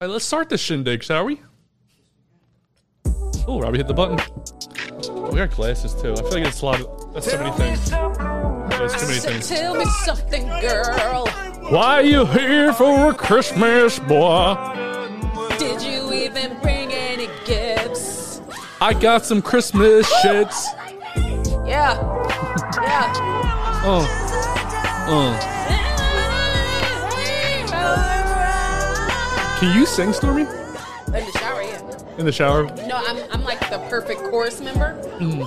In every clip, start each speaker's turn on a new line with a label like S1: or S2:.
S1: All right, let's start this shindig, shall we? Oh, Robbie hit the button. We got glasses too. I feel like it's a lot. Of, that's so many things. There's too many things.
S2: Tell me something, girl.
S1: Why you here for Christmas, boy?
S2: Did you even bring any gifts?
S1: I got some Christmas shits.
S2: Yeah. Yeah.
S1: Oh, oh. Can you sing, Stormy?
S2: In the shower, yeah.
S1: In the shower?
S2: No, I'm, I'm like the perfect chorus member.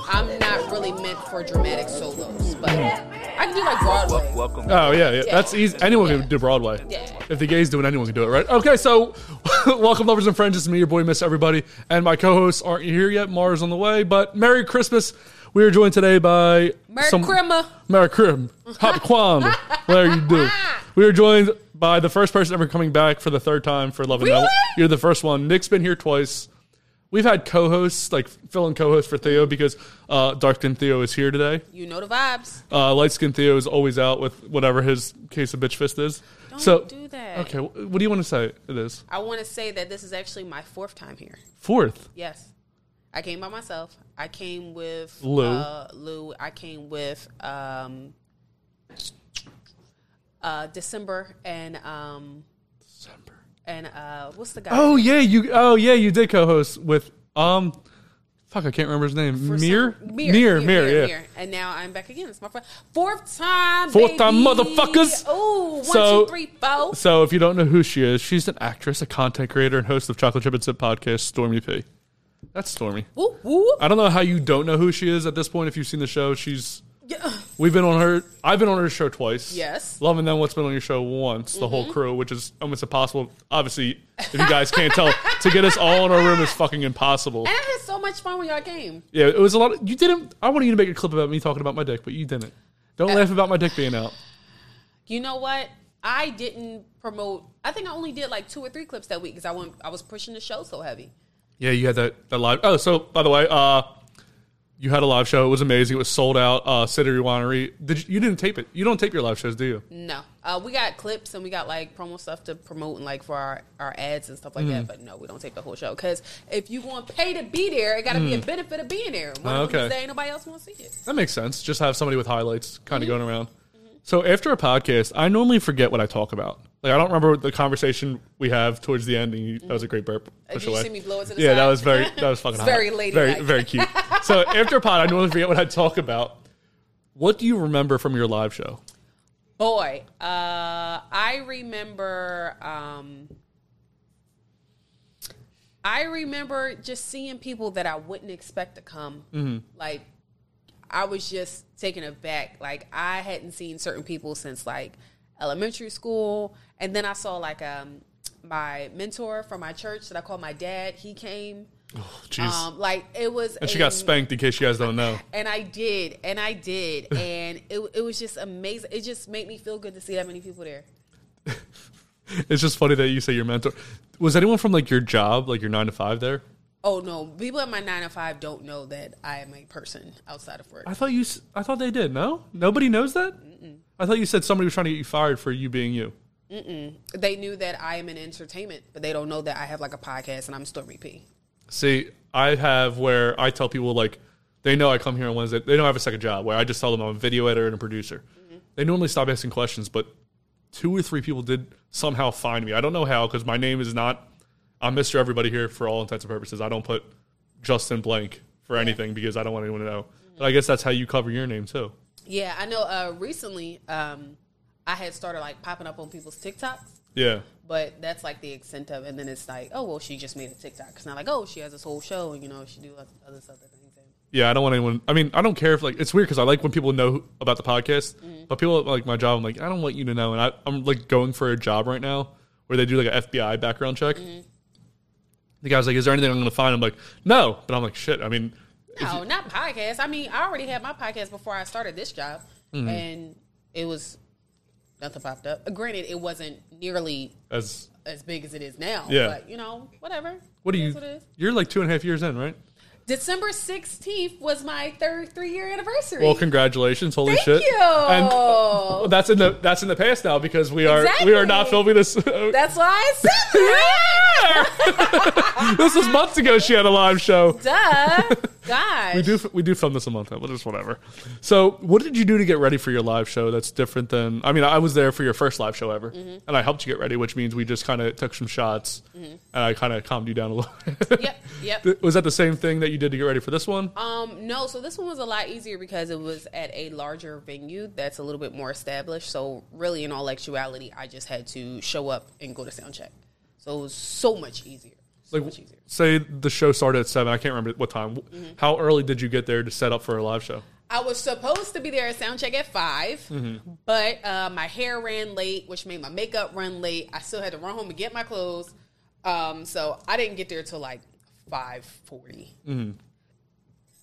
S2: I'm not really meant for dramatic solos, but I can do like Broadway.
S3: Welcome.
S1: Oh yeah, yeah. That's easy. Anyone can do Broadway.
S2: Yeah.
S1: If the gays do it, anyone can do it, right? Okay, so welcome, lovers and friends. It's me, your boy, Miss Everybody, and my co-hosts aren't here yet. Mars on the way, but Merry Christmas. We are joined today by
S2: Merry
S1: some-
S2: Christmas.
S1: Merry Krim. Hop Kwam. Whatever you do. We are joined by the first person ever coming back for the third time for Love and
S2: Really?
S1: Mel. You're the first one. Nick's been here twice. We've had co-hosts, like fill-in co-hosts for Theo because uh, dark-skinned Theo is here today.
S2: You know the vibes.
S1: Uh, light-skinned Theo is always out with whatever his case of bitch fist is.
S2: Don't
S1: so,
S2: do that.
S1: Okay, wh- what do you want to say it is?
S2: I want to say that this is actually my fourth time here.
S1: Fourth.
S2: Yes. I came by myself. I came with
S1: Lou.
S2: Uh, Lou. I came with um, uh, December and um,
S1: December.
S2: and uh, what's the guy?
S1: Oh yeah, you. Oh yeah, you did co-host with um, fuck, I can't remember his name.
S2: For
S1: Mir,
S2: some-
S1: Mir, Mir, yeah.
S2: And now I'm back again. It's my fourth, fourth time.
S1: Fourth time,
S2: baby.
S1: motherfuckers.
S2: Ooh, one,
S1: So-
S2: two, three, four.
S1: So if you don't know who she is, she's an actress, a content creator, and host of Chocolate Chip and Sip podcast, Stormy P. That's Stormy.
S2: Woo, woo.
S1: I don't know how you don't know who she is at this point. If you've seen the show, she's
S2: Yeah.
S1: we've been on her. I've been on her show twice.
S2: Yes. Mm-hmm.
S1: Love and then what's been on your show once. The whole crew, which is almost impossible. Obviously, if you guys can't tell, to get us all in our room is fucking impossible.
S2: And I had so much fun when y'all came.
S1: Yeah, it was a lot. Of, you didn't. I wanted you to make a clip about me talking about my dick, but you didn't.
S2: Uh,
S1: Don't laugh about my dick being out.
S2: You know what? I didn't promote. I think I only did like two or three clips that week because I went. I was pushing the show so heavy.
S1: Yeah, you had that, that live. Oh, so by the way, uh, you had a live show. It was amazing. It was sold out. Uh, City Winery. Did you, you didn't tape it? You don't tape your live shows, do you?
S2: No, uh, we got clips and we got like promo stuff to promote and like for our, our ads and stuff like that. But no, we don't take the whole show because if you want to pay to be there, it got to be a benefit of being there. One
S1: Ah,
S2: of them is
S1: okay.
S2: that ain't nobody else want to see it.
S1: That makes sense. Just have somebody with highlights kind
S2: Mm-hmm.
S1: of going around. So after a podcast, I normally forget what I talk about. Like I don't remember the conversation we have towards the end. And you, that was a great burp. Push
S2: did Uh, you
S1: away.
S2: see me blow it to the
S1: yeah, that
S2: side?
S1: was very that was fucking
S2: It's
S1: hot.
S2: very ladylike.
S1: very very cute. so after a pod, I normally forget what I talk about. What do you remember from your live show?
S2: Boy, uh, I remember. Um, I remember just seeing people that I wouldn't expect to come.
S1: Mm-hmm.
S2: Like, I was just taken aback. Like, I hadn't seen certain people since like elementary school, and then I saw like um, my mentor from my church that I call my dad. He came.
S1: Jeez.
S2: Um, like it was,
S1: and she got spanked. In case you guys don't know.
S2: and I did, and I did, and it, it was just amazing. It just made me feel good to see that many people there.
S1: It's just funny that you say your mentor. Was anyone from like your job, like your nine to five there?
S2: Oh no, people at my nine to five don't know that I am a person outside of work.
S1: I thought you. s- I thought they did. No, nobody knows that. I thought you said somebody was trying to get you fired for you being you.
S2: They knew that I am in entertainment, but they don't know that I have like a podcast and I'm Stormy P.
S1: See, I have where I tell people like they know I come here on Wednesday. They know I have a second job where I just tell them I'm a video editor and a producer. They normally stop asking questions, but two or three people did somehow find me. I don't know how because my name is not. I'm Mr. Everybody here for all intents and purposes. I don't put Justin blank for anything because I don't want anyone to know. But I guess that's how you cover your name too.
S2: Yeah, I know. Uh, recently, um, I had started like popping up on people's TikToks.
S1: Yeah.
S2: But that's like the extent of, and then it's like, oh well, she just made a TikTok. It's not like, oh, she has this whole show, and you know, she do other other things.
S1: Yeah, I don't want anyone. I mean, I don't care if like it's weird because I like when people know about the podcast,
S2: Mm-hmm.
S1: but people at, like my job. I'm like, I don't want you to know, and I, I'm like going for a job right now where they do like a FBI background check.
S2: Mm-hmm.
S1: The guy's like, "Is there anything I'm going to find?" I'm like, "No," but I'm like, "Shit." I mean,
S2: No, not podcast. I mean, I already had my podcast before I started this job,
S1: Mm-hmm.
S2: and it was nothing popped up. Granted, it wasn't nearly
S1: as
S2: as big as it is now.
S1: Yeah.
S2: but you know, whatever.
S1: what do
S2: It
S1: you?
S2: is What it is.
S1: You're like two and a half years in, right?
S2: December sixteenth was my third three year anniversary.
S1: Well, congratulations! Holy
S2: Thank
S1: shit!
S2: you.
S1: And well, that's in the that's in the past now because we are we are not filming
S2: Exactly.
S1: this.
S2: That's why I said that.
S1: this was months ago. She had a live show.
S2: Duh. Gosh.
S1: We do we do film this a month out, but it's whatever. So, what did you do to get ready for your live show? That's different than I mean, I was there for your first live show ever,
S2: Mm-hmm.
S1: and I helped you get ready, which means we just kind of took some shots, and I kind of calmed you down a little.
S2: Yep. Yep.
S1: was that the same thing that you did to get ready for this one?
S2: Um, no, so this one was a lot easier because it was at a larger venue that's a little bit more established. So really, in all actuality, I just had to show up and go to sound check. So it was so much easier. So
S1: Like,
S2: much easier. Mm-hmm.
S1: say the show started at seven. I can't remember what time. How early did you get there to set up for a live show?
S2: I was supposed to be there at sound check at 5
S1: Mm-hmm.
S2: but uh, my hair ran late, which made my makeup run late. I still had to run home and get my clothes. Um, so I didn't get there till like five
S1: Mm-hmm.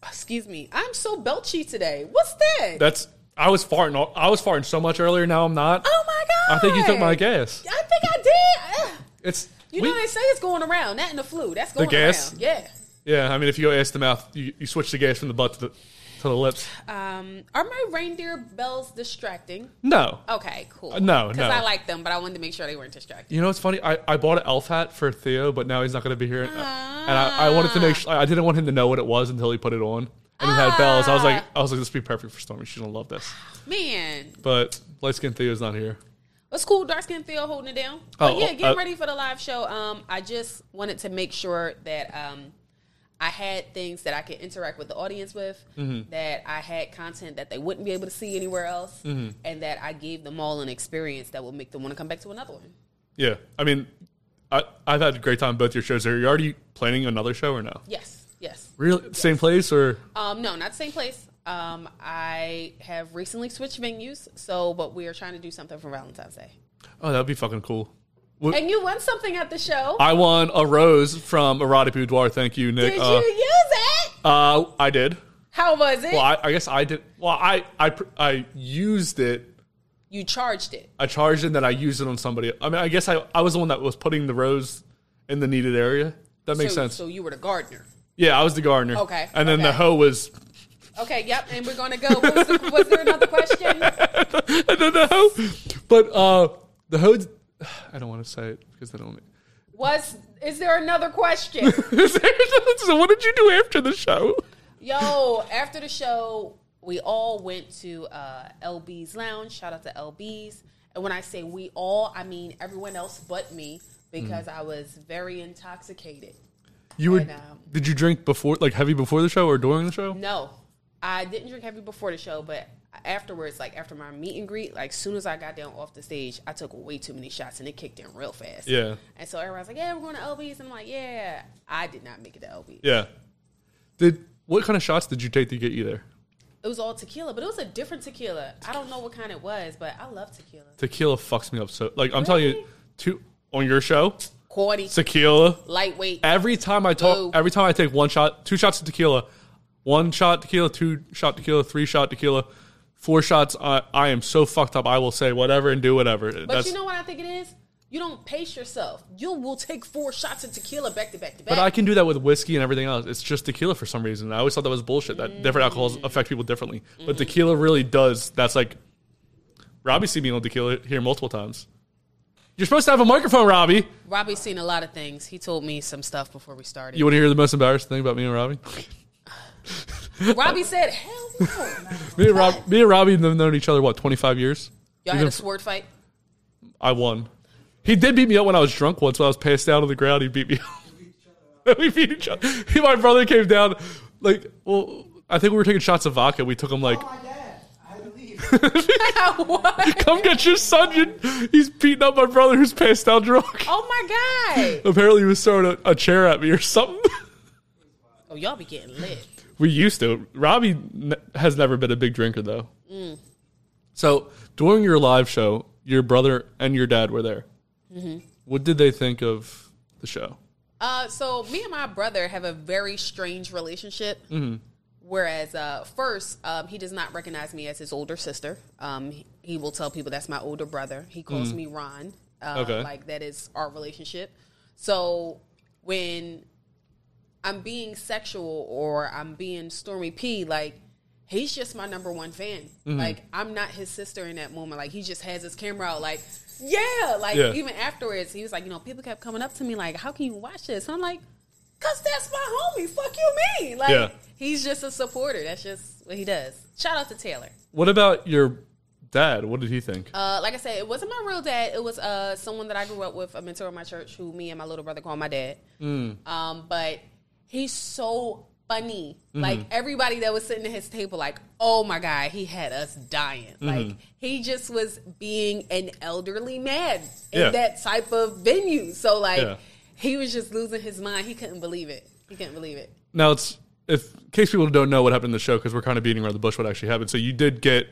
S2: Excuse me, I'm so belchy today. What's that?
S1: That's I was farting. all- I was farting so much earlier. Now I'm not.
S2: oh my god!
S1: I think you took my gas.
S2: I think I did. Ugh.
S1: It's
S2: You
S1: we-
S2: know they say it's going around. That and the flu. That's going
S1: gas?
S2: around. Yeah.
S1: yeah. I mean, if you go ass to mouth, you, you switch the gas from the butt to the to the lips.
S2: Um, are my reindeer bells distracting?
S1: No.
S2: Okay, cool.
S1: Uh, no,
S2: because
S1: no.
S2: I like them, but I wanted to make sure they weren't distracting.
S1: You know what's funny? I, I bought an elf hat for Theo, but now he's not going to be here. And, I, I wanted to make sure, I didn't want him to know what it was until he put it on. And it
S2: Ah.
S1: had bells. I was like, I was like, this would be perfect for Stormy. She's going to love this.
S2: Man,
S1: But light skinned Theo's not here.
S2: what's cool? Dark skin Phil holding it down.
S1: Oh,
S2: but yeah,
S1: uh,
S2: getting ready for the live show. Um, I just wanted to make sure that um, I had things that I could interact with the audience with,
S1: Mm-hmm.
S2: that I had content that they wouldn't be able to see anywhere else,
S1: Mm-hmm.
S2: and that I gave them all an experience that would make them want to come back to another one.
S1: Yeah. I mean, I, I've had a great time both your shows. Are you already planning another show or no?
S2: Yes, yes.
S1: Really? Same place or?
S2: Um, no, not the same place. Um, I have recently switched venues, so but we are trying to do something for Valentine's Day.
S1: Oh, that'd be fucking cool.
S2: And you won something at the show.
S1: I won a rose from Erotic Boudoir. Thank you, Nick.
S2: Did
S1: uh,
S2: you use it?
S1: uh, I did.
S2: How was it?
S1: Well, I, I guess I did. Well, I, I, pr- I used it
S2: you charged it.
S1: I charged it and then I used it on somebody. I mean, I guess I, I was the one that was putting the rose in the needed area. That makes
S2: so,
S1: sense.
S2: So you were the gardener.
S1: yeah, I was the gardener.
S2: Okay,
S1: And then the
S2: okay.
S1: hoe was.
S2: Okay. Yep. And we're gonna go. Was, the- was there another question?
S1: And then the hoe. But uh, the hoe. I don't want to say it because I don't.
S2: Was is there another question?
S1: so what did you do after the show?
S2: Yo, after the show, we all went to uh, LB's Lounge. Shout out to LB's. And when I say we all, I mean everyone else but me because
S1: Mm-hmm.
S2: I was very intoxicated.
S1: You were.
S2: And, um,
S1: did you drink before, like heavy before the show or during the show?
S2: No, I didn't drink heavy before the show, but afterwards, like after my meet and greet, like soon as I got down off the stage, I took way too many shots and it kicked in real fast.
S1: Yeah.
S2: And so everyone's like, yeah, we're going to LB's. And I'm like, yeah, I did not make it to LB's.
S1: Yeah. Did what kind of shots did you take to get you there?
S2: It was all tequila, but it was a different tequila. I don't know what kind it was, but I love tequila.
S1: Tequila fucks me up so. Like I'm telling you,
S2: Really?
S1: two on your show,
S2: Cordy,
S1: tequila.
S2: lightweight.
S1: every time I talk,
S2: Whoa.
S1: every time I take one shot, two shots of tequila, one shot tequila, two shot tequila, three shot tequila, four shots. I, I am so fucked up. I will say whatever and do whatever.
S2: But
S1: That's,
S2: you know what I think it is? You don't pace yourself. You will take four shots of tequila back to back to back.
S1: but I can do that with whiskey and everything else. It's just tequila for some reason. I always thought that was bullshit. That different alcohols
S2: Mm.
S1: affect people differently,
S2: Mm-hmm.
S1: but tequila really does. That's like Robbie see me on tequila here multiple times. You're supposed to have a microphone, Robbie.
S2: Robbie's seen a lot of things. He told me some stuff before we started.
S1: You want to hear the most embarrassing thing about me and Robbie?
S2: Robbie said, hell no.
S1: Me and, Rob, me and Robbie have known each other what 25 years.
S2: Y'all
S1: We've
S2: had
S1: been
S2: a sword fight?
S1: I won. He did beat me up when I was drunk once. When I was passed out on the ground, he beat me up. we beat each other. He, my brother came down. Like, well, I think we were taking shots of vodka. We took him like,
S3: Oh, my dad. I had to leave.
S2: what?
S1: come get your son. You- he's beating up my brother who's passed out drunk.
S2: Oh my god!
S1: Apparently, he was throwing a, a chair at me or something.
S2: Oh, y'all be getting lit.
S1: we used to. Robbie n- has never been a big drinker though. So during your live show, your brother and your dad were there. What did they think of the show?
S2: Uh, so me and my brother have a very strange relationship. Whereas, uh, first, um, he does not recognize me as his older sister. Um, he, he will tell people that's my older brother. He calls me Ron. Uh,
S1: Okay.
S2: Like that is our relationship. So when I'm being sexual or I'm being Stormy P, like he's just my number one fan.
S1: Mm-hmm.
S2: Like I'm not his sister in that moment. Like he just has his camera out. Like yeah. Like
S1: Yeah.
S2: even afterwards, he was like, you know, people kept coming up to me like, how can you watch this? And I'm like, cause that's my homie. Fuck you, mean. Like
S1: Yeah.
S2: he's just a supporter. That's just what he does. Shout out to Taylor.
S1: What about your dad? What did he think?
S2: Uh, like I said, it wasn't my real dad. It was uh, someone that I grew up with, a mentor in my church, who me and my little brother call my dad.
S1: Mm.
S2: Um, but he's so funny.
S1: Mm-hmm.
S2: Like everybody that was sitting at his table, like, oh my god, he had us dying.
S1: Mm-hmm.
S2: Like he just was being an elderly man in
S1: Yeah.
S2: that type of venue. So like
S1: Yeah.
S2: he was just losing his mind. He couldn't believe it. He couldn't believe it.
S1: now it's if in case people don't know what happened in the show because we're kind of beating around the bush what actually happened. So you did get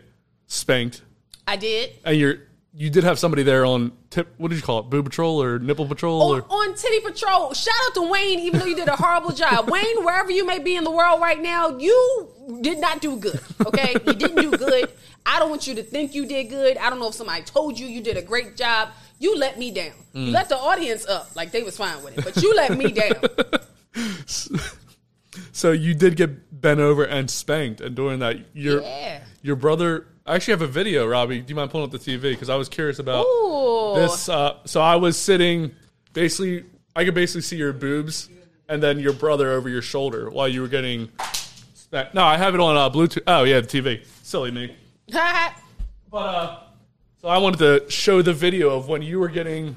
S1: spanked,
S2: I did.
S1: and you're you did have somebody there on tip. What did you call it? Boob patrol or nipple patrol
S2: on,
S1: or
S2: on Titty Patrol. Shout out to Wayne, even though you did a horrible job. Wayne, wherever you may be in the world right now, you did not do good. Okay, you didn't do good. I don't want you to think you did good. I don't know if somebody told you you did a great job. You let me down. You
S1: Mm.
S2: let the audience up, like they was fine with it, but you let me down.
S1: So you did get bent over and spanked, and during that, your
S2: Yeah.
S1: your brother. I actually have a video, Robbie. Do you mind pulling up the TV? Because I was curious about
S2: Ooh.
S1: this. Uh, so I was sitting, basically, I could basically see your boobs, and then your brother over your shoulder while you were getting. That. No, I have it on uh, Bluetooth. Oh yeah, the TV. Silly me. But uh, so I wanted to show the video of when you were getting.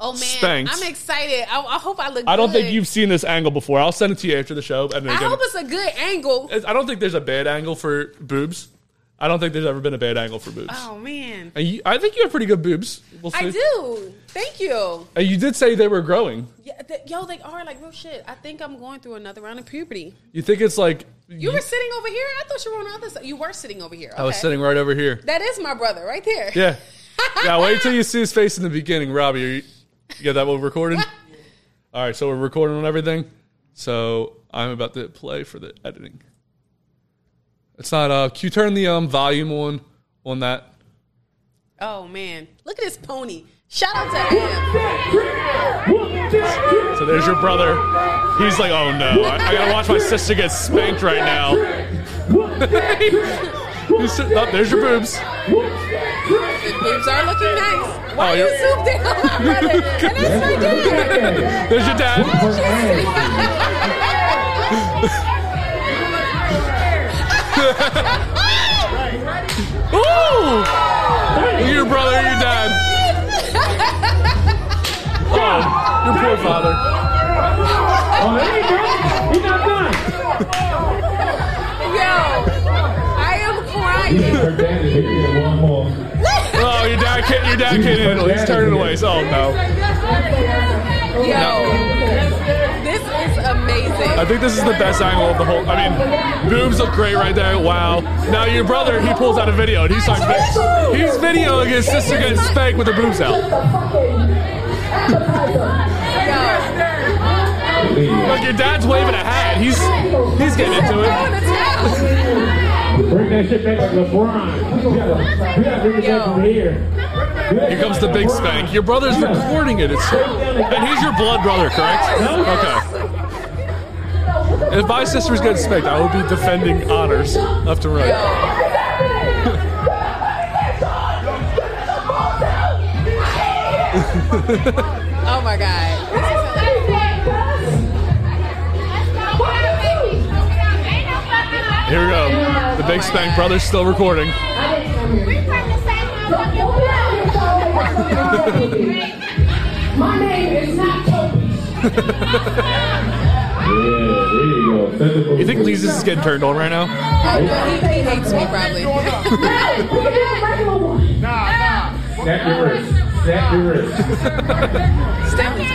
S2: oh man,
S1: Spanked.
S2: I'm excited. I, I hope I look.
S1: I don't think
S2: good.
S1: you've seen this angle before. I'll send it to you after the show. And then
S2: I
S1: again,
S2: hope it's a good angle.
S1: It's- I don't think there's a bad angle for boobs. I don't think there's ever been a bad angle for boobs.
S2: Oh man,
S1: And you, I think you have pretty good boobs. We'll see.
S2: I do. Thank you.
S1: And you did say they were growing.
S2: Yeah, th- yo, they are like real shit. I think I'm going through another round of puberty.
S1: You think it's like
S2: You were sitting over here. I thought you were on the other side. You were sitting over here.
S1: I was
S2: Okay.
S1: sitting right over here.
S2: That is my brother right there.
S1: Yeah. Now wait till you see his face in the beginning, Robbie. Are you, you got that one recorded? All right, so we're recording on everything. So I'm about to play for the editing. It's not. Uh, can you turn the um volume on on that?
S2: Oh man, look at this pony. Shout out to him.
S1: So there's your brother. He's like, oh no, I, I gotta watch my sister get spanked right now. He's so- oh, there's your boobs.
S2: The boobs are looking nice. Why
S1: Oh,
S2: you
S1: you're-
S2: zoomed in on my brother? And that's my dad.
S1: There's your dad.
S2: She's sitting-
S1: Ooh! Your brother, your dad. Oh, your poor father.
S3: Oh, there you go. He's not done.
S2: Yo, I am crying.
S3: Her dad is here. One more.
S1: Oh, your dad can't. Your dad can't handle it. He's turning away. So, oh no.
S2: Yo, this is
S1: I
S2: amazing.
S1: think this is the best angle of the whole. I mean, boobs look great right there. Wow. Now your brother, he pulls out a video and he's like, he's videoing his sister getting spanked with her boobs out.
S2: Yo,
S1: Look, your dad's waving a hat. He's he's getting into
S2: on
S1: it.
S2: the towel.
S3: Bring that shit back like LeBron. We gotta, we gotta bring it back
S2: Yo.
S3: from here.
S1: Here comes the big spank. Your brother's recording it. It's and he's your blood brother, correct? Okay. If my sister's getting spanked, I would be defending honors left and right.
S2: Oh my god.
S1: Here we go. The big spank brother's still recording.
S4: My name is not Toby.
S3: Yeah, there you go. Send it
S1: You think Lisa's is getting turned on right now?
S2: I know he, he hates me probably.
S4: We can do a regular one.
S3: Snap your wrist. Snap your wrist.
S2: Stop it.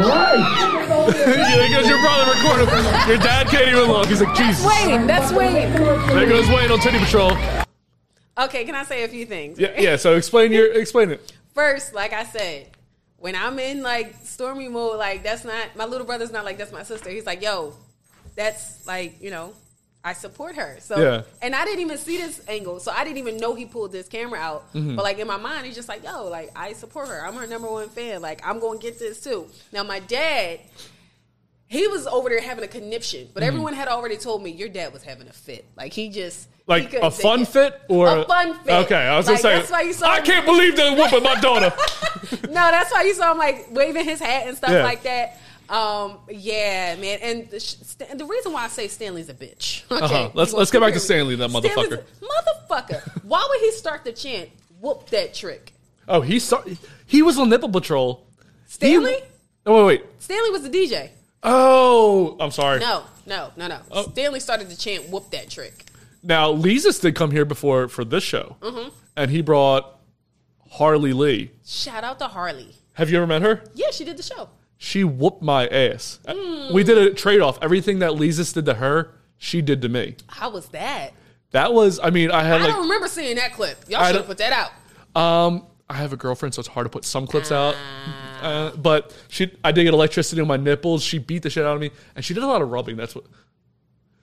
S3: Right.
S1: there goes your brother recording. Your dad can't even look. He's like, Jesus.
S2: Wayne, that's Wayne.
S1: There goes Wayne on Titty Patrol.
S2: Okay, can I say a few things?
S1: Yeah, yeah. So explain your explain it.
S2: First, like I said, when I'm in like stormy mode, like that's not my little brother's not like that's my sister. He's like, yo, that's like you know, I support her. So
S1: Yeah.
S2: and I didn't even see this angle, so I didn't even know he pulled this camera out.
S1: Mm-hmm.
S2: But like in my mind, he's just like, yo, like I support her. I'm her number one fan. Like I'm gonna get this too. Now my dad He was over there having a conniption,
S1: Mm-hmm.
S2: but everyone had already told me your dad was having a fit. Like he just he
S1: Like
S2: couldn't
S1: a
S2: take
S1: fun
S2: it.
S1: fit or
S2: a fun fit.
S1: Okay, I was
S2: Like,
S1: gonna say
S2: that's why you saw
S1: I
S2: him-
S1: can't believe they're whooping my daughter.
S2: no, that's why you saw him like waving his hat and stuff
S1: Yeah.
S2: like that. Um, yeah, man, and the, sh- Stan- the reason why I say Stanley's a bitch. Okay,
S1: Uh-huh. Let's-
S2: You
S1: let's
S2: gonna
S1: get back to
S2: screw
S1: Stanley,
S2: me.
S1: that
S2: Stanley's
S1: motherfucker.
S2: a- motherfucker, why would he start the chant? Whoop that trick,
S1: Oh, he saw, he was on nipple patrol.
S2: Stanley.
S1: He, oh wait, wait.
S2: Stanley was the DJ.
S1: Oh, I'm sorry.
S2: No, no, no, no.
S1: Oh.
S2: Stanley started to chant "Whoop that trick."
S1: Now, Lesus did come here before for this show,
S2: Mm-hmm.
S1: and he brought Harley Lee.
S2: Shout out to Harley.
S1: Have you ever met her?
S2: Yeah, she did the show.
S1: She whooped my ass.
S2: Hmm.
S1: We did a trade off. Everything that Lesus did to her, she did to me.
S2: How was that?
S1: That was, I mean, I had
S2: I
S1: like,
S2: don't remember seeing that clip. Y'all
S1: I
S2: should have
S1: don't-
S2: put that out.
S1: um, I have a girlfriend, so it's hard to put some clips out.
S2: Ah.
S1: Uh, but she, I did get electricity on my nipples. She beat the shit out of me, and she did a lot of rubbing. That's what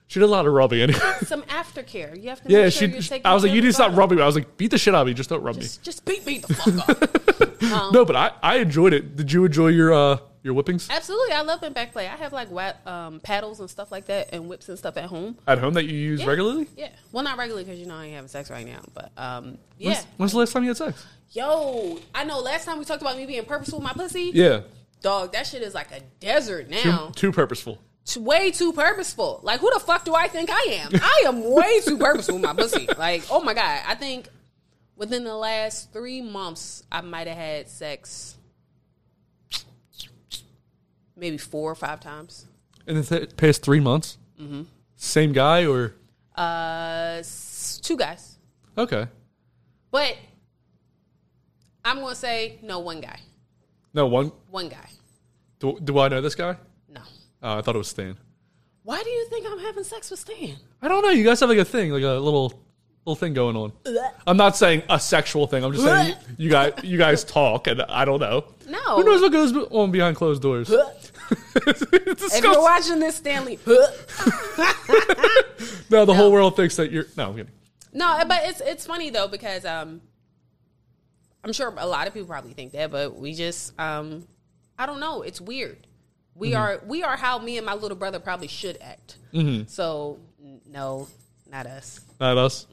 S1: she did a lot of rubbing. Anyway.
S2: Some aftercare. You have to.
S1: yeah,
S2: make sure
S1: she.
S2: You're taking
S1: I was like,
S2: care
S1: you
S2: of
S1: do stop
S2: yourself.
S1: rubbing me. I was like, beat the shit out of me, just don't rub me.
S2: Just, um, just beat me the fuck up.
S1: no, but I, I enjoyed it. Did you enjoy your uh your whippings
S2: Absolutely, I love impact play. I have like wet, um, paddles and stuff like that, and whips and stuff at home.
S1: at home that you use
S2: Yeah.
S1: regularly?
S2: Yeah, well, not regularly because you know I ain't having sex right now. But um, yeah,
S1: When's, when's the last time you had sex?
S2: yo, I know. Last time we talked about me being purposeful with my pussy.
S1: Yeah,
S2: dog, that shit is like a desert now.
S1: too, too purposeful.
S2: It's way too purposeful. Like, who the fuck do I think I am? I am way too purposeful with my pussy. Like, oh my god, I think within the last three months, I might have had sex maybe four or five times.
S1: In the th- past three months,
S2: Mm-hmm.
S1: same guy or
S2: Uh, s- two guys,
S1: okay?
S2: but I'm gonna say no, one guy,
S1: No one.
S2: one guy.
S1: Do, do I know this guy?
S2: No.
S1: Oh, I thought it was Stan.
S2: Why do you think I'm having sex with Stan?
S1: I don't know. You guys have like a thing, like a little little thing going on. I'm not saying a sexual thing. I'm just saying you, you guys you guys talk, and I don't know.
S2: No.
S1: Who knows what goes on behind closed doors? It's
S2: If you're
S1: disgusting.
S2: watching this, Stanley.
S1: No, the whole world thinks that you're. No, I'm kidding.
S2: No, but it's it's funny though because um, I'm sure a lot of people probably think that, but we just um, I don't know. It's weird. We
S1: Mm-hmm.
S2: are we are how me and my little brother probably should act.
S1: Mm-hmm.
S2: So n- no, not us.
S1: Not us.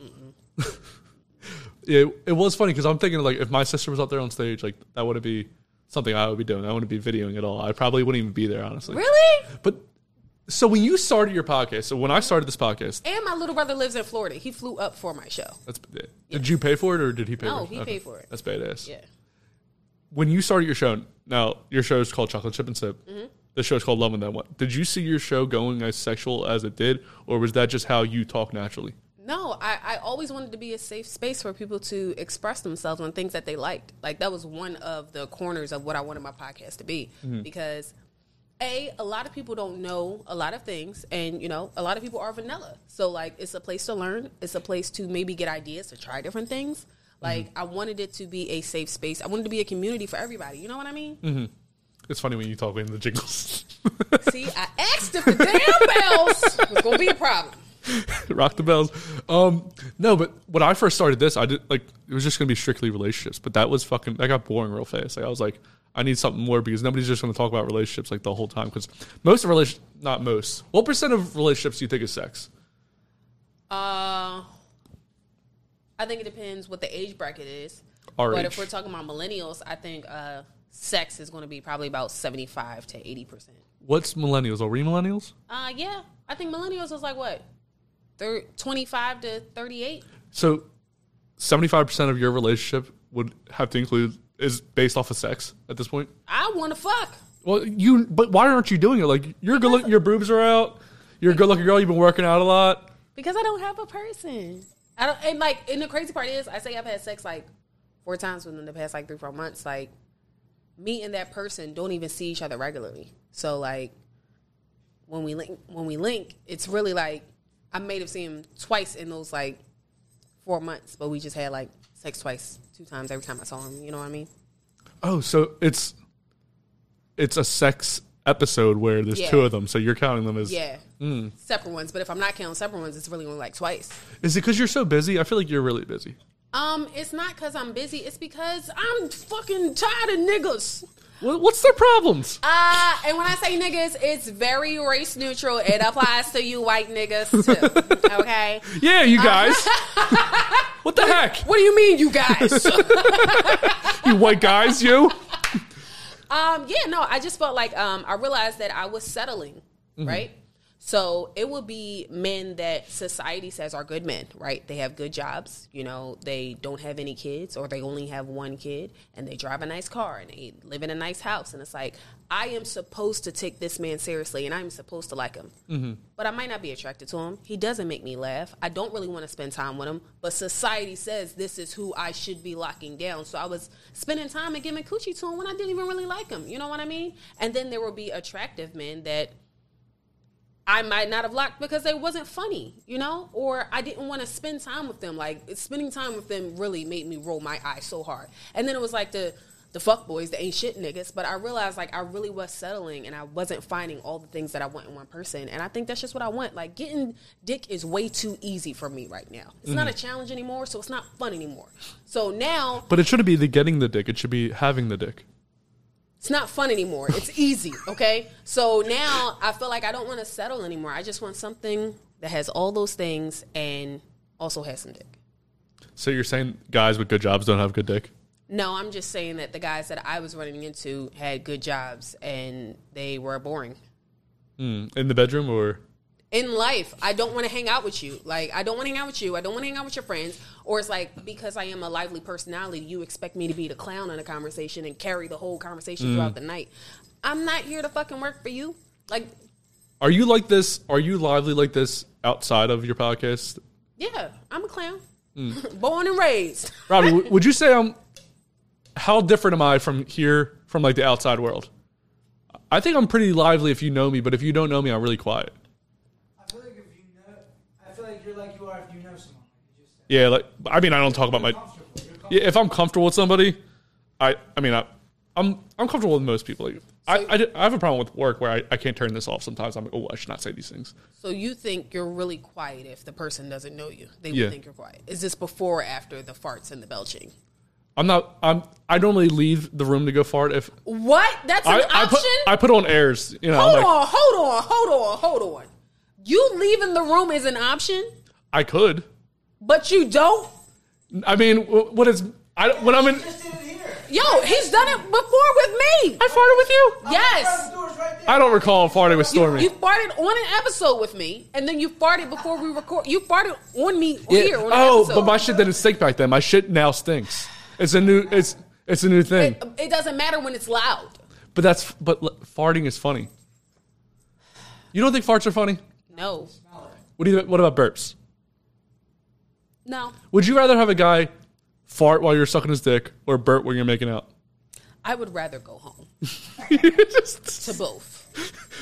S1: it, it was funny because I'm thinking like if my sister was up there on stage, like that would be something I would be doing. I wouldn't be videoing at all. I probably wouldn't even be there honestly.
S2: Really?
S1: But so when you started your podcast, so when I started this podcast,
S2: And my little brother lives in Florida. He flew up for my show.
S1: that's eh, did you pay for it or did he pay?
S2: No,
S1: for it?
S2: he paid for it.
S1: That's badass.
S2: Yeah.
S1: When you started your show, now your show is called Chocolate Chip and Sip.
S2: Mm-hmm.
S1: The show is called Love and That One. Did you see your show going as sexual as it did, or was that just how you talk naturally?
S2: No, I, I always wanted to be a safe space for people to express themselves on things that they liked. Like that was one of the corners of what I wanted my podcast to be. Because A, a lot of people don't know a lot of things and you know, a lot of people are vanilla. So like it's a place to learn. It's a place to maybe get ideas to try different things. Like I wanted it to be a safe space. I wanted to be a community for everybody. You know what I mean?
S1: It's funny when you talk in the jingles.
S2: See, I asked if the damn bells was gonna be a problem.
S1: rock the bells. Um, no, but when I first started this, I did like it was just gonna be strictly relationships. But that was fucking that got boring real fast. Like I was like, I need something more because nobody's just gonna talk about relationships like the whole time. Because most of relation, not most. What percent of relationships do you think is sex?
S2: Uh, I think it depends what the age bracket is.
S1: Our
S2: but
S1: age.
S2: if we're talking about millennials, I think uh, sex is going to be probably about seventy-five to eighty percent.
S1: What's millennials? Are we millennials?
S2: Uh, yeah, I think millennials is like what, thir- twenty-five to thirty-eight.
S1: So, seventy five percent of your relationship would have to include is based off of sex at this point.
S2: I want to fuck.
S1: Well, you but why aren't you doing it? Like you're good look, your boobs are out. You're a good looking girl. You've been working out a lot.
S2: Because I don't have a person. I don't, and like, and the crazy part is, I say I've had sex like four times within the past like three, four months. Like, me and that person don't even see each other regularly. So like, when we link, when we link, it's really like I may have seen him twice in those like four months, but we just had like sex twice, two times every time I saw him. You know what I mean?
S1: Oh, so it's it's a sex episode where there's
S2: Yeah.
S1: two of them, so you're counting them as
S2: Yeah, separate ones. But if I'm not counting separate ones, it's really only like twice.
S1: Is it because you're so busy? I feel like you're really busy.
S2: Um, it's not because I'm busy. It's because I'm fucking tired of niggas.
S1: Wha- What's their problems?
S2: Uh, and when I say niggas, it's very race neutral. It applies to you white niggas too. Okay.
S1: Yeah, you guys. what the heck?
S2: What do you mean, you guys?
S1: You white guys, you?
S2: Um, yeah, no, I just felt like um, I realized that I was settling, right? So it would be men that society says are good men, right? They have good jobs, you know, they don't have any kids or they only have one kid and they drive a nice car and they live in a nice house. And it's like, I am supposed to take this man seriously and I'm supposed to like him. But I might not be attracted to him. He doesn't make me laugh. I don't really want to spend time with him. But society says this is who I should be locking down. So I was spending time and giving coochie to him when I didn't even really like him. You know what I mean? And then there will be attractive men that I might not have locked because they wasn't funny, you know, or I didn't want to spend time with them. Like spending time with them really made me roll my eyes so hard. And then it was like the the fuck boys, the ain't shit niggas. But I realized like I really was settling and I wasn't finding all the things that I want in one person. And I think that's just what I want. Like getting dick is way too easy for me right now. It's not a challenge anymore, so it's not fun anymore. So now
S1: But it shouldn't be the getting the dick. It should be having the dick.
S2: it's not fun anymore. It's easy, okay? So now I feel like I don't want to settle anymore. I just want something that has all those things and also has some dick.
S1: So you're saying guys with good jobs don't have good dick?
S2: No, I'm just saying that the guys that I was running into had good jobs and they were boring.
S1: In the bedroom or
S2: in life, I don't want to hang out with you. Like, I don't want to hang out with you. I don't want to hang out with your friends. Or it's like, because I am a lively personality, you expect me to be the clown in a conversation and carry the whole conversation throughout the night. I'm not here to fucking work for you. Like,
S1: are you like this? Are you lively like this outside of your podcast?
S2: yeah, I'm a clown.
S1: Mm.
S2: Born and raised.
S1: Robbie, w- would you say I'm how different am I from here from like the outside world? I think I'm pretty lively if you know me, but if you don't know me, I'm really quiet.
S5: I feel like if you know, I feel like you're like you are if you know someone. Like you just said.
S1: Yeah, like I mean, I don't talk about my
S5: Comfortable. You're comfortable.
S1: yeah, if I'm comfortable with somebody, I I mean I, I'm I'm comfortable with most people. Like, I, I, di- I have a problem with work where I, I can't turn this off. Sometimes I'm like, oh, I should not say these things.
S2: So you think you're really quiet if the person doesn't know you. They
S1: Yeah.
S2: would think you're quiet. Is this before or after the farts and the belching?
S1: I'm not. I'm. I normally leave the room to go fart if
S2: What? That's an
S1: I, I
S2: option?
S1: put I put on airs. You know, I'm
S2: hold
S1: like,
S2: on, hold on, hold on, hold on. You leaving the room is an option,
S1: I could.
S2: but you don't.
S1: I mean, wh- what is I don't- when I'm in?
S5: You just did it here.
S2: Yo, he's done it before with me.
S1: I farted with you.
S5: Front
S2: Yes.
S5: door's right there.
S1: I don't recall farting with Stormy.
S2: You farted on an episode with me, and then you farted before we record. You farted on me
S1: Yeah.
S2: here. On an
S1: oh,
S2: episode.
S1: but my shit didn't stink back then. My shit now stinks. It's a new. It's it's a new thing.
S2: It, it doesn't matter when it's loud.
S1: But that's but l- farting is funny. You don't think farts are funny?
S2: No,
S1: What do you? What about burps?
S2: no.
S1: Would you rather have a guy fart while you're sucking his dick or burp when you're making out?
S2: I would rather go home to both.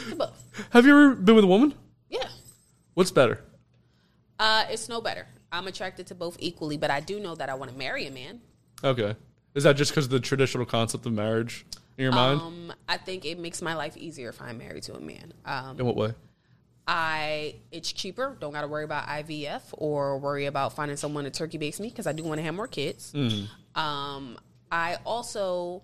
S2: To both.
S1: have you ever been with a woman?
S2: Yeah.
S1: What's better?
S2: Uh, it's no better. I'm attracted to both equally, but I do know that I want to marry a man.
S1: Okay. Is that just because of the traditional concept of marriage in your mind?
S2: Um, I think it makes my life easier if I'm married to a man. Um,
S1: In what way?
S2: I it's cheaper. Don't got to worry about IVF or worry about finding someone to turkey base me because I do want to have more kids. Um, I also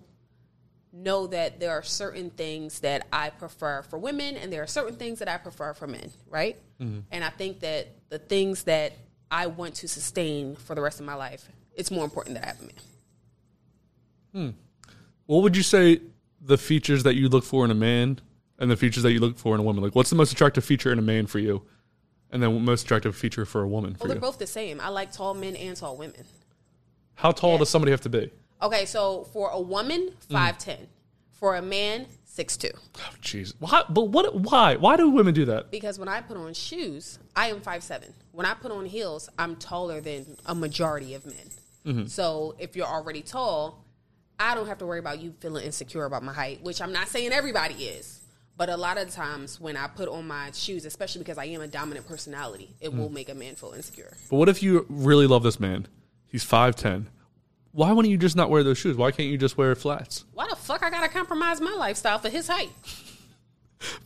S2: know that there are certain things that I prefer for women and there are certain things that I prefer for men, right? And I think that the things that I want to sustain for the rest of my life, it's more important that I have a man.
S1: What would you say the features that you look for in a man and the features that you look for in a woman? Like, what's the most attractive feature in a man for you? And then most attractive feature for a woman for
S2: Well, they're
S1: you?
S2: both the same. I like tall men and tall women.
S1: How tall does somebody have to be?
S2: Okay, so for a woman, 5'10. For a man, 6'2.
S1: Oh, jeez. Why? But what? Why? Why do women do that?
S2: Because when I put on shoes, I am 5'7. When I put on heels, I'm taller than a majority of men. So if you're already tall, I don't have to worry about you feeling insecure about my height, which I'm not saying everybody is. But a lot of times when I put on my shoes, especially because I am a dominant personality, it will make a man feel insecure.
S1: But what if you really love this man? He's 5'10. Why wouldn't you just not wear those shoes? Why can't you just wear flats?
S2: Why the fuck I gotta compromise my lifestyle for his height?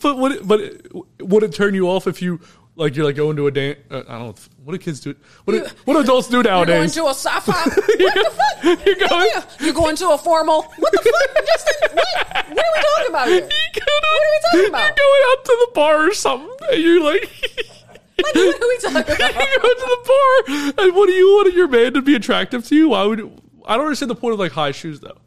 S1: But would it, but it, would it turn you off if you Like you're like going to a dance. Uh, I don't. What do kids do? What do, what do adults do
S2: You're going
S1: nowadays?
S2: to a sci-fi. What the fuck?
S1: You're going-
S2: Yeah. You're going to a formal. What the fuck, Justin? What, what are we talking about
S1: You
S2: here?
S1: go to-
S2: What are we talking about?
S1: You're going out to the bar or something. And you're like,
S2: Like, what are we talking
S1: you
S2: about?
S1: go to the bar, and what do you want your man to be attractive to? Why would I don't understand the point of like high shoes though.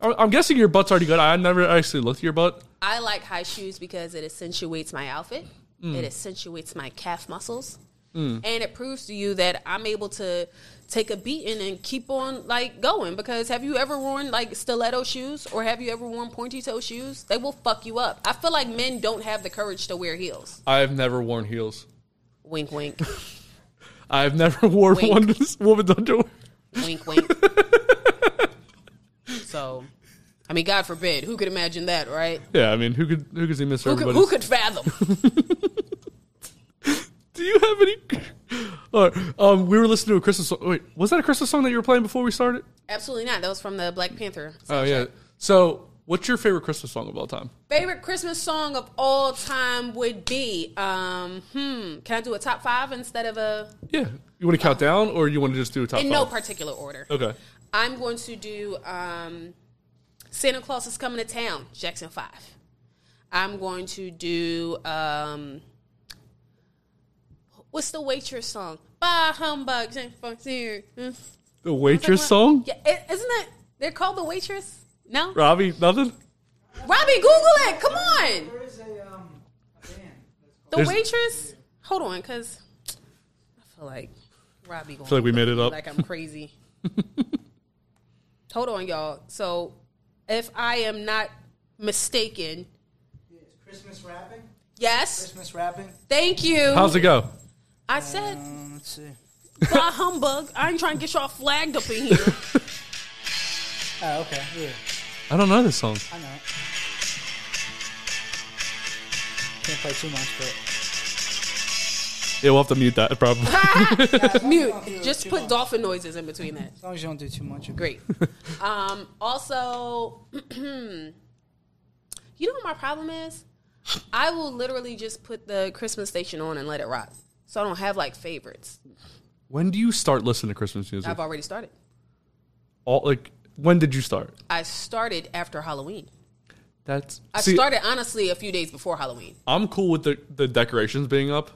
S1: I- I'm guessing your butt's already good. I never actually looked at your butt.
S2: I like high shoes because it accentuates my outfit. It accentuates my calf muscles. And it proves to you that I'm able to take a beating and keep on like going because have you ever worn like stiletto shoes or have you ever worn pointy toe shoes? They will fuck you up. I feel like men don't have the courage to wear heels.
S1: I've never worn heels.
S2: Wink wink.
S1: I've never worn
S2: Wink.
S1: one woman's underwear.
S2: wink wink. so I mean God forbid, who could imagine that, right?
S1: Yeah, I mean, who could who could see Miss
S2: Who could,
S1: Everybody?
S2: who could fathom?
S1: Do you have any? All right, um, we were listening to a Christmas song. Wait, was that a Christmas song that you were playing before we started?
S2: Absolutely not. That was from the Black Panther.
S1: Oh yeah. So, what's your favorite Christmas song of all time?
S2: Favorite Christmas song of all time would be, um, hmm, can I do a top five instead of a,
S1: Yeah, you want to count down, or you want to just do a top?
S2: in
S1: five?
S2: no particular order?
S1: Okay.
S2: I'm going to do um, Santa Claus is Coming to Town, Jackson 5. I'm going to do, um, what's the waitress song? Bye, humbug, Jackson Fox here. Mm.
S1: The waitress song.
S2: Yeah, it, isn't that, they're called the waitress? No?
S1: Robbie, nothing.
S2: Robbie, Google it. Come on.
S5: There is a um a band. That's called
S2: The
S1: There's-
S2: waitress. Hold on, because I feel like Robbie going.
S1: feel like we made it up.
S2: Like I'm crazy. Hold on, y'all. So, if I am not mistaken,
S5: yeah, it's Christmas rapping.
S2: yes.
S5: Christmas rapping.
S2: Thank you.
S1: How's it go?
S2: I said,
S5: Um, let's see.
S2: bah humbug. I ain't trying to get y'all flagged up in here.
S5: Oh, okay. Yeah,
S1: I don't know this song.
S5: I know. it. Can't play too much, but
S1: Yeah, we'll have to mute that probably.
S2: Mute. Just put dolphin noises in between that.
S5: as long as you don't do too much.
S2: Great. Um, also, you know what my problem is? I will literally just put the Christmas station on and let it rock. So I don't have like favorites.
S1: when do you start listening to Christmas music?
S2: I've already started.
S1: All like, when did you start?
S2: I started after Halloween.
S1: That's
S2: I
S1: see,
S2: started honestly a few days before Halloween.
S1: I'm cool with the the decorations being up.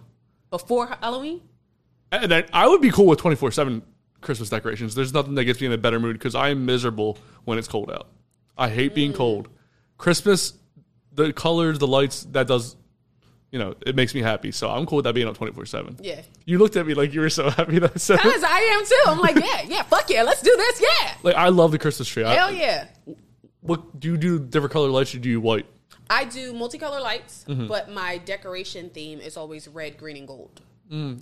S2: Before Halloween?
S1: And I, I would be cool with 24 7 Christmas decorations. There's nothing that gets me in a better mood because I am miserable when it's cold out. I hate
S2: Mm.
S1: being cold. Christmas, the colors, the lights, that does, you know, it makes me happy. So I'm cool with that being up 24 7.
S2: Yeah.
S1: You looked at me like you were so happy that I said
S2: Because I am too. I'm like, yeah, yeah, fuck yeah, let's do this, yeah.
S1: Like, I love the Christmas tree. I,
S2: Hell yeah.
S1: What do you do different color lights or do you white?
S2: I do multicolor lights,
S1: Mm-hmm.
S2: but my decoration theme is always red, green, and gold.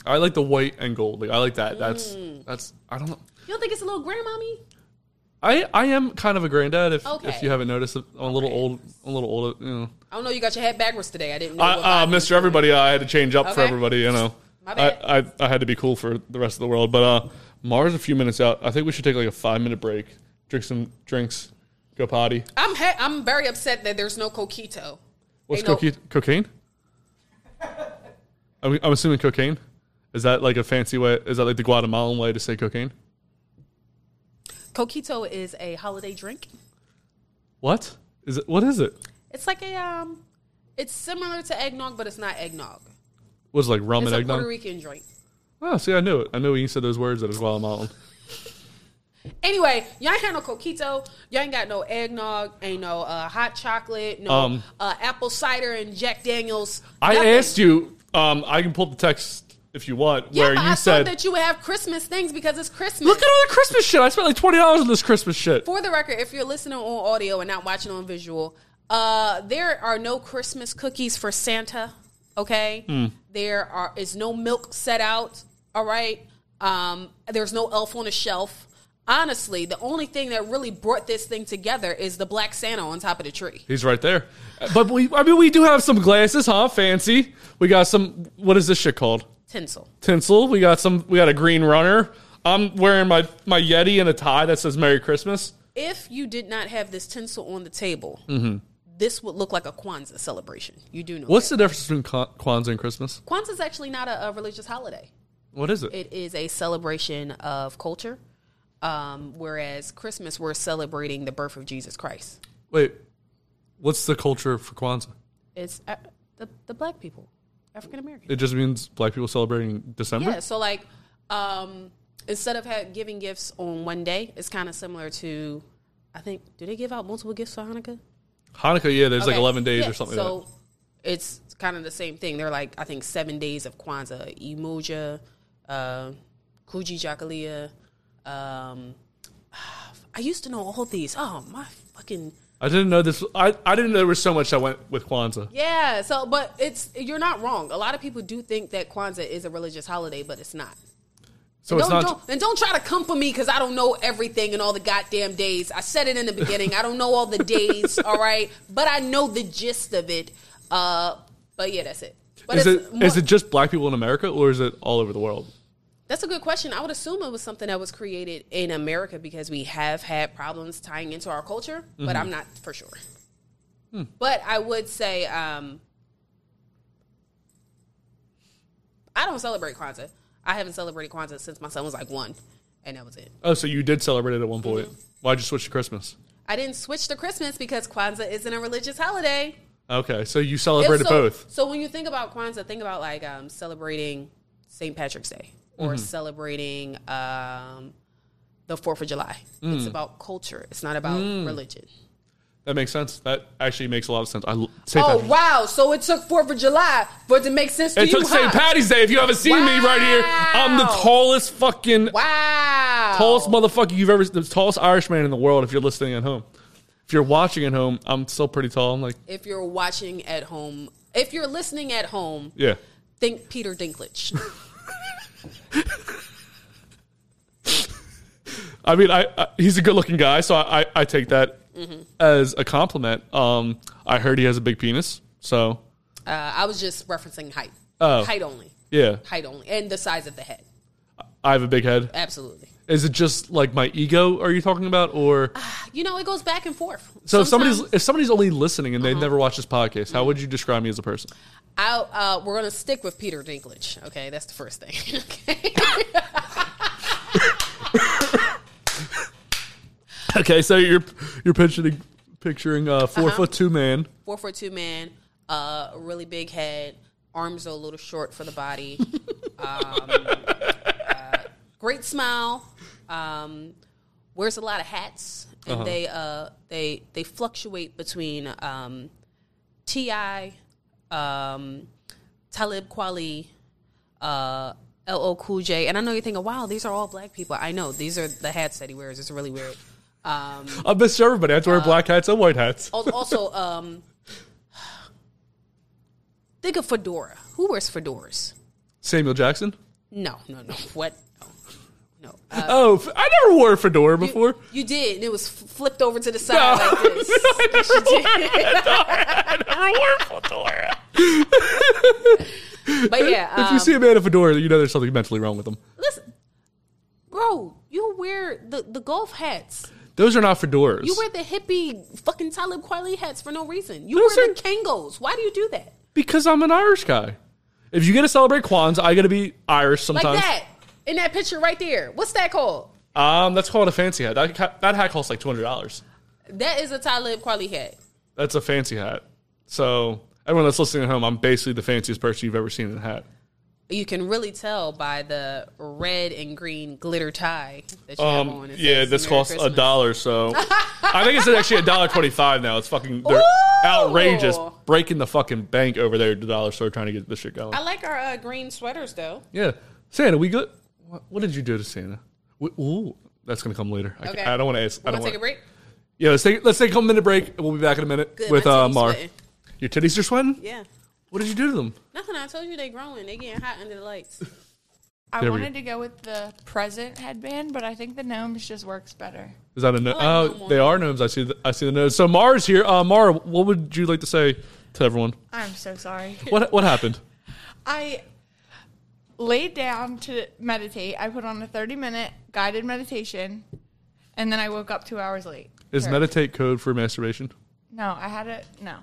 S1: I like the white and gold. Like, I like that. That's,
S2: Mm.
S1: that's, I don't know.
S2: You don't think it's a little grandmommy?
S1: I, I am kind of a granddad if,
S2: Okay.
S1: if you haven't noticed. I'm a little old, a little older, you know.
S2: I don't know. You got your head backwards today. I didn't know. what
S1: I, uh,
S2: vibe you was
S1: Mr.
S2: doing.
S1: Everybody, I had to change up for
S2: Okay.
S1: everybody, you know.
S2: My bad.
S1: I, I, I had to be cool for the rest of the world. But uh, Mars, a few minutes out. I think we should take like a five minute break, drink some drinks, go potty.
S2: I'm he- I'm very upset that there's no coquito.
S1: What's
S2: Ain't no-
S1: cocaine? cocaine? I'm, I'm assuming cocaine. Is that like a fancy way? Is that like the Guatemalan way to say cocaine?
S2: Coquito is a holiday drink.
S1: What is it? What is it?
S2: It's like a um, it's similar to eggnog, but it's not eggnog.
S1: Was it like rum
S2: It's
S1: and
S2: a
S1: eggnog?
S2: Puerto Rican drink.
S1: Oh, see, I knew it. I knew when you said those words that it was Guatemalan.
S2: Anyway, y'all ain't had no coquito. Y'all ain't got no eggnog. Ain't no uh, hot chocolate. No
S1: Um,
S2: uh, apple cider and Jack Daniels.
S1: I
S2: nothing.
S1: asked you. Um, I can pull up the text if you want,
S2: Yeah,
S1: where
S2: but
S1: you
S2: I
S1: said
S2: thought that you would have Christmas things because it's Christmas.
S1: Look at all the Christmas shit. I spent like twenty dollars on this Christmas shit.
S2: for the record, if you're listening on audio and not watching on visual, uh, there are no Christmas cookies for Santa. Okay, there are is no milk set out. All right, um, there's no elf on a shelf. Honestly, the only thing that really brought this thing together is the black Santa on top of the tree.
S1: He's right there. But we, I mean, we do have some glasses, huh? Fancy. We got some. What is this shit called?
S2: Tinsel.
S1: Tinsel. We got some. We got a green runner. I'm wearing my my Yeti and a tie that says Merry Christmas.
S2: If you did not have this tinsel on the table, this would look like a Kwanzaa celebration. You do know
S1: What's the difference between Kwa- Kwanzaa and Christmas?
S2: Kwanzaa is actually not a, a religious holiday.
S1: What is it?
S2: It is a celebration of culture, um, whereas Christmas we're celebrating the birth of Jesus Christ.
S1: Wait, what's the culture for Kwanzaa?
S2: It's uh, the the black people, African American.
S1: It just means black people celebrating December.
S2: Yeah, so like um, instead of ha- giving gifts on one day, it's kind of similar to I think do they give out multiple gifts for Hanukkah?
S1: Hanukkah, yeah, there's like
S2: Okay.
S1: 11 days
S2: Yeah,
S1: or something
S2: So
S1: like
S2: it's kind of the same thing. They're like I think seven days of Kwanzaa, Imuja, uh, Kuji Jakalia. Um, I used to know all these. Oh my fucking
S1: that. I didn't know this. I, I didn't know there was so much that went with Kwanzaa.
S2: yeah. So but it's you're not wrong. A lot of people do think that Kwanzaa is a religious holiday, but it's not.
S1: So it's
S2: don't,
S1: not.
S2: don't- and don't try to come for me because I don't know everything and all the goddamn days. I said it in the beginning. I don't know all the days, all right? But I know the gist of it. Uh, but yeah, that's it. But
S1: Is it is
S2: more-
S1: it just black people in America or is it all over the world?
S2: that's a good question. I would assume it was something that was created in America because we have had problems tying into our culture,
S1: Mm-hmm.
S2: but I'm not for sure.
S1: Hmm.
S2: But I would say um, I don't celebrate Kwanzaa. I haven't celebrated Kwanzaa since my son was like one, and that was it.
S1: Oh, so you did celebrate it at one point.
S2: Mm-hmm.
S1: Why'd you switch to Christmas?
S2: I didn't switch to Christmas because Kwanzaa isn't a religious holiday.
S1: Okay, so you
S2: If
S1: celebrated
S2: so,
S1: both.
S2: So when you think about Kwanzaa, think about like um, celebrating St. Patrick's Day or
S1: Mm-hmm.
S2: celebrating um, the Fourth of July.
S1: Mm.
S2: It's about culture. It's not about religion.
S1: That makes sense. That actually makes a lot of sense. I l- St.
S2: Oh
S1: Patrick's-
S2: wow! So it took Fourth of July for it to make sense to
S1: It
S2: you,
S1: took
S2: huh?
S1: St. Patty's Day. If you haven't seen me right here, I'm the
S2: Wow.
S1: tallest fucking
S2: Wow!
S1: tallest motherfucker you've ever the tallest Irish man in the world. If you're listening at home, if you're watching at home, I'm still pretty tall. I'm like,
S2: if you're watching at home, if you're listening at home,
S1: yeah.
S2: think Peter Dinklage. Uh,
S1: I mean, I, I he's a good looking guy, so I I, I take that
S2: Mm-hmm.
S1: as a compliment. Um, I heard he has a big penis, so
S2: uh, I was just referencing height.
S1: Oh.
S2: Height only.
S1: yeah,
S2: height only and the size of the head.
S1: I have a big head.
S2: Absolutely.
S1: Is it just like my ego? Are you talking about or?
S2: You know, it goes back and forth.
S1: So if somebody's
S2: Uh, Sometimes Uh-huh.
S1: if somebody's only listening and they've never watched this podcast, how would you describe me as a person?
S2: I, uh, we're gonna stick with Peter Dinklage. Okay, that's the first thing. okay.
S1: Okay, so you're you're picturing picturing a 4
S2: Uh-huh.
S1: foot two man.
S2: Four foot two man, uh, a really big head, arms are a little short for the body. um, uh, great smile. Um, wears a lot of hats, and they uh, they they fluctuate between um, Ti, um, Talib Kweli. Uh, LL Cool J, and I know you're thinking, "Wow, these are all black people." I know these are the hats that he wears. It's really weird. Um,
S1: I miss everybody. I have to wear
S2: Uh,
S1: black hats and white hats.
S2: Al- also, um, think of fedora. Who wears fedoras?
S1: Samuel Jackson.
S2: No, no, no. What? No, no. Uh,
S1: Oh, f- I never wore a fedora before.
S2: you did, and it was f- flipped over to the side like this. Yes, you did.
S1: never wore a fedora.
S2: But yeah,
S1: if
S2: um,
S1: you see a man in a fedora, you know there's something mentally wrong with him.
S2: listen, bro, you wear the the golf hats.
S1: Those are not fedoras.
S2: You wear the hippie fucking Talib Kweli hats for no reason. You
S1: Those
S2: wear
S1: are-
S2: the Kangos. Why do you do that?
S1: because I'm an Irish guy. If you get to celebrate Kwanzaa, I got to be Irish
S2: Like
S1: sometimes.
S2: that in that picture right there. What's that called?
S1: Um, that's called a fancy hat. That, ca- that hat costs like two hundred dollars.
S2: That is a Talib Kweli hat.
S1: That's a fancy hat. So everyone that's listening at home, I'm basically the fanciest person you've ever seen in a hat.
S2: you can really tell by the red and green glitter tie that you have on.
S1: Um,
S2: It
S1: yeah,
S2: says
S1: this
S2: Merry
S1: costs a
S2: Christmas.
S1: dollar. So I think it's actually a dollar twenty-five now. It's fucking they're
S2: Ooh!
S1: outrageous, breaking the fucking bank over there at the dollar store trying to get this shit going.
S2: I like our uh, green sweaters though.
S1: yeah, Santa, we good. What, what did you do to Santa? We, ooh, that's gonna come later. I,
S2: Okay,
S1: I don't want to ask.
S2: We're
S1: I don't
S2: gonna take a
S1: wanna-
S2: break.
S1: Yeah, let's take let's take a minute break. We'll be back in a minute
S2: Good,
S1: with
S2: my
S1: uh,
S2: titties
S1: Mar.
S2: sweating.
S1: Your titties are sweating.
S2: Yeah,
S1: What did you do to them?
S2: nothing. I told you they growing. They getting hot under the lights.
S6: I
S1: There we
S6: wanted to go with the present headband, but I think the gnomes just works better.
S1: Is that a no?
S2: like
S1: Oh,
S2: gnome
S1: they are gnomes. I see. The, I see the nose. So Mara's here. Uh, Mara, what would you like to say to everyone?
S6: I'm so sorry.
S1: What what happened?
S6: I laid down to meditate. I put on a 30 minute guided meditation, and then I woke up two hours late.
S1: Is
S6: Sure.
S1: meditate code for masturbation?
S6: No, I had it. No,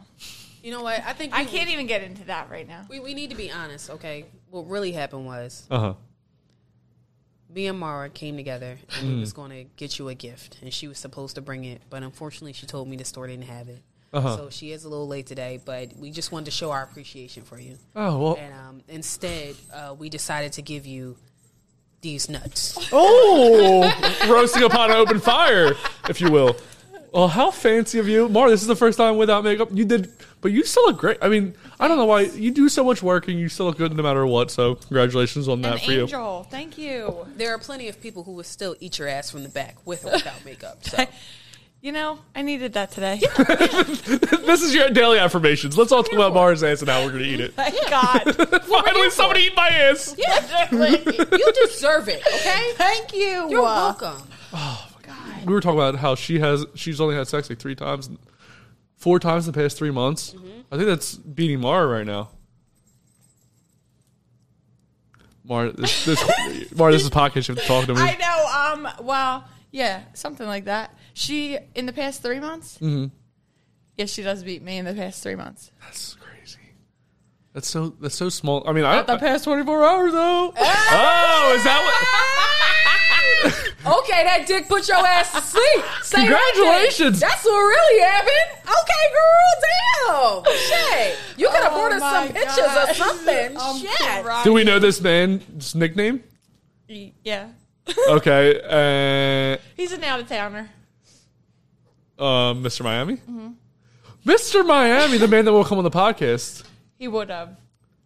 S2: You know what? I think
S6: I
S2: we-
S6: can't even get into that right now.
S2: We, we need to be honest, okay? What really happened was
S1: Uh huh.
S2: me and Mara came together and we was going to get you a gift, and she was supposed to bring it, but unfortunately, she told me the store didn't have it. So she is a little late today, but we just wanted to show our appreciation for you.
S1: Oh well.
S2: And um, instead, uh, we decided to give you these nuts.
S1: Oh, roasting upon an open fire, if you will. Well, how fancy of you, Mar. This is the first time without makeup. You did, but you still look great. I mean, I don't know why you do so much work and you still look good no matter what. So, congratulations on that
S6: An
S1: for you.
S6: angel, thank you.
S2: There are plenty of people who would still eat your ass from the back with or without makeup. So
S6: You know, I needed that today.
S1: This is your daily affirmations. Let's all talk about Mara's ass and how we're gonna eat it.
S6: Thank God.
S1: Finally, somebody eat my ass.
S2: you deserve it, okay?
S6: Thank you.
S2: You're welcome.
S1: We were talking about how she has she's only had sex like three times, four times in the past three months.
S6: Mm-hmm.
S1: I think that's beating Mara right now. Mara, this, this, Mara, this is podcast. You have to talk to me.
S6: I know. Um. Well, yeah, something like that. She in the past three months. Mm-hmm. Yeah, she does beat me in the past three months.
S1: That's crazy. That's so. That's so small. I mean, I,
S6: The past twenty four hours though.
S1: oh, is that
S2: Okay, that dick put your ass to sleep. Say that dick.
S1: Congratulations.
S2: That's what really happened. Okay, girl, damn. Shit. You could have
S6: Oh
S2: brought us
S6: my
S2: some pictures or
S6: gosh.
S2: something.
S6: I'm
S2: Shit.
S1: what?
S6: crying.
S1: Do we know this man's nickname?
S6: Yeah,
S1: Okay,
S6: he's an out of towner.
S1: uh, uh, Mr. Miami.
S6: Mm-hmm.
S1: Mr. Miami, the man that will come on the podcast,
S6: He would have,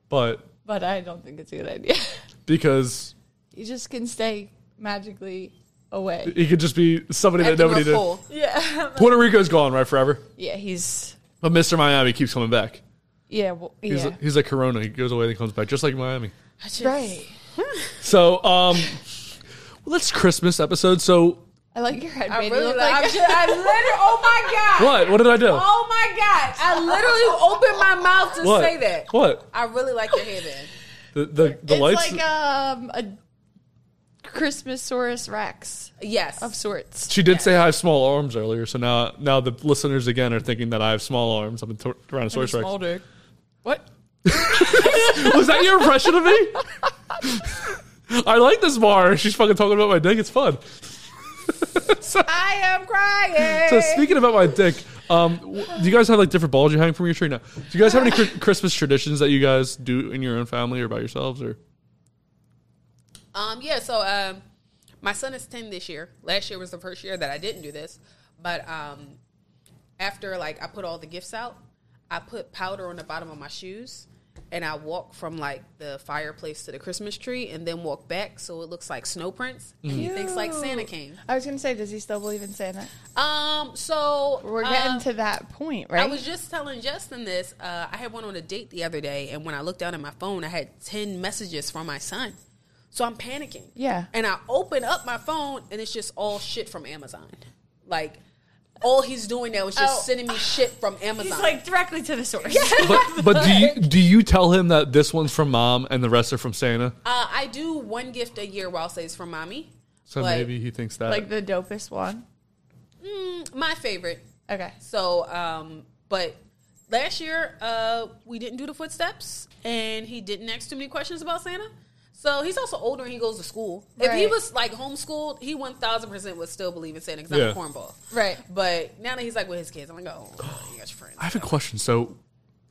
S1: but
S6: but I don't think it's a good idea.
S1: because
S6: you just can stay magically away.
S1: he could just be somebody that
S2: Acting
S1: nobody
S2: a
S1: did.
S2: fool.
S6: Yeah,
S1: Puerto Rico's gone right forever,
S6: yeah, he's
S1: but Mr. Miami keeps coming back.
S6: yeah, well,
S1: He's,
S6: yeah,
S1: he's like Corona. He goes away, then comes back, just like Miami.
S6: right.
S1: So, um, well, it's Christmas episode. So,
S6: I like your head.
S2: I
S6: baby.
S2: really
S6: Look
S2: like,
S6: like-
S2: I'm just, I literally, oh my God.
S1: what? What did I do?
S2: Oh my God. I literally opened my mouth to
S1: what?
S2: say that.
S1: What?
S2: I really like your hairband.
S1: The the, the
S6: it's
S1: lights.
S6: like um a Christmas Saurus Rex
S2: Yes.
S6: of sorts.
S1: she did say I have small arms earlier, so now now the listeners again are thinking that I have small arms. I'm a tor- Tyrannosaurus Rex.
S6: What?
S1: Was that your impression of me? I like this bar. She's fucking talking about my dick. It's fun.
S6: I am crying.
S1: So speaking about my dick, um, w- do you guys have like different balls you hang from your tree now? Do you guys have any cr- Christmas traditions that you guys do in your own family or by yourselves or?
S2: Um, yeah, so um, my son is 10 this year. Last year was the first year that I didn't do this. But um, after, like, I put all the gifts out, I put powder on the bottom of my shoes. And I walk from like the fireplace to the Christmas tree, and then walk back so it looks like snow prints. And he thinks like Santa came.
S6: I was gonna say, does he still believe in Santa?
S2: Um, so
S6: We're getting
S2: um,
S6: to that point, right?
S2: I was just telling Justin this. Uh, I had one on a date the other day, and when I looked down at my phone, I had 10 messages from my son. So I'm panicking.
S6: Yeah.
S2: And I open up my phone, and it's just all shit from Amazon. Like, all he's doing now is just
S6: Oh.
S2: sending me shit from Amazon.
S6: directly to the source.
S1: But but do you do you tell him that this one's from mom and the rest are from Santa?
S2: uh, I do one gift a year while says from mommy.
S1: So
S2: Like-
S1: maybe he thinks that.
S6: Like the dopest one.
S2: Mm, my favorite.
S6: Okay.
S2: So, um, but last year uh, we didn't do the footsteps, and he didn't ask too many questions about Santa. So he's also older and he goes to school. If he
S6: Right.
S2: was like homeschooled, he one thousand percent would still believe in Santa because
S1: Yeah.
S2: I'm a cornball.
S6: Right.
S2: But now that he's like with his kids, I'm like, oh, you got your friends.
S1: I have a question. So,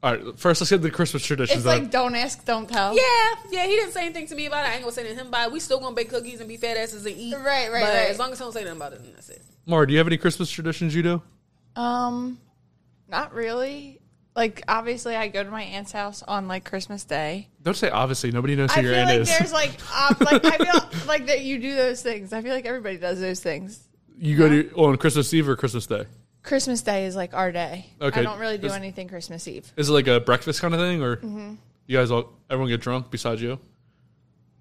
S1: all right, first let's get the Christmas traditions.
S6: It's
S1: out.
S6: like don't ask, don't tell.
S2: Yeah, yeah, he didn't say anything to me about it. I ain't gonna say anything about it. We still gonna bake cookies and be fat asses and eat.
S6: Right, right,
S2: But
S6: right.
S2: As long as someone say nothing about it, then that's it.
S1: Mara, do you have any Christmas traditions you do?
S6: Um, not really. Like obviously, I go to my aunt's house on like Christmas Day.
S1: Don't say obviously. Nobody knows who
S6: I
S1: your
S6: feel
S1: aunt
S6: like
S1: is.
S6: there's like, um, like I feel like that you do those things. I feel like everybody does those things.
S1: you go to on Christmas Eve or Christmas Day?
S6: Christmas Day is like our day.
S1: Okay.
S6: I don't really do
S1: Is-
S6: anything Christmas Eve.
S1: Is it like a breakfast kind of thing, or
S6: Mm-hmm.
S1: you guys all everyone get drunk besides you?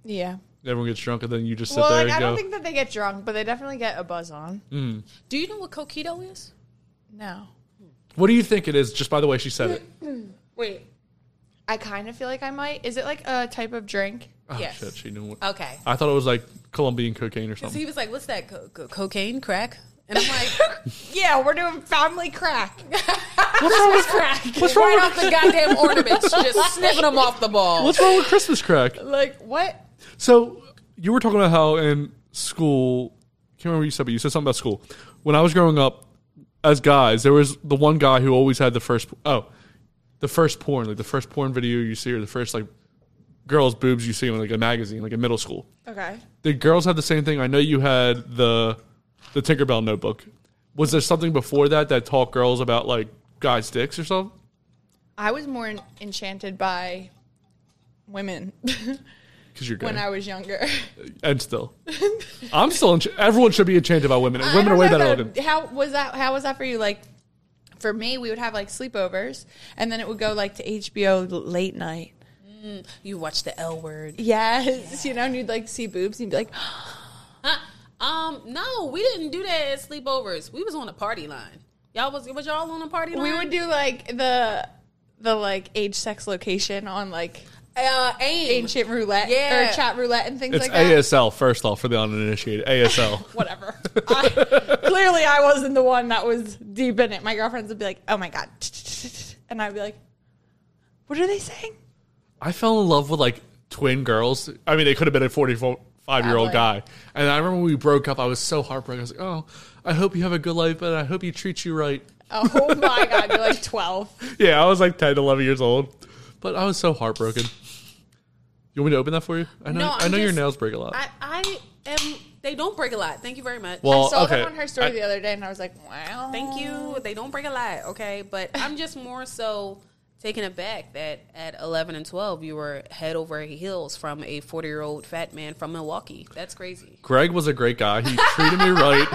S6: Yeah.
S1: Everyone gets drunk and then you just sit
S6: well,
S1: there and
S6: like I
S1: go.
S6: don't think that they get drunk, but they definitely get a buzz on.
S2: Do you know what coquito is?
S6: No.
S1: what do you think it is? Just by the way she said it.
S2: Wait.
S6: I kind of feel like I might. Is it like a type of drink?
S1: Oh
S2: Yes.
S1: shit, she knew. What,
S2: Okay.
S1: I thought it was like Colombian cocaine or
S2: So he
S1: something.
S2: was like, "What's that? Co- co- cocaine, crack?" And I'm like,
S6: Yeah, we're doing family crack.
S1: What's wrong with
S2: crack.
S1: What's wrong
S2: right
S1: with-
S2: off the goddamn ornaments, just sniffing them off the ball.
S1: What's wrong with Christmas crack?
S6: Like what?
S1: So you were talking about how in school, can't remember what you said, but you said something about school. When I was growing up, as guys, there was the one guy who always had the first oh, the first porn, like the first porn video you see, or the first like girls' boobs you see in like a magazine, like in middle school.
S6: Okay.
S1: Did girls have the same thing? I know you had the the Tinkerbell notebook. Was there something before that that taught girls about like guys' dicks or something?
S6: I was more en- enchanted by women
S1: Because you're gay.
S6: when I was younger.
S1: and still, I'm still. Encha- everyone should be enchanted by women.
S6: I
S1: women are
S6: don't
S1: way
S6: know
S1: better
S6: though,
S1: looking.
S6: How was that? How was that for you? Like, for me, we would have like sleepovers, and then it would go like to HBO l- late night.
S2: You watch the L word.
S6: Yes, you know, and you'd like see boobs, and you'd be like,
S2: Um, no, we didn't do that at sleepovers. We was on a party line. Y'all was was y'all on a party line?
S6: we would do like the the like age, sex, location on like
S2: uh, aim.
S6: ancient roulette
S2: Yeah.
S6: or chat roulette and things
S1: It's
S6: like that.
S1: ASL, first off, for the uninitiated. ASL.
S6: Whatever. I, clearly, I wasn't the one that was deep in it. My girlfriends would be like, "Oh my god," and I'd be like, "What are they saying?"
S1: I fell in love with like twin girls. I mean, they could have been a 45 year old
S6: Probably.
S1: guy. And I remember when we broke up, I was so heartbroken. I was like, oh, I hope you have a good life, and I hope he treats you right.
S6: Oh my god, you're like twelve.
S1: Yeah, I was like 10, 11 years old. But I was so heartbroken. You want me to open that for you? I know,
S2: No,
S1: I
S2: I'm
S1: know your
S2: just-
S1: nails break a lot.
S2: I, I am. They don't break a lot. Thank you very much.
S1: well,
S6: I saw
S1: Oh, okay.
S6: them on her story
S1: I-
S6: the other day, and I was like, "Wow,
S2: Thank you. They don't break a lot, okay? But I'm just more so taken aback that at 11 and 12, you were head over heels from a 40 year old fat man from Milwaukee. That's crazy.
S1: Greg was a great guy. He treated me right.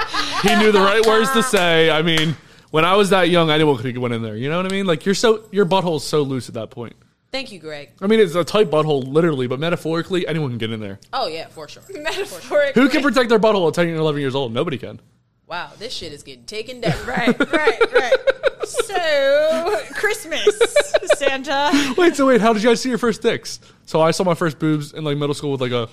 S1: He knew the right words to say. I mean, when I was that young, I knew what could went in there. You know what I mean? Like, you're so, your butthole's so loose at that point.
S2: Thank you, Greg.
S1: I mean, it's a tight butthole, literally, but metaphorically, anyone can get in there.
S2: Oh, yeah, for sure.
S6: Metaphorically,
S1: Who can protect their butthole at 10 and 11 years old? Nobody can.
S2: Wow, this shit is getting taken down.
S6: right, right, right. So Christmas, Santa.
S1: Wait, so wait, how did you guys see your first dicks? So I saw my first boobs in like middle school with like a,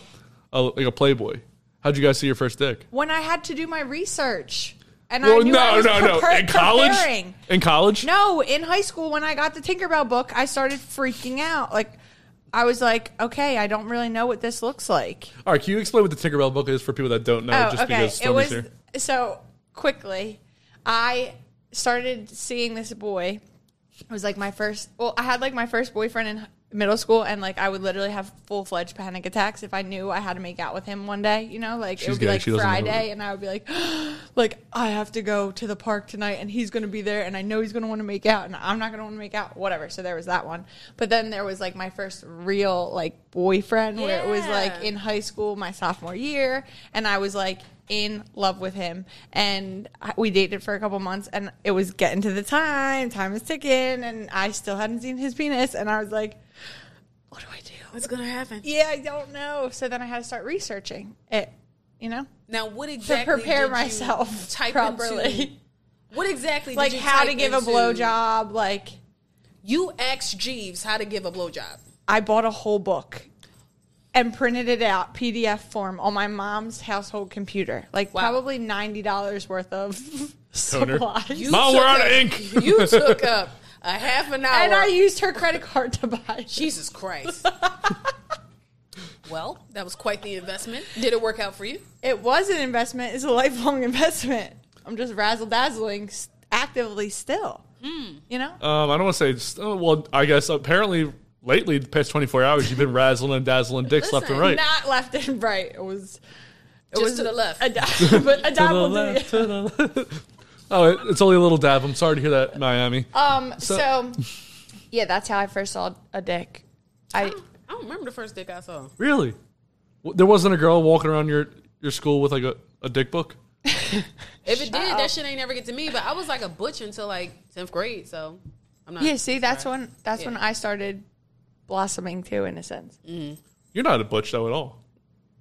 S1: a like a Playboy. How'd you guys see your first dick?
S6: When I had to do my research, and I
S1: Well,
S6: knew I
S1: no,
S6: was
S1: no, no.
S6: prepar-
S1: In college?
S6: preparing.
S1: In college?
S6: No, in high school when I got the Tinkerbell book, I started freaking out. Like, I was like, okay, I don't really know what this looks like.
S1: All right, can you explain what the Tinkerbell book is for people that don't know?
S6: Oh,
S1: Oh, just
S6: okay.
S1: because
S6: It
S1: Stormy's
S6: was
S1: here.
S6: so quickly. I started seeing this boy. It was like my first. Well, I had like my first boyfriend in h- middle school, and like I would literally have full fledged panic attacks if I knew I had to make out with him one day. You know, like it
S1: She's
S6: would be
S1: gay.
S6: like
S1: She doesn't know
S6: Friday,
S1: it.
S6: and I would be like, like I have to go to the park tonight, and he's gonna be there, and I know he's gonna want to make out, and I'm not gonna want to make out, whatever. So there was that one. But then there was like my first real like boyfriend, where it was like
S2: Yeah.
S6: in high school my sophomore year and i was like in love with him and I- we dated for a couple months and it was getting to the time time was ticking and i still hadn't seen his penis and i was like what do i do
S2: What's going to happen?
S6: yeah i don't know so then i had to start researching it you know
S2: Now, what exactly
S6: to prepare
S2: did you
S6: myself
S2: type
S6: properly
S2: Into, what exactly
S6: like
S2: did you
S6: how to
S2: type
S6: give
S2: into-
S6: a blowjob like
S2: You asked Jeeves how to give a blowjob.
S6: I bought a whole book and printed it out PDF form on my mom's household computer. Like
S2: Wow.
S6: probably ninety dollars worth of
S1: Toner.
S6: supplies.
S2: You
S1: Mom,
S2: took
S1: we're out of
S2: up-
S1: ink.
S2: You took up a half an hour.
S6: and I used her credit card to buy. She
S2: Jesus Christ. well, that was quite the investment. Did it work out for you?
S6: it was an investment. It's a lifelong investment. I'm just razzle dazzling s- actively still. You know,
S1: Um, I don't want to say. It's, oh, well, I guess apparently lately, the past 24 hours, you've been razzling and dazzling dicks left and right.
S2: Listen,
S6: not left and right. It was it
S2: Just
S6: was
S2: to the left.
S6: A, di- but a double
S1: To the
S6: D.
S1: left, to the left. oh, it, it's only a little dab. I'm sorry to hear that, Miami.
S6: Um.
S1: So-
S6: so yeah, that's how I first saw a dick. I.
S2: I don't remember the first dick I saw.
S1: Really? W- There wasn't a girl walking around your, your school with like a, a dick book?
S2: If it did, that shit ain't never get to me. But I was like a butch until like tenth grade, so I'm not.
S6: Yeah, see, that's when that's when
S2: Yeah.
S6: I started blossoming too, in a sense.
S1: You're not a butch though at all.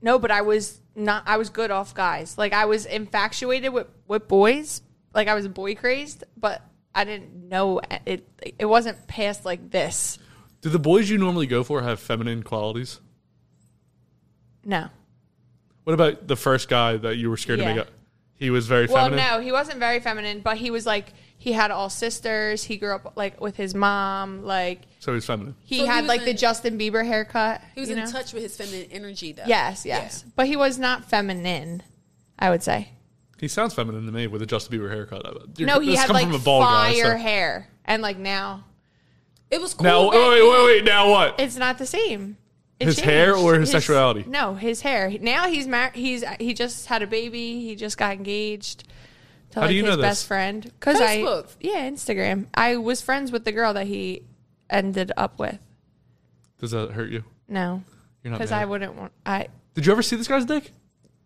S6: No, but I was not. I was good off guys. Like I was infatuated with with boys. Like I was boy crazed, but I didn't know it. It wasn't past like this.
S1: Do the boys you normally go for have feminine qualities?
S6: No,
S1: What about the first guy that you were scared to
S6: Yeah.
S1: make out? He was very
S6: Well,
S1: feminine.
S6: no, he wasn't very feminine, but he was like he had all sisters. He grew up like with his mom. Like
S1: So he's feminine.
S6: he
S2: So he
S6: had
S2: was
S6: like the
S2: in-
S6: Justin Bieber haircut.
S2: He was
S6: you
S2: in
S6: know?
S2: touch with his feminine energy, though.
S6: Yes, yes, but he was not feminine. I would say
S1: He sounds feminine to me with a Justin Bieber haircut. Dude,
S6: no. He
S1: this
S6: had
S1: come
S6: like
S1: from a bald guy,
S6: fire
S1: so-
S6: hair, and like now
S2: Yeah. It was cool.
S1: Now,
S2: back
S1: wait, wait, wait. Now what?
S6: it's not the same. It
S1: His hair or his sexuality?
S6: No, his hair. Now he's married. He's he just had a baby. He just got engaged to
S1: do
S6: like
S1: you
S6: his
S1: know this?
S6: best friend because I
S2: Facebook.
S6: yeah Instagram. I was friends with the girl that he ended up with.
S1: Does that hurt you?
S6: No,
S1: You're not.
S6: because
S1: married.
S6: I wouldn't want. I
S1: Did you ever see this guy's dick?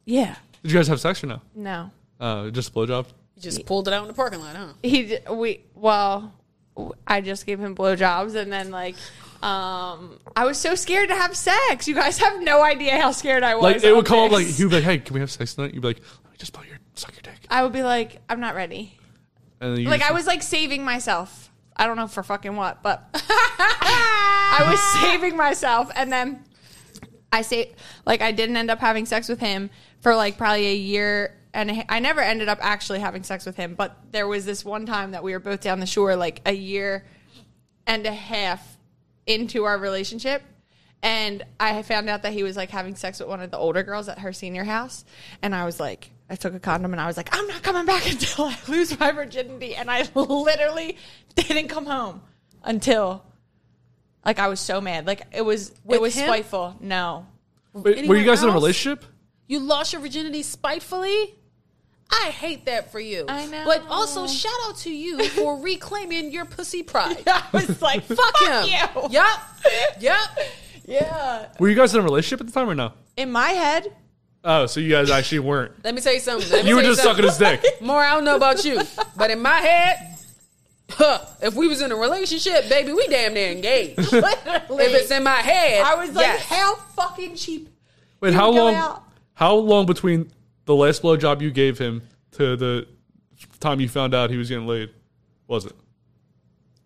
S6: yeah
S1: Did you guys have sex or no?
S6: no.
S1: Uh, just blowjobs.
S2: You just pulled it out in the parking lot, huh?
S6: He d- we well, w- I just gave him blowjobs and then like. Um, I was so scared to have sex. You guys have no idea how scared I was.
S1: Like it
S6: of
S1: would come up like
S6: this.
S1: he'd be like, "Hey, can we have sex tonight?" You'd be like, "Let me just blow your suck your dick."
S6: I would be like, I'm not ready.
S1: And then you
S6: Like
S1: just-
S6: I was like saving myself. I don't know for fucking what, but I was saving myself, and then I say like I didn't end up having sex with him for like probably a year, and a ha- I never ended up actually having sex with him. But there was this one time that we were both down the shore, like a year and a half into our relationship. And I found out that he was like having sex with one of the older girls at her senior house. And I was like, I took a condom and I was like, I'm not coming back until I lose my virginity. And I literally didn't come home until like I was so mad. Like it was
S2: With
S6: it was
S2: him?
S6: spiteful. No.
S1: Wait, were you
S2: Anyone
S1: guys in a
S2: else?
S1: relationship?
S2: You lost your virginity spitefully? I hate that for you.
S6: I know.
S2: But also, shout out to you for reclaiming your pussy pride.
S6: I was like, fuck,
S2: Fuck him.
S6: you.
S2: Yep. Yep.
S6: Yeah.
S1: Were you guys in a relationship at the time or no?
S6: In my head,
S1: Oh, so you guys actually weren't.
S2: Let me tell you something. Let me
S1: You were
S2: tell
S1: just sucking
S2: something.
S1: his dick.
S2: More, I don't know about you, but in my head, huh, if we was in a relationship, baby, we damn near engaged. if
S6: literally,
S2: it's in my head,
S6: I was like,
S2: yes.
S6: how fucking cheap.
S1: Wait,
S6: You
S1: how
S6: go
S1: long?
S6: out.
S1: How long between the last blowjob you gave him to the time you found out he was getting laid? Was it?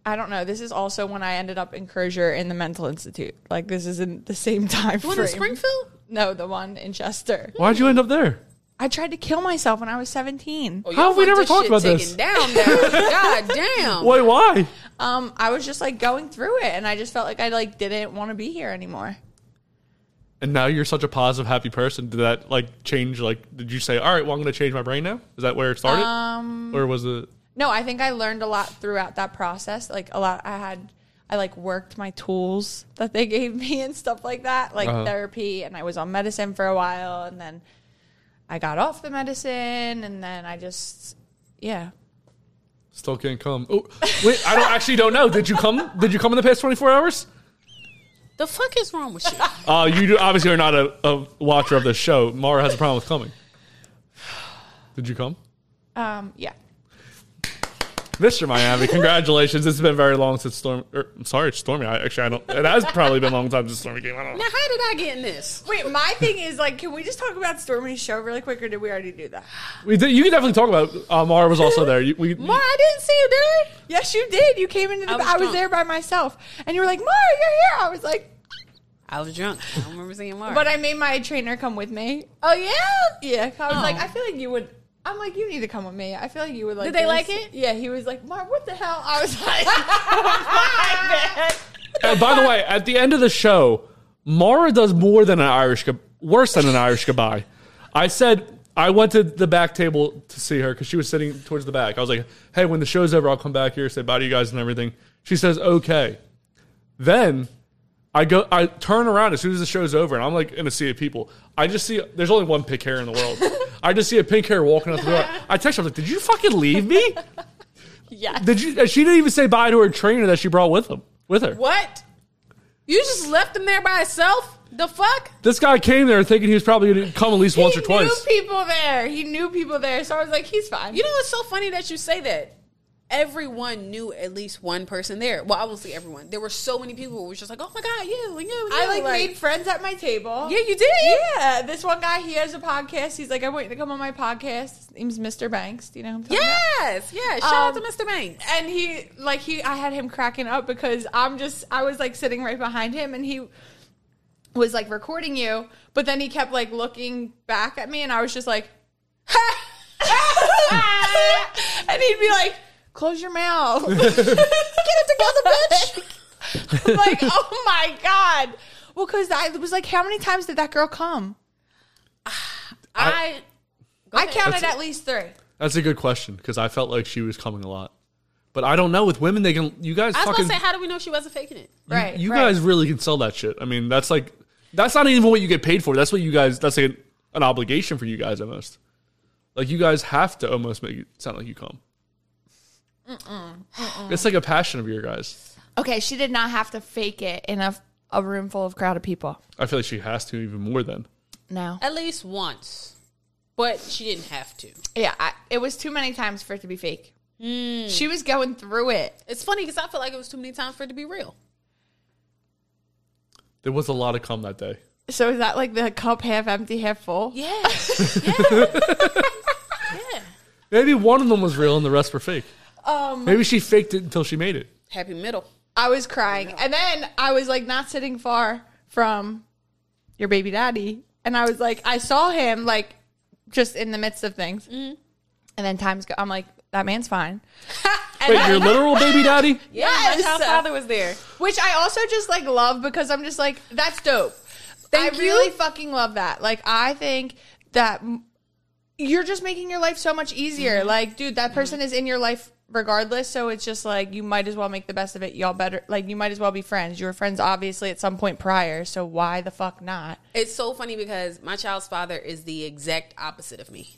S6: I don't know. This is also when I ended up in Crozier in the mental institute. Like this isn't the same time
S2: What
S6: frame.
S2: in Springfield?
S6: No, the one in Chester.
S1: Why'd you end up there?
S6: I tried to kill myself when I was 17.
S2: Oh,
S1: How have we never talked about this?
S2: Taken down now. God damn.
S1: Wait, why?
S6: Um, I was just like going through it, and I just felt like I like didn't want to be here anymore.
S1: And now you're such a positive, happy person. Did that like change? Like, did you say, "All right, well, I'm going to change my brain now"? Is that where it started,
S6: Um,
S1: or was it?
S6: No, I think I learned a lot throughout that process. Like a lot, I had I like worked my tools that they gave me and stuff like that, like
S1: Uh-huh.
S6: therapy, and I was on medicine for a while, and then I got off the medicine, and then I just yeah.
S1: Still can't come. Oh, wait, I don't actually don't know. Did you come? Did you come in the past 24 hours?
S2: The fuck is wrong with you?
S1: Uh, you do, obviously are not a, a watcher of this show. Mara has a problem with coming. Did you come?
S6: Um, yeah.
S1: Mr. Miami, congratulations. It's been very long since Storm. Er, I'm sorry, it's Stormy. I, actually, I don't. It has probably been a long time since Stormy came. I don't know.
S2: Now, how did I get in this?
S6: Wait, my thing is like, can we just talk about Stormy's show really quick, or did we already do that?
S1: We did, you can definitely talk about it. Uh, Mara was also there. You, we,
S2: Why I didn't see you, did I?
S6: Yes, you did. You came into the.
S2: I
S6: I
S2: was
S6: was,
S2: drunk.
S6: there by myself, and you were like, "Mara, you're here." I was like,
S2: I was drunk. I don't remember seeing Mark.
S6: but I made my trainer come with me. Oh yeah, yeah. I was like, I feel like you would. I'm like, you need to come with me. I feel like you would like.
S2: Oh. Did they
S6: this."
S2: like it?
S6: Yeah, he was like, Mark, what the hell? I was like, "Oh, my bad."
S1: Uh, by the way, at the end of the show, Mara does more than an Irish, go- worse than an Irish goodbye. I said I went to the back table to see her because she was sitting towards the back. I was like, "Hey, when the show's over, I'll come back here, say bye to you guys and everything." She says, "Okay." Then I go, I turn around as soon as the show's over, and I'm like in a sea of people. I just see there's only one pink hair in the world. I just see a pink hair walking out the door. I text her, I was like, "Did you fucking leave me?
S6: Yes.
S1: Did you?" and She didn't even say bye to her trainer that she brought with him with her.
S2: what? You just left him there by himself? The fuck?
S1: This guy came there thinking he was probably going to come at least once or
S6: he
S1: twice.
S6: knew people there. He knew people there, so I was like, he's fine.
S2: You know, it's so funny that you say that. Everyone knew at least one person there. Well, I won't say everyone. There were so many people who were just like, oh my God, you and you. And you.
S6: I like, made friends at my table.
S2: Yeah, you did.
S6: Yeah, this one guy, he has a podcast. He's like, I want you to come on my podcast. His name's Mr. Banks. Do you know him?
S2: Yes. Yeah. Shout out to
S6: Um,
S2: Mr. Banks.
S6: and he like he i had him cracking up because i'm just i was like sitting right behind him and he was like recording you but then he kept like looking back at me and i was just like and he'd be like, "Close your mouth, get it together, bitch." I'm like, oh my god. Well, because I was like, how many times did that girl come?
S2: I
S6: I counted
S1: That's-
S6: at least three.
S1: That's a good question because I felt like she was coming a lot, but I don't know with women they can. You guys
S2: I was
S1: fucking
S2: gonna say, how do we know she wasn't faking it?
S6: Right.
S1: you
S6: right.
S1: guys really can sell that shit. I mean, that's like that's not even what you get paid for. That's what you guys. That's like an, an obligation for you guys almost. Like you guys have to almost make it sound like you come. It's like a passion of your guys.
S6: Okay, she did not have to fake it in a, a room full of crowded people.
S1: I feel like she has to even more than.
S6: No.
S2: At least once, but she didn't have to.
S6: Yeah, I, it was too many times for it to be fake. She was going through it.
S2: It's funny because I feel like it was too many times for it to be real.
S1: There was a lot of cum that day.
S6: So is that like the cup half empty, half full?
S2: Yeah, yeah.
S1: Maybe one of them was real and the rest were fake.
S6: Um,
S1: Maybe she faked it until she made it.
S2: Happy middle.
S6: I was crying. And then I was like not sitting far from your baby daddy. And I was like, I saw him like just in the midst of things. And then times go, I'm like, that man's fine. And
S1: Wait,
S6: then-
S1: your literal baby daddy?
S2: Yeah,
S6: Yes.
S2: my father was there.
S6: which I also just like love because I'm just like that's dope.
S2: Thank
S6: I
S2: you.
S6: really fucking love that. Like I think that m- you're just making your life so much easier. Like dude, that person is in your life regardless, so it's just like you might as well make the best of it. Y'all better like you might as well be friends. You were friends obviously at some point prior, so why the fuck not?
S2: It's so funny because my child's father is the exact opposite of me.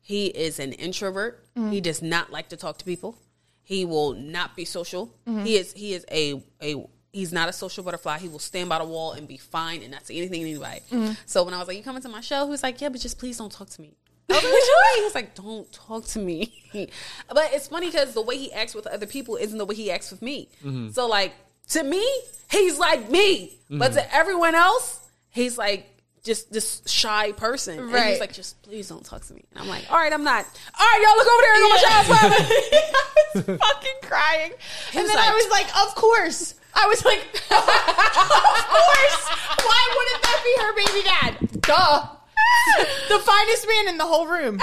S2: He is an introvert. He does not like to talk to people. He will not be social. He is he is a a he's not a social butterfly. He will stand by the wall and be fine and not say anything to anybody. So when I was like, "You coming to my show?" He was like, "Yeah, but just please don't talk to me." I was like, "What you mean?" He was like, "Don't talk to me." but it's funny because the way he acts with other people isn't the way he acts with me. So like to me, he's like me, but to everyone else, he's like just this shy person. And he was
S6: Right.
S2: like, just please don't talk to me. And I'm like, all right, I'm not. All right, y'all look over there and look at my child's father.
S6: I was fucking crying.
S2: He
S6: and
S2: was
S6: then I
S2: like-
S6: was like, of course. I was like, of course. Why wouldn't that be her baby dad? Duh. the finest man in the whole room.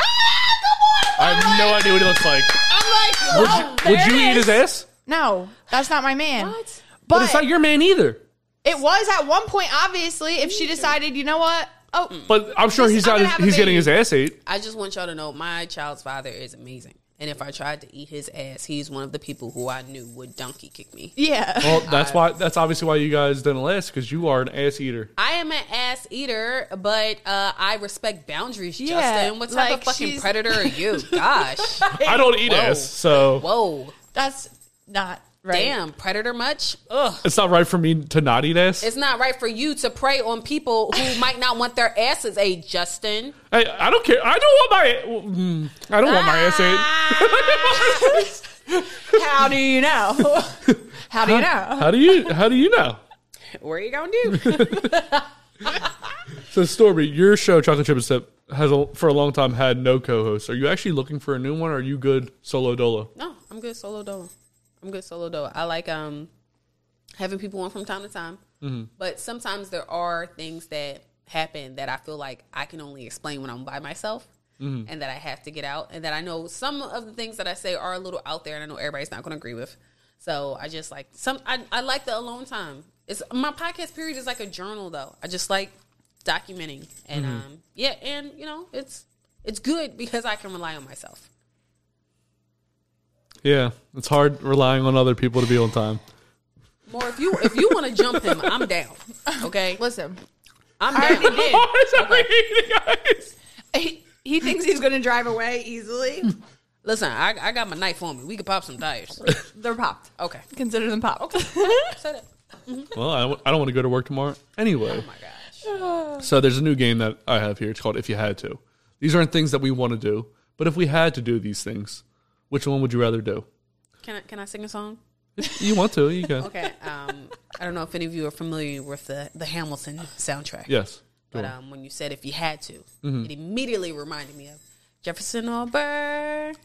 S1: I have no idea what he looks like.
S6: I'm
S1: Would
S6: like,
S1: you,
S6: oh,
S1: would
S6: there
S1: you
S6: it
S1: eat his
S6: is.
S1: ass?
S6: No, that's not my man.
S2: What?
S1: But it's
S6: But,
S1: not your man either.
S6: it was at one point, obviously, if she decided, you know what? Oh,
S1: But I'm sure he's
S6: I'm
S1: out.
S6: gonna have a
S1: He's getting
S6: baby.
S1: his ass ate.
S2: I just want y'all to know my child's father is amazing. And if I tried to eat his ass, he's one of the people who I knew would donkey kick me.
S6: yeah.
S1: Well, that's why. That's obviously why you guys didn't last because you are an ass eater.
S2: I am an ass eater, but uh, I respect boundaries,
S6: Yeah,
S2: Justin. What type
S6: like,
S2: of fucking
S6: she's-
S2: predator are you? Gosh.
S1: I don't eat
S2: Whoa.
S1: ass, so
S2: Whoa.
S6: That's not right.
S2: Damn, predator much? Ugh.
S1: it's not right for me to not eat ass.
S2: It's not right for you to prey on people who might not want their asses ate, Justin.
S1: I, I don't care. I don't want my. well, mm, I don't want my ass ate.
S6: How do you know? How do you know?
S1: How do you? How do you know?
S2: What are you gonna do?
S1: So, Stormy, your show, Chocolate Chip and Sip, has a, for a long time had no co-hosts. Are you actually looking for a new one? Or are you good solo dolo?
S2: No, I'm good solo dolo. I'm good solo dolo. I like um having people on from time to time, but sometimes there are things that happen that I feel like I can only explain when I'm by myself. And that I have to get out, and that I know some of the things that I say are a little out there, and I know everybody's not going to agree with. So I just like some. I, I like the alone time. It's my podcast period is like a journal, though. I just like documenting, and um, yeah, and you know, it's it's good because I can rely on myself.
S1: Yeah, it's hard relying on other people to be on time.
S2: More if you if you want to jump him, I'm down. Okay,
S6: Listen,
S2: I'm
S6: already
S2: down.
S6: did.
S1: Why is that eating guys?
S6: he, he thinks he's going to drive away easily.
S2: Listen, I, I got my knife on me. We could pop some tires.
S6: They're popped.
S2: Okay,
S6: Consider them popped.
S2: say that.
S1: Well, I, don't- I don't want to go to work tomorrow anyway.
S2: Oh my gosh.
S1: So there's a new game that I have here. It's called If You Had To. These aren't things that we want to do, but if we had to do these things, which one would you rather do?
S2: Can I can I sing a song?
S1: You want to? You can.
S2: Okay. Um, I don't know if any of you are familiar with the the Hamilton soundtrack.
S1: Yes. Go
S2: But
S1: on.
S2: um, when you said if you had to, it immediately reminded me of Jefferson Auburn.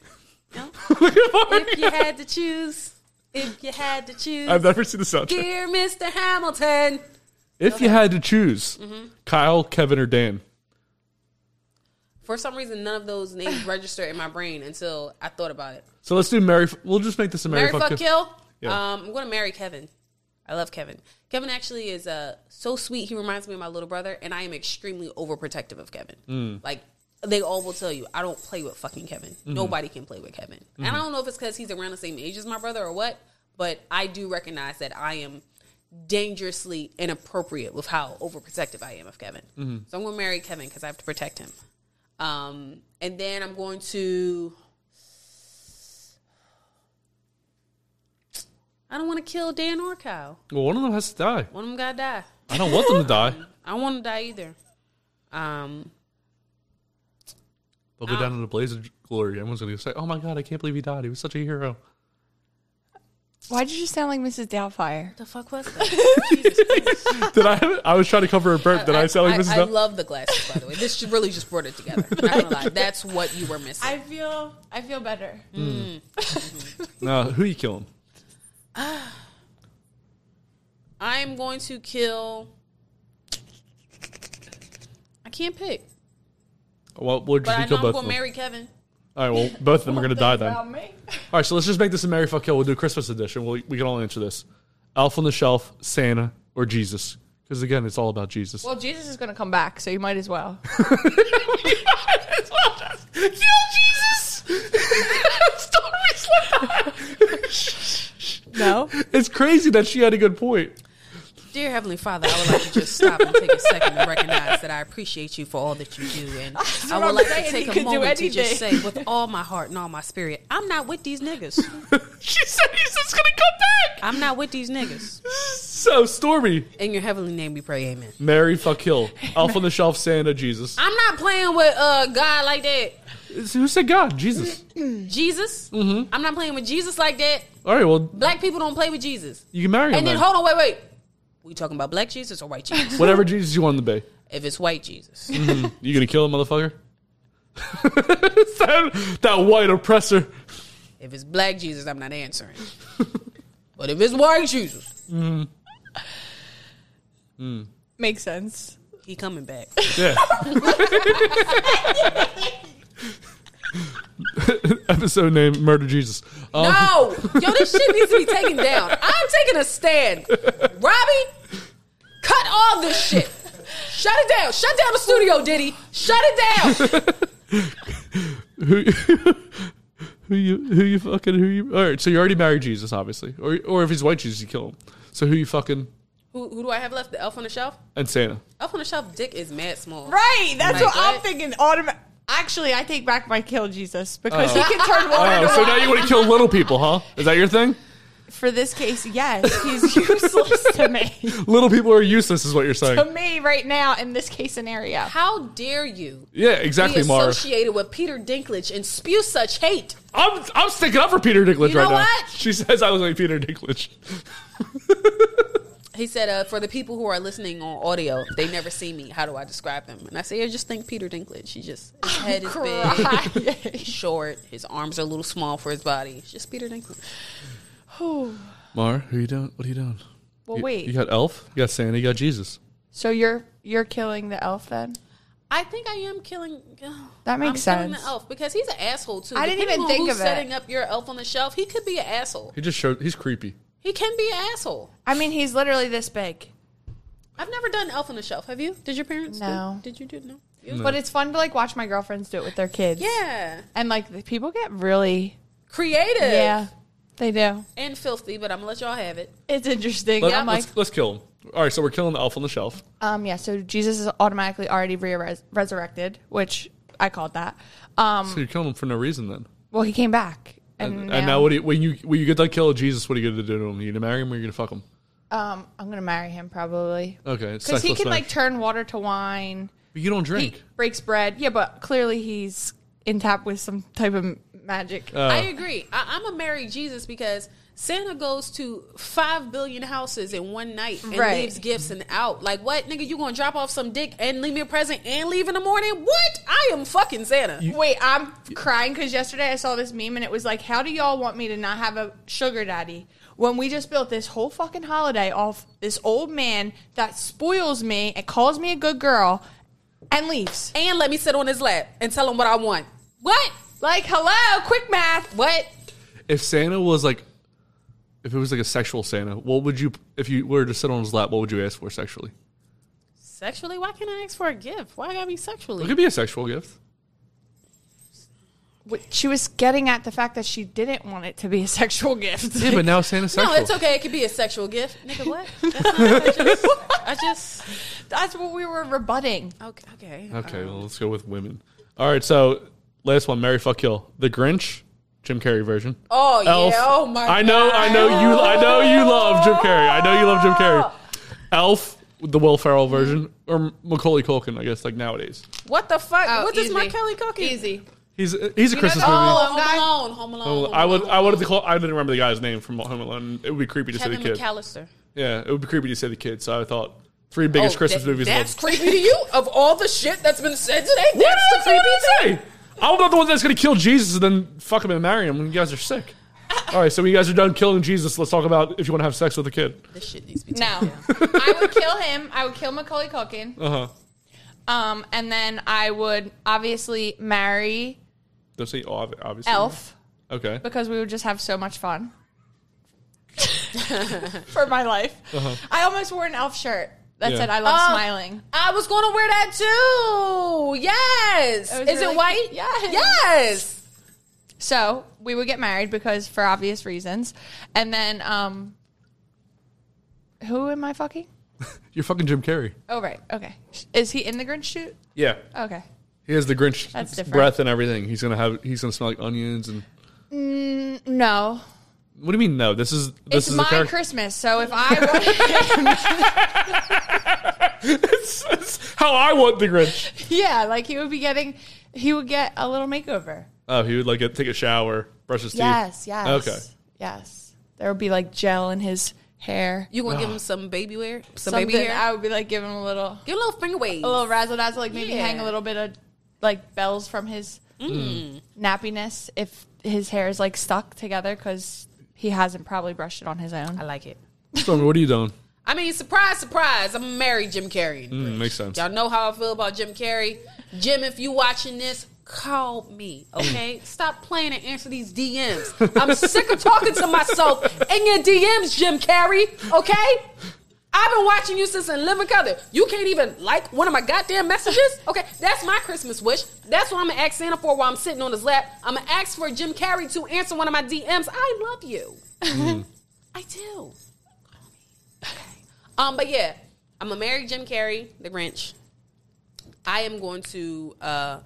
S2: No? if you had to choose, if you had to
S1: I've
S2: choose,
S1: never seen the soundtrack.
S2: dear Mr. Hamilton. Mm-hmm.
S1: If you had to choose, Kyle, Kevin, or Dan,
S2: For some reason, none of those names registered in my brain until I thought about it.
S1: So let's do Mary. We'll just make this a Mary,
S2: Marry, fuck, kill.
S1: Yeah.
S2: Um, I'm going to marry Kevin. I love Kevin. Kevin actually is uh, so sweet. He reminds me of my little brother, and I am extremely overprotective of Kevin.
S1: Mm.
S2: Like they all will tell you, I don't play with fucking Kevin.
S1: Mm-hmm.
S2: Nobody can play with Kevin. And I don't know if it's because he's around the same age as my brother or what, but I do recognize that I am dangerously inappropriate with how overprotective I am of Kevin.
S1: Mm-hmm.
S2: So I'm going to marry Kevin because I have to protect him. Um, and then I'm going to. I don't want to kill Dan or Kyle.
S1: Well, one of them has to die.
S2: One of them gotta die.
S1: I don't want them to die.
S2: I don't want to die either. Um,
S1: They'll go down in a blaze of glory. Everyone's going to say, oh my God, I can't believe he died. He was such a hero.
S6: Why did you sound like Mrs. Doubtfire?
S2: the fuck was that?
S1: Did I have it? I was trying to cover a burp. Did I, sound like Mrs.
S2: I,
S1: Dow-
S2: love the glasses, by the way. This ju- really just brought it together. I'm not gonna lie. That's what you were missing.
S6: I feel I feel better.
S1: no, who you killing?
S2: I'm going to kill. I can't pick,
S1: Well, we'll just
S2: but I
S1: kill
S2: know I'm
S1: both of
S2: gonna
S1: them.
S2: marry Kevin.
S1: All right, well, both of them are going to die then.
S6: About me?
S1: All right, so let's just make this a Mary Fuck Kill. We'll do a Christmas edition. We'll, we can all answer this. Elf on the Shelf, Santa, or Jesus. Because again, it's all about Jesus.
S6: Well, Jesus is gonna come back, so you might as well.
S1: Kill Jesus!
S6: No,
S1: It's crazy that she had a good point.
S2: Dear Heavenly Father, I would like to just stop and take a second to recognize that I appreciate you for all that you do. And I
S6: what
S2: would
S6: I'm
S2: like
S6: saying.
S2: to
S6: You
S2: take
S6: could
S2: a
S6: do
S2: moment to just say,
S6: anything.
S2: with all my heart and all my spirit, I'm not with these niggas.
S1: She said he's just going to come back!
S2: I'm not with these niggas.
S1: So, Stormy,
S2: In your heavenly name we pray, amen.
S1: Mary Fuck Kill, Elf on the Shelf, Santa, Jesus.
S2: I'm not playing with uh God like that.
S1: Who said God? Jesus.
S2: Jesus. Mm-hmm. I'm not playing with Jesus like that.
S1: All right, well,
S2: Black people don't play with Jesus.
S1: you can marry him
S2: And then
S1: then.
S2: hold on, wait, wait. We talking about black Jesus or white Jesus?
S1: Whatever Jesus you want him to be.
S2: if it's white Jesus,
S1: You gonna kill him, motherfucker? that, that white oppressor.
S2: if it's black Jesus, I'm not answering. but if it's white Jesus,
S6: makes sense.
S2: he coming back.
S1: Yeah. Episode name: Murder Jesus. Um,
S2: No, yo, this shit needs to be taken down. I'm taking a stand. Robbie, cut all this shit. Shut it down. Shut down the studio, Diddy. Shut it down.
S1: Who, who you? Who you fucking? Who you? All right. So you already married Jesus, obviously, or or if he's white Jesus, you kill him. So who you fucking?
S2: who, who do I have left? The elf on the shelf?
S1: And Santa.
S2: Elf on the shelf dick is mad small.
S6: Right, that's
S2: Like
S6: what I'm
S2: what?
S6: thinking. Automatic. Actually, I take back my kill Jesus because he can turn water
S1: Oh,
S6: to
S1: so now you want to kill little people, huh? Is that your thing?
S6: For this case, yes, he's useless to me.
S1: Little people are useless, is what you're saying.
S6: to me right now in this case scenario.
S2: How dare you
S1: Yeah,
S2: be
S1: exactly, Mara.
S2: associated with Peter Dinklage and spew such hate?
S1: I'm I'm sticking up for Peter Dinklage
S2: You know
S1: right now.
S2: what?
S1: She says I look like Peter Dinklage.
S2: He said, uh, for the people who are listening on audio, they never see me. How do I describe him? And I said, yeah, just think Peter Dinklage. He just, his
S6: Oh,
S2: head is big, he's short, his arms are a little small for his body. It's just Peter Dinklage.
S1: Mar, who you doing? What are you doing?
S6: well,
S1: You-
S6: wait.
S1: You got Elf, you got Santa, you got Jesus.
S6: so you're you're killing the elf then?
S2: I think I am killing.
S6: That makes
S2: I'm killing
S6: sense.
S2: the elf because he's an asshole too.
S6: I didn't
S2: Depending
S6: even
S2: on
S6: think
S2: who's
S6: of it.
S2: setting up your elf on the shelf. He could be an asshole.
S1: He just showed. He's creepy.
S2: He can be an asshole.
S6: I mean, he's literally this big.
S2: I've never done elf on the shelf. Have you? Did your parents? do-
S6: No.
S2: Did you do no?
S6: But it's fun to like watch my girlfriends do it with their kids.
S2: Yeah,
S6: And like the people get really
S2: creative.
S6: Yeah. They do.
S2: and filthy. But I'm gonna let y'all have it.
S6: It's interesting.
S1: Let,
S6: yeah, I'm like,
S1: let's, let's kill him. All right, so we're killing the Elf on the shelf.
S6: um, yeah. So Jesus is automatically already re- resurrected, which I called that. Um,
S1: So you're killing him for no reason then.
S6: well, he came back,
S1: And,
S6: and,
S1: and now what? Do you, when you when you get that kill of Jesus, what are you going to do to him? Are you going to marry him or are you Uh, going to fuck him?
S6: um, I'm gonna marry him probably
S1: Okay, it's
S6: because he
S1: sexless
S6: can
S1: thing.
S6: like turn water to wine.
S1: But you don't drink.
S6: He breaks bread. Yeah, but clearly he's in tap with some type of magic.
S1: Uh,
S2: I agree. I, I'm gonna marry Jesus because Santa goes to five billion houses in one night and
S6: Right.
S2: leaves gifts and out. Like what, nigga? You gonna drop off some dick and leave me a present and leave in the morning? What? I am fucking Santa.
S6: Wait, I'm crying because yesterday I saw this meme and it was like, "How do y'all want me to not have a sugar daddy when we just built this whole fucking holiday off this old man that spoils me and calls me a good girl and leaves.
S2: And let me sit on his lap and tell him what I want. What?
S6: Like, hello, quick math.
S2: What?
S1: If Santa was like, if it was like a sexual Santa, what would you, if you were to sit on his lap, what would you ask for sexually?
S2: Sexually? Why can't I ask for a gift? Why gotta be sexually?
S1: It could be a sexual gift.
S6: What- She was getting at the fact that she didn't want it to be a sexual gift.
S1: Yeah, but now Santa's
S2: no,
S1: sexual.
S2: it's okay. It could be a sexual gift. Nigga, what? That's not, I just, I just
S6: That's what we were rebutting.
S2: okay. okay.
S1: Okay, well, let's go with women. All right, so last one, Mary Fuck Kill. The Grinch, Jim Carrey version.
S2: Oh
S1: Elf.
S2: yeah. Oh my.
S1: I know, I know you, I know you love Jim Carrey. I know you love Jim Carrey. Elf, the Will Ferrell version, or Macaulay Culkin, I guess, like nowadays.
S2: What the fuck?
S6: Oh,
S2: what does
S6: easy.
S2: my Kelly cooking?
S6: Easy.
S1: He's he's a Christmas
S6: the-
S1: movie.
S6: Home
S2: Oh, Home
S6: Guy?
S2: Alone. Home Alone.
S1: Well,
S2: Home
S1: Oh, I would.
S2: Alone.
S1: I wanted to call. I didn't remember the guy's name from Home Alone. It would be creepy to
S2: Kevin
S1: say the kid.
S2: McAllister.
S1: yeah, it would be creepy to say the kid. So I thought three biggest
S2: Oh,
S1: Christmas
S2: that-
S1: movies. of
S2: That's
S1: all-
S2: creepy to you. Of all the shit that's been said today, that's
S1: What
S2: the
S1: is
S2: creepy.
S1: what did I say? I'm not the one that's going to kill Jesus and then fuck him and marry him when you guys are sick. All right, so when you guys are done killing Jesus, let's talk about if you want to have sex with a kid.
S2: This shit needs to be.
S6: No, I would kill him. I would kill Macaulay Culkin.
S1: Uh huh.
S6: Um, and then I would obviously marry
S1: Don't say ob- obviously.
S6: Elf
S1: Okay.
S6: because we would just have so much fun for my life. I almost wore an Elf shirt that
S1: Uh-huh. Yeah.
S6: said "I love
S2: Oh.
S6: smiling."
S2: I was going to wear that too. Yes.
S6: That
S2: Is
S6: was really
S2: it white?
S6: cute. Yes.
S2: Yes.
S6: So we would get married because for obvious reasons. And then, um, who am I fucking?
S1: You're fucking Jim Carrey.
S6: Oh right, okay. Is he in the Grinch shoot?
S1: Yeah.
S6: Okay.
S1: He has the Grinch
S6: That's different.
S1: breath and everything. He's gonna have. He's gonna smell like onions and.
S6: No,
S1: What do you mean? No, this is this
S6: it's
S1: is
S6: my
S1: a character.
S6: Christmas. So if I want,
S1: That's how I want the Grinch.
S6: yeah, like he would be getting, he would get a little makeover.
S1: Oh, he would like take a shower, brush his
S6: Yes,
S1: teeth.
S6: yes.
S1: Okay.
S6: Yes. There would be like gel in his hair.
S2: You gonna give him some baby wear? Some
S6: Something
S2: baby hair?
S6: I would be like giving him a little
S2: give him a little finger wave.
S6: a little razzle dazzle, like maybe
S2: Yeah. Mm.
S6: hang a little bit of like bells from his nappiness if his hair is like stuck together because he hasn't probably brushed it on his own.
S2: I like it.
S1: Stormy, what are you doing?
S2: I mean, surprise, surprise. I'm married Jim Carrey. and
S1: Mm,
S2: Grinch.
S1: makes sense.
S2: Y'all know how I feel about Jim Carrey. Jim, if you watching this, call me, okay? Stop playing and answer these DMs. I'm sick of talking to myself in your DMs, Jim Carrey, okay? I've been watching you since in living color. You can't even like one of my goddamn messages? Okay, that's my Christmas wish. That's what I'm gonna ask Santa for while I'm sitting on his lap. I'm gonna ask for Jim Carrey to answer one of my DMs. I love you. I do. Um, but yeah, I'm a marry Jim Carrey, the Grinch. I am going to uh,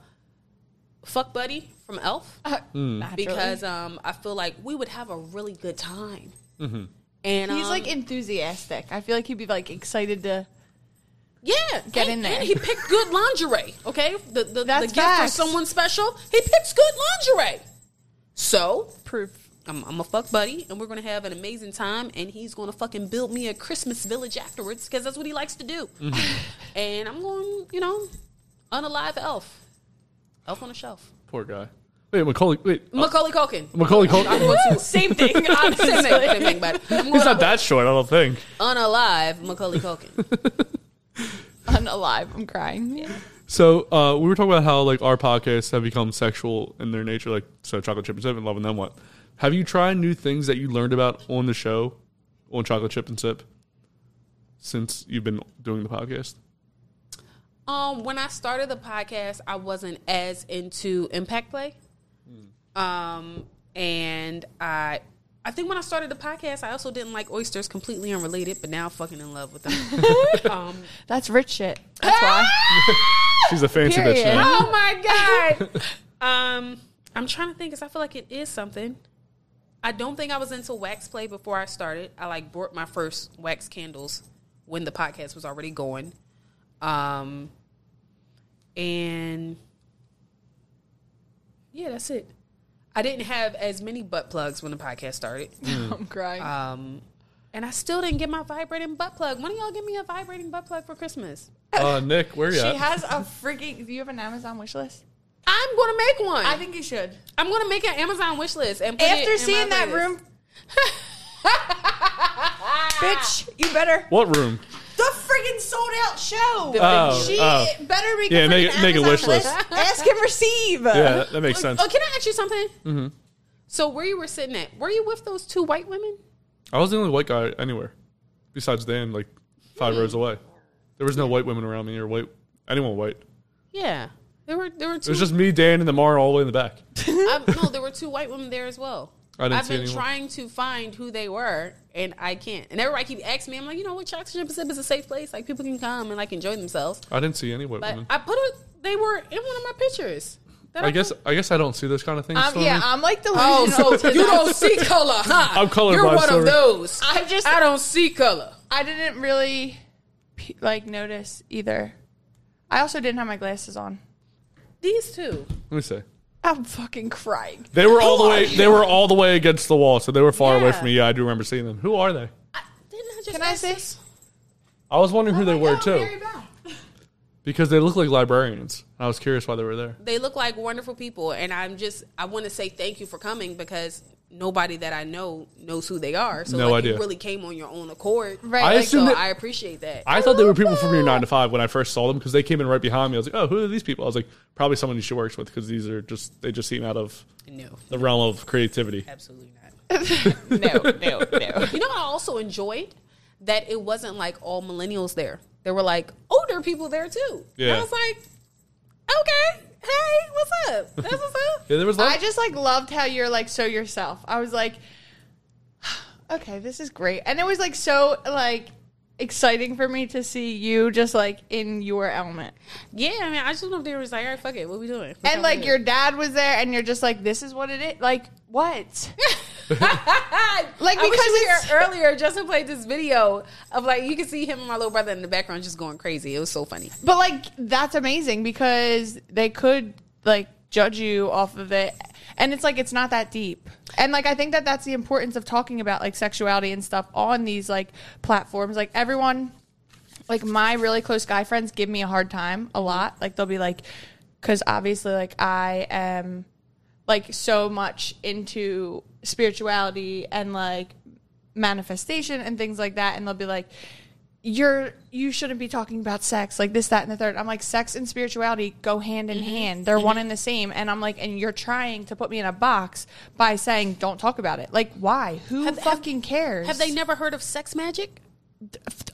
S2: fuck Buddy from Elf
S6: Ah, Uh, Naturally.
S2: Mm. because um, I feel like we would have a really good time. And
S6: he's
S2: um,
S6: like enthusiastic. I feel like he'd be like excited to.
S2: yeah,
S6: get
S2: and-
S6: in there.
S2: And he picked good lingerie. Okay, the the, the
S6: That's
S2: gift for
S6: facts.
S2: someone special. He picks good lingerie. So
S6: Proof.
S2: I'm, I'm a fuck buddy, and we're gonna have an amazing time. And he's gonna fucking build me a Christmas village afterwards because that's what he likes to do.
S6: Mm-hmm.
S2: and I'm going, you know, unalive elf, elf on a shelf.
S1: Poor guy. Wait, Macaulay. Wait,
S2: Macaulay Culkin.
S1: Macaulay Culkin.
S2: I'm going to
S6: Oh. Same thing.
S2: I'm same thing, same thing, buddy. I'm going
S1: He's not
S2: to
S1: that short, I don't think.
S2: unalive Macaulay Culkin.
S6: Unalive. I'm crying.
S1: So uh, we were talking about how like our podcasts have become sexual in their nature, like so chocolate chip and sip and love and then what. Have you tried new things that you learned about on the show on chocolate chip and sip since you've been doing the podcast?
S2: Um, when I started the podcast, I wasn't as into impact play. Um, and I, I think when I started the podcast, I also didn't like oysters, completely unrelated. But now, I'm fucking in love with them. um,
S6: That's rich shit. That's why.
S2: Ah!
S1: She's a fancy bitch
S6: Period.
S1: now.
S2: oh my god. Um, I'm trying to think because I feel like it is something. I don't think I was into wax play before I started. I like bought my first wax candles when the podcast was already going. Um, and yeah, that's it. I didn't have as many butt plugs when the podcast started.
S6: I'm crying.
S2: Um, and I still didn't get my vibrating butt plug. When do y'all give me a vibrating butt plug for Christmas?
S1: Uh, Nick, where you
S6: She
S1: at?
S6: has a freaking. Do you have an Amazon wish list?
S2: I'm gonna make one.
S6: I think you should.
S2: I'm gonna make an Amazon wish list and put it
S6: After
S2: in
S6: seeing
S2: my
S6: that
S2: list.
S6: room. Bitch, you better.
S1: what room?
S6: The freaking fucking sold out show.
S1: Oh,
S6: she
S1: oh.
S6: better make
S1: Yeah,
S6: a
S1: make
S6: freaking
S1: it- make a
S6: Amazon
S1: wish list.
S6: Ask and receive. Um,
S1: Yeah, that makes sense.
S2: Oh, can I ask you something? Mm-hmm. So where you were sitting at? Were you with those two white women?
S1: I was the only white guy anywhere, besides Dan, like five rows away. There was no white women around me or white anyone white.
S2: Yeah, there were there were
S1: It
S2: two.
S1: was just me, Dan, and the Mar all the way in the back.
S2: I, no, there were two white women there as well.
S1: I didn't
S2: have
S1: see
S2: been
S1: anyone.
S2: trying to find who they were, and I can't. And everybody keep asking me. I'm like, you know what? Chocolate Chip and Sip is a safe place. Like people can come and like enjoy themselves.
S1: I didn't see any white
S2: But
S1: women. I,
S2: I put it. They were in one of my pictures. that
S1: guess
S2: put-
S1: I guess I don't see those kind of things.
S6: Um,
S1: Stormy.
S6: yeah, I'm like
S2: Oh,
S6: delusional.
S2: so you don't see color, huh?
S1: I'm colorblind,
S2: You're one
S1: sorry.
S2: of those.
S6: I'm just-
S2: I don't see color.
S6: I didn't really pe- like notice either. I also didn't have my glasses on.
S2: These two.
S1: Let me see.
S6: I'm fucking crying.
S1: They were all the way. They were all the way against the wall, so they were far away
S2: Yeah.
S1: from me. Yeah, I do remember seeing them. Who are they?
S2: I, didn't I just
S6: Can I
S2: ask
S6: say?
S2: this?
S1: I was wondering who they were
S6: Oh,
S1: too,
S6: Mary Beth.
S1: because they look like librarians. I was curious why they were there.
S2: They look like wonderful people, and I'm just I want to say thank you for coming because nobody that I know knows who they are. So
S1: No
S2: like,
S1: idea.
S2: you really came on your own accord,
S6: Right.
S1: I
S6: like,
S1: assume
S2: So
S1: that
S2: I appreciate that.
S1: I thought they were people from your nine to five when I first saw them because they came in right behind me. I was like, "Oh, who are these people?" I was like, "Probably someone you should work with because these are just they just seem out of
S2: no,
S1: the realm of creativity."
S2: absolutely not.
S6: no, no, no.
S2: You know what I also enjoyed? That it wasn't like all millennials there. There were like older people there too. And
S1: Yeah.
S2: I was like, okay, hey, what's up? That's what's up.
S1: Yeah, there was.
S6: I
S1: Like,
S6: just like loved how you're like so yourself. I was like, okay, this is great, and it was like so like exciting for me to see you just like in your element,
S2: Yeah, I mean, I just went up there and was like, all right, fuck it, what we doing?
S6: and like your dad was there, and you're just like, this is what it is. Like what?
S2: like
S6: because
S2: because
S6: it's-
S2: here earlier, Justin played this video of like you can see him and my little brother in the background just going crazy. It was so funny.
S6: But like that's amazing because they could like judge you off of it, and it's like it's not that deep. And like I think that that's the importance of talking about like sexuality and stuff on these like platforms. Like everyone, like my really close guy friends give me a hard time a lot. Like they'll be like, because obviously like I am like so much into spirituality and like manifestation and things like that, and they'll be like you're you shouldn't be talking about sex like this that and the third i'm like sex and spirituality go hand
S2: Mm-hmm.
S6: in hand they're one and the same and i'm like and you're trying to put me in a box by saying don't talk about it like why who
S2: Have- have-
S6: fucking cares
S2: Have they never heard of sex magic?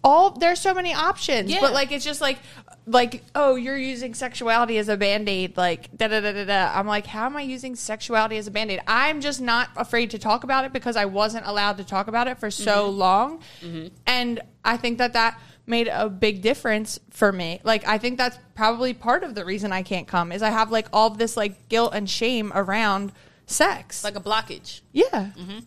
S6: all there's so many options
S2: Yeah.
S6: but like it's just like like oh you're using sexuality as a band-aid like da da da da da i'm like how am i using sexuality as a band-aid i'm just not afraid to talk about it because i wasn't allowed to talk about it for so
S2: Mm-hmm.
S6: long and i think that that made a big difference for me like i think that's probably part of the reason i can't come is i have like all this like guilt and shame around sex like
S2: Like a blockage.
S6: yeah
S2: Mm-hmm.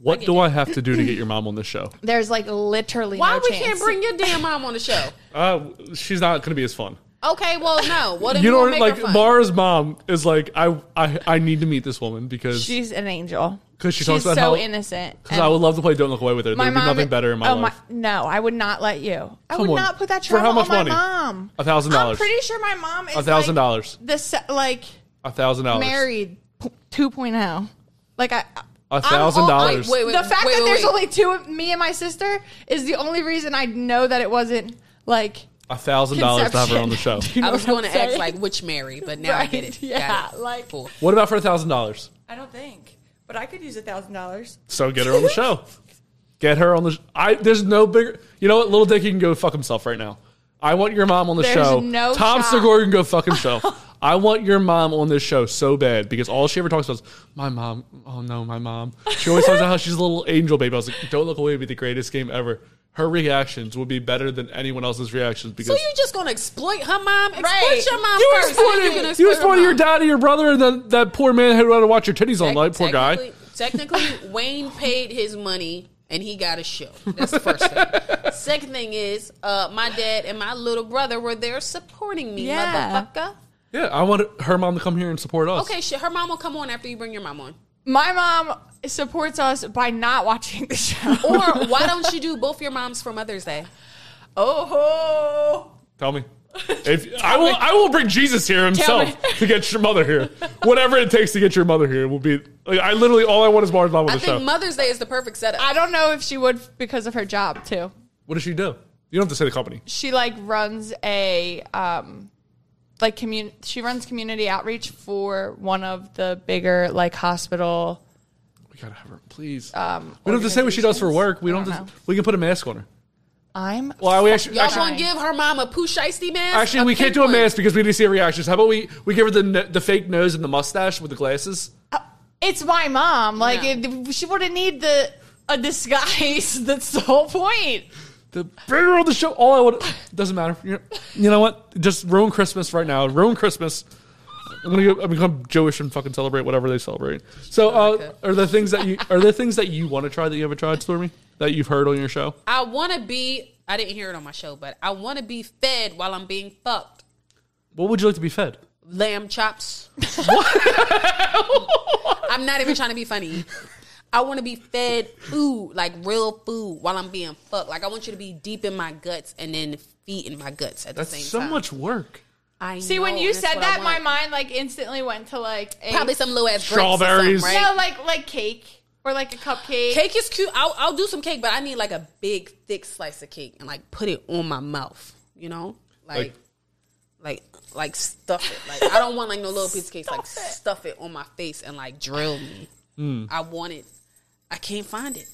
S1: what do I have to do to get your mom on this show?
S6: there's like literally
S2: Why
S6: no
S2: we
S6: chance.
S2: can't bring your damn mom on the show?
S1: Uh, she's not going to be as fun.
S2: Okay, well no. Well, then
S1: You
S2: we won't
S1: know,
S2: make
S1: like
S2: her fun.
S1: Mara's mom is like, I, I, I need to meet this woman because
S6: She's an angel.
S1: 'Cause she
S6: She's
S1: talks about
S6: so
S1: how-
S6: innocent.
S1: because I would love to play Don't Look Away with her. There would be nothing better in my
S6: oh
S1: life.
S6: no, I would not let you. I
S1: Come
S6: would
S1: on.
S6: not put that
S1: For
S6: trauma
S1: how much
S6: on my
S1: money?
S6: mom.
S1: A thousand
S6: I'm
S1: dollars.
S6: pretty sure my mom is
S1: A thousand
S6: like,
S1: dollars.
S6: The se- like
S1: A thousand dollars.
S6: married p- 2.0. Like I.
S1: A
S6: I'm
S1: thousand
S6: all-
S1: dollars.
S2: Wait, wait,
S6: the fact
S2: wait,
S6: that
S2: wait,
S6: there's
S2: wait.
S6: only two of me and my sister is the only reason I know that it wasn't like
S1: A thousand dollars to have her on the show.
S6: Conception. You know
S2: I was
S6: what I'm
S2: going to ask
S6: saying?
S2: like which Mary, but now I get
S6: Right,
S2: it.
S6: yeah,
S2: Got it.
S6: like-
S2: Cool.
S1: What about for a thousand dollars?
S7: I don't think, but I could use a thousand dollars.
S1: So get her on the show. Get her on the. Sh- I there's no bigger. You know what? Little Dicky can go fuck himself right now. I want your mom on the
S6: There's
S1: show.
S6: no
S1: Tom
S6: shot.
S1: Segura can go fuck himself. I want your mom on this show so bad because all she ever talks about is my mom. Oh no, my mom. She always talks about how she's a little angel baby. I was like, don't look away. Would be the greatest game ever. Her reactions will be better than anyone else's reactions
S2: So
S1: because
S2: you're just going to exploit her mom? Exploit
S6: Right.
S2: your mom
S1: you
S2: first.
S1: exploited,
S2: Then
S1: you
S2: exploit her
S1: exploited your
S2: mom.
S1: dad and your brother and then that poor man who had to watch your titties all
S2: Tec-
S1: night. Poor guy.
S2: Technically, technically, Wayne paid his money and he got a show. That's the first thing. Second thing is, uh, my dad and my little brother were there supporting me,
S6: Yeah.
S2: motherfucker.
S1: Yeah, I want her mom to come here and support us.
S2: Okay, shit. Her mom will come on after you bring your mom on.
S6: my mom supports us by not watching the show.
S2: Or why don't you do both your moms for Mother's Day?
S6: oh ho.
S1: Tell me. If I will, I will bring Jesus here himself
S6: me.
S1: to get your mother here. Whatever it takes to get your mother here will be. Like, I literally all I want is Mars mom on
S2: I
S1: the
S2: think
S1: show.
S2: Mother's Day is the perfect setup.
S6: I don't know if she would because of her job too.
S1: what does she do? You don't have to say the company.
S6: she like runs a um like commun she runs community outreach for one of the bigger like hospital
S1: We gotta have her, please. we don't have to say what she does for work. We don't.
S6: don't
S1: have to,
S6: know.
S1: we can put a mask on her.
S6: I'm
S1: Well, we actually,
S2: Y'all
S1: actually,
S2: gonna give her mom a poo shiesty mask?
S1: actually, we can't do a mask because we need to see her reactions. How about we we give her the n- the fake nose and the mustache with the glasses?
S6: it's my mom like
S2: No.
S6: it, she wouldn't need the a disguise that's the whole point
S1: The bigger on the show, all I would doesn't matter. You know, you know what? Just ruin Christmas right now. Ruin Christmas. I'm gonna go, I'm gonna become Jewish and fucking celebrate whatever they celebrate. So, uh, are the things that you are the things that you want to try that you haven't tried, Stormy? That you've heard on your show?
S2: I want to be. I didn't hear it on my show, but I want to be fed while I'm being fucked.
S1: What would you like to be fed?
S2: Lamb chops. I'm not even trying to be funny. I want to be fed food, like real food, while I'm being fucked. Like I want you to be deep in my guts and then feeding my guts at
S1: That's
S2: the same
S1: so
S2: time.
S1: much work.
S2: I
S6: see when
S2: know,
S6: you
S2: and that's
S6: said
S2: what I
S6: that my
S2: want.
S6: mind like instantly went to like a
S2: probably some little ass
S1: Strawberries.
S2: strawberries.
S6: no like like cake or like a cupcake
S2: Cake is cute. I'll, I'll do some cake, but I need like a big, thick slice of cake and like put it on my mouth. You know, like, like, like, stuff it. Like I don't want like no little piece of cake. Like stuff it on my face and like drill me.
S1: Mm.
S2: I want it. I can't find it.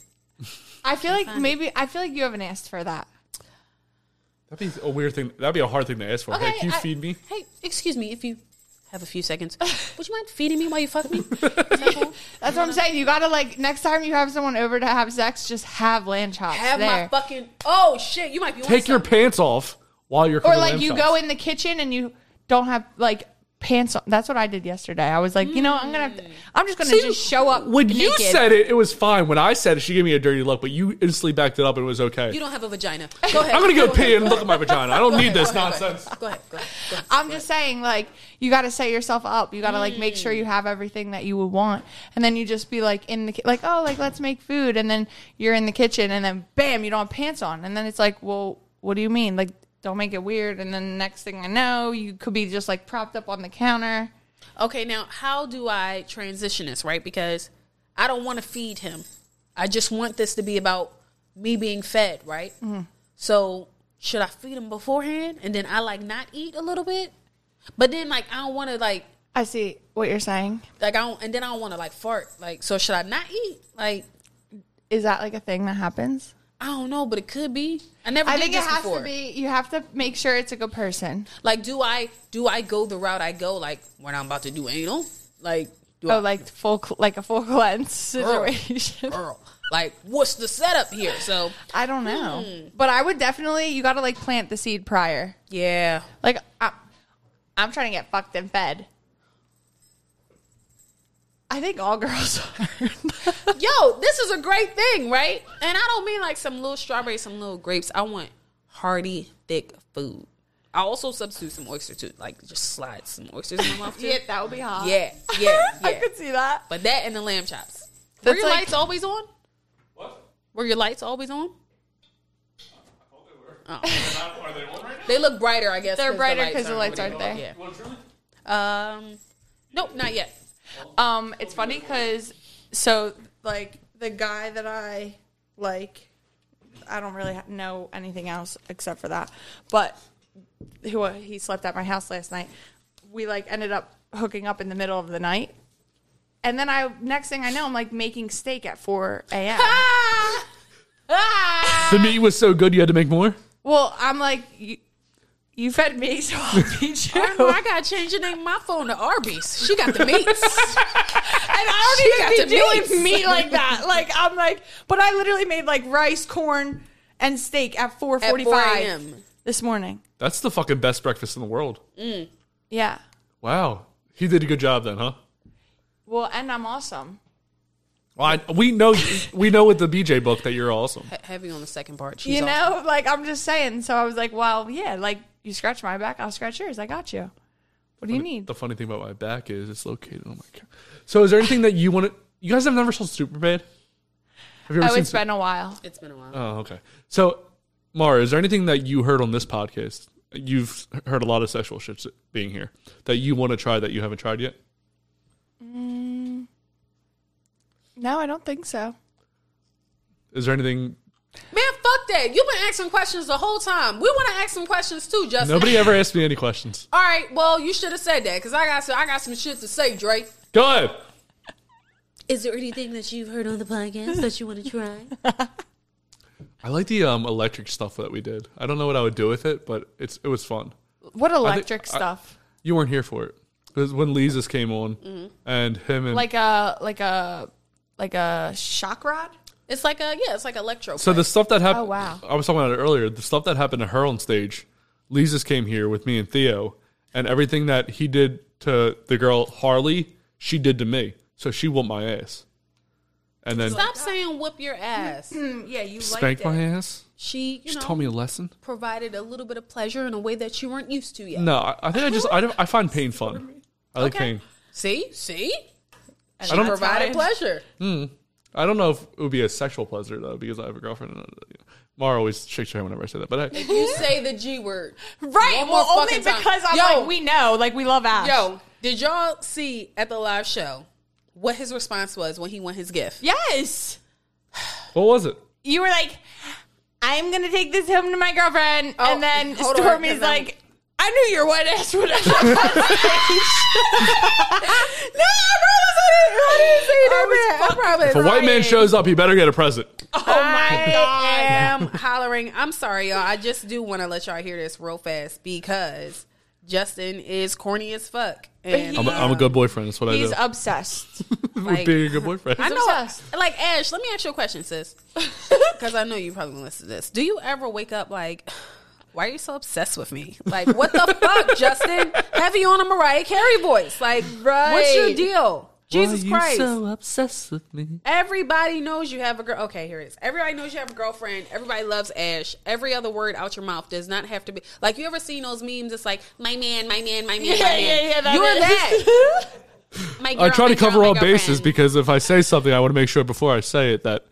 S6: I feel like maybe I feel like you haven't asked for that
S1: That'd be a weird thing. That'd be a hard thing to ask for. hey,
S6: Okay,
S1: can you
S6: I-
S1: feed me?
S2: Hey, excuse me, if you have a few seconds, would you mind feeding me while you fuck me? Is that cool?
S6: That's what I'm saying. You gotta like next time you have someone over to have sex, just have land chops
S2: Have
S6: there.
S2: my fucking. Oh shit! You might be. onto
S1: Take your
S2: something.
S1: pants off while you're
S6: or
S1: cooking
S6: like
S1: lamb
S6: you
S1: chops.
S6: go in the kitchen and you don't have like pants on. That's what I did yesterday. I was like, you know, I'm gonna, have to, I'm just gonna
S1: See,
S6: just show up.
S1: When you
S6: naked.
S1: said it, it was fine. When I said it, she gave me a dirty look, but you instantly backed it up and it was okay.
S2: You don't have a vagina. Go ahead.
S1: I'm gonna go,
S2: ahead,
S1: pee and
S2: ahead.
S1: look at my vagina. I don't need this
S2: Go ahead,
S1: nonsense.
S2: Go ahead. Go ahead. Go ahead.
S6: I'm just saying, like, you got to set yourself up. You got to like make sure you have everything that you would want, and then you just be like in the ki- like, oh, like let's make food, and then you're in the kitchen, and then bam, you don't have pants on, and then it's like, well, what do you mean? Like, don't make it weird. And then next thing I know, you could be just like propped up on the counter.
S2: Okay, now how do I transition this, right? Because I don't want to feed him. I just want this to be about me being fed, right?
S6: Mm-hmm.
S2: So should I feed him beforehand and then I like not eat a little bit? But then like I don't want to like
S6: I see what you're saying.
S2: like I don't and then I don't want to like fart. Like so should I not eat? Like
S6: Is that like a thing that happens?
S2: I don't know, but it could be. I never
S6: I
S2: did
S6: think it
S2: this
S6: has
S2: before.
S6: to be. You have to make sure it's a good person.
S2: Like do I do I go the route I go like when I'm about to do anal? Like do
S6: Oh,
S2: I
S6: like full, cl- like a full cleanse
S2: Girl.
S6: situation.
S2: girl. Like what's the setup here? So
S6: I don't know. But I would definitely, you got to like plant the seed prior.
S2: yeah.
S6: Like, I, I'm trying to get fucked and fed. I think all girls are.
S2: yo, this is a great thing, right? And I don't mean like some little strawberry, some little grapes. I want hearty, thick food. I also substitute some oyster too, like just slide some oysters in my mouth too.
S6: yeah, that would be hot.
S2: yeah, yeah,
S6: I
S2: yeah.
S6: could see that.
S2: But that and the lamb chops. Were
S6: That's
S2: your
S6: like-
S2: lights always on? What? Were your lights always on? They look brighter, I guess.
S6: They're
S2: 'cause the
S6: brighter
S2: lights
S6: 'cause the
S2: aren't
S6: lights
S2: really
S6: aren't
S2: on. Yeah. Um, nope, not yet.
S6: Um, it's funny because so like the guy that I like, I don't really ha- know anything else except for that. But who uh, he slept at my house last night, we like ended up hooking up in the middle of the night, and then I next thing I know I'm like making steak at four a.m.
S1: The meat was so good, you had to make more.
S6: well, I'm like. You, you fed me, so I'll feed you.
S2: I know I gotta change the name of my phone to Arby's. She got the meats.
S6: And I don't
S2: She
S6: even be
S2: got the
S6: doing meat like that. Like I'm like, but I literally made like rice, corn, and steak at 4:45
S2: a.m..
S6: this morning.
S1: That's the fucking best breakfast in the world.
S6: Yeah.
S1: Wow, he did a good job then, huh?
S6: Well, and I'm awesome.
S1: Well, I, we know we know with the BJ book that you're awesome.
S2: heavy on the second part. She's
S6: You know,
S2: awesome.
S6: like I'm just saying. So I was like, well, yeah, like you scratch my back, I'll scratch yours. I got you. What do you need?
S1: The funny thing about my back is it's located on my. Ca- so, is there anything that you want to? You guys have never saw Superbad. Have you ever
S6: Oh,
S1: seen?
S6: it's
S1: Su-
S6: been a while.
S2: It's been a while.
S1: oh, okay. So, Mara, is there anything that you heard on this podcast? You've heard a lot of sexual shit being here that you want to try that you haven't tried yet.
S6: No, I don't think so.
S1: Is there anything
S2: Man, fuck that. You've been asking questions the whole time. We want to ask some questions too, Justin.
S1: Nobody ever asked me any questions.
S2: All right. Well, you should have said that because I got some, I got some shit to say, Drake.
S1: Go ahead.
S2: Is there anything that you've heard on the podcast that you want to try?
S1: I like the um, electric stuff that we did. I don't know what I would do with it, but it's it was fun.
S6: What electric
S1: I-
S6: stuff?
S1: You weren't here for it. It was when Lisa's came on and him and
S6: like a like a like a shock rod.
S2: It's like a yeah, it's like electro.
S1: So the stuff that happened.
S6: Oh, wow.
S1: I was talking about it earlier. The stuff that happened to her on stage. Lisa's came here with me and Theo, and everything that he did to the girl Harley, she did to me. So she whooped my ass, and then
S2: Stop saying whoop your ass.
S7: Yeah, you liked
S1: spanked my
S7: it.
S1: ass.
S2: She you
S1: Mm-hmm. She
S2: know
S1: taught me a lesson.
S2: provided a little bit of pleasure in a way that you weren't used to yet.
S1: No, I, I think I just I, don't, I find pain fun. I like pain.
S2: See, see,
S1: I don't.
S7: Time.
S2: provided pleasure.
S1: I don't know if it would be a sexual pleasure though, because I have a girlfriend. And, uh, Mara always shakes her head whenever I say that. But hey,
S2: You say the G word.
S6: Right.
S2: One more
S6: Well, only
S2: fucking time.
S6: because I'm
S2: Yo.
S6: like we know, like we love Ash.
S2: Yo, did y'all see at the live show what his response was when he won his gift?
S6: Yes.
S1: what was it?
S6: You were like, I'm gonna take this home to my girlfriend,
S2: Oh,
S6: and then
S2: hold on,
S6: Stormy's
S2: and then-
S6: like, I knew your white ass would. no, I promise I didn't. I didn't say that. I promise.
S1: If a white man shows up, he better get a present.
S2: Oh my
S6: I
S2: god! I am hollering. I'm sorry, y'all. I just do want to let y'all hear this real fast because Justin is corny as fuck. And
S1: I'm a, I'm a good boyfriend. That's what I
S6: He's
S1: do.
S6: obsessed.
S1: with
S2: like-
S1: being a good boyfriend.
S2: I know.
S6: obsessed.
S2: Like Ash, let me ask you a question, sis. Because I know you probably gonna listen to this. Do you ever wake up like, why are you so obsessed with me? Like, what the fuck, Justin? Have you on a Mariah Carey voice? Like, what's your
S6: Right.
S2: deal? Jesus Christ.
S1: obsessed with me?
S2: Everybody knows you have a girl. Okay, here it is. Everybody knows you have a girlfriend. Everybody loves Ash. Every other word out your mouth does not have to be like you ever seen those memes. It's like my man, my man, my man, my
S6: Yeah,
S2: man.
S6: yeah, yeah, that
S2: You're
S6: is.
S2: that. My girl,
S1: I try to
S2: my girl,
S1: cover
S2: my
S1: all bases
S2: girlfriend.
S1: because if I say something, I want to make sure before I say it that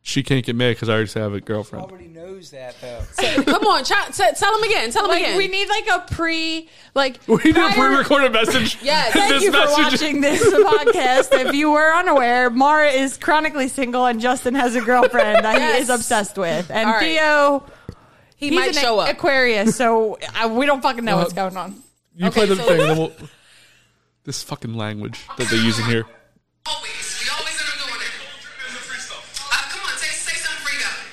S1: she can't get mad because I already have a girlfriend.
S5: Nobody knows that though.
S2: Come on, try, t- tell him again. Tell him
S6: Like
S2: again.
S6: we need like a pre like
S1: We need a
S6: prior-
S1: pre-recorded message.
S2: Yes.
S1: And
S6: Thank you for
S1: message-
S6: watching this podcast. If you were unaware, Mara is chronically single and Justin has a girlfriend that he
S2: Yes.
S6: is obsessed with. And
S2: All right.
S6: Theo,
S2: he
S6: he's
S2: might
S6: an
S2: show up.
S6: Aquarius, so I, we don't fucking know what's going on.
S1: You play the
S2: so-
S1: thing. then we'll- this fucking language that they use in here.
S8: Always. We always end up doing that. Uh, come on, say, say something free though.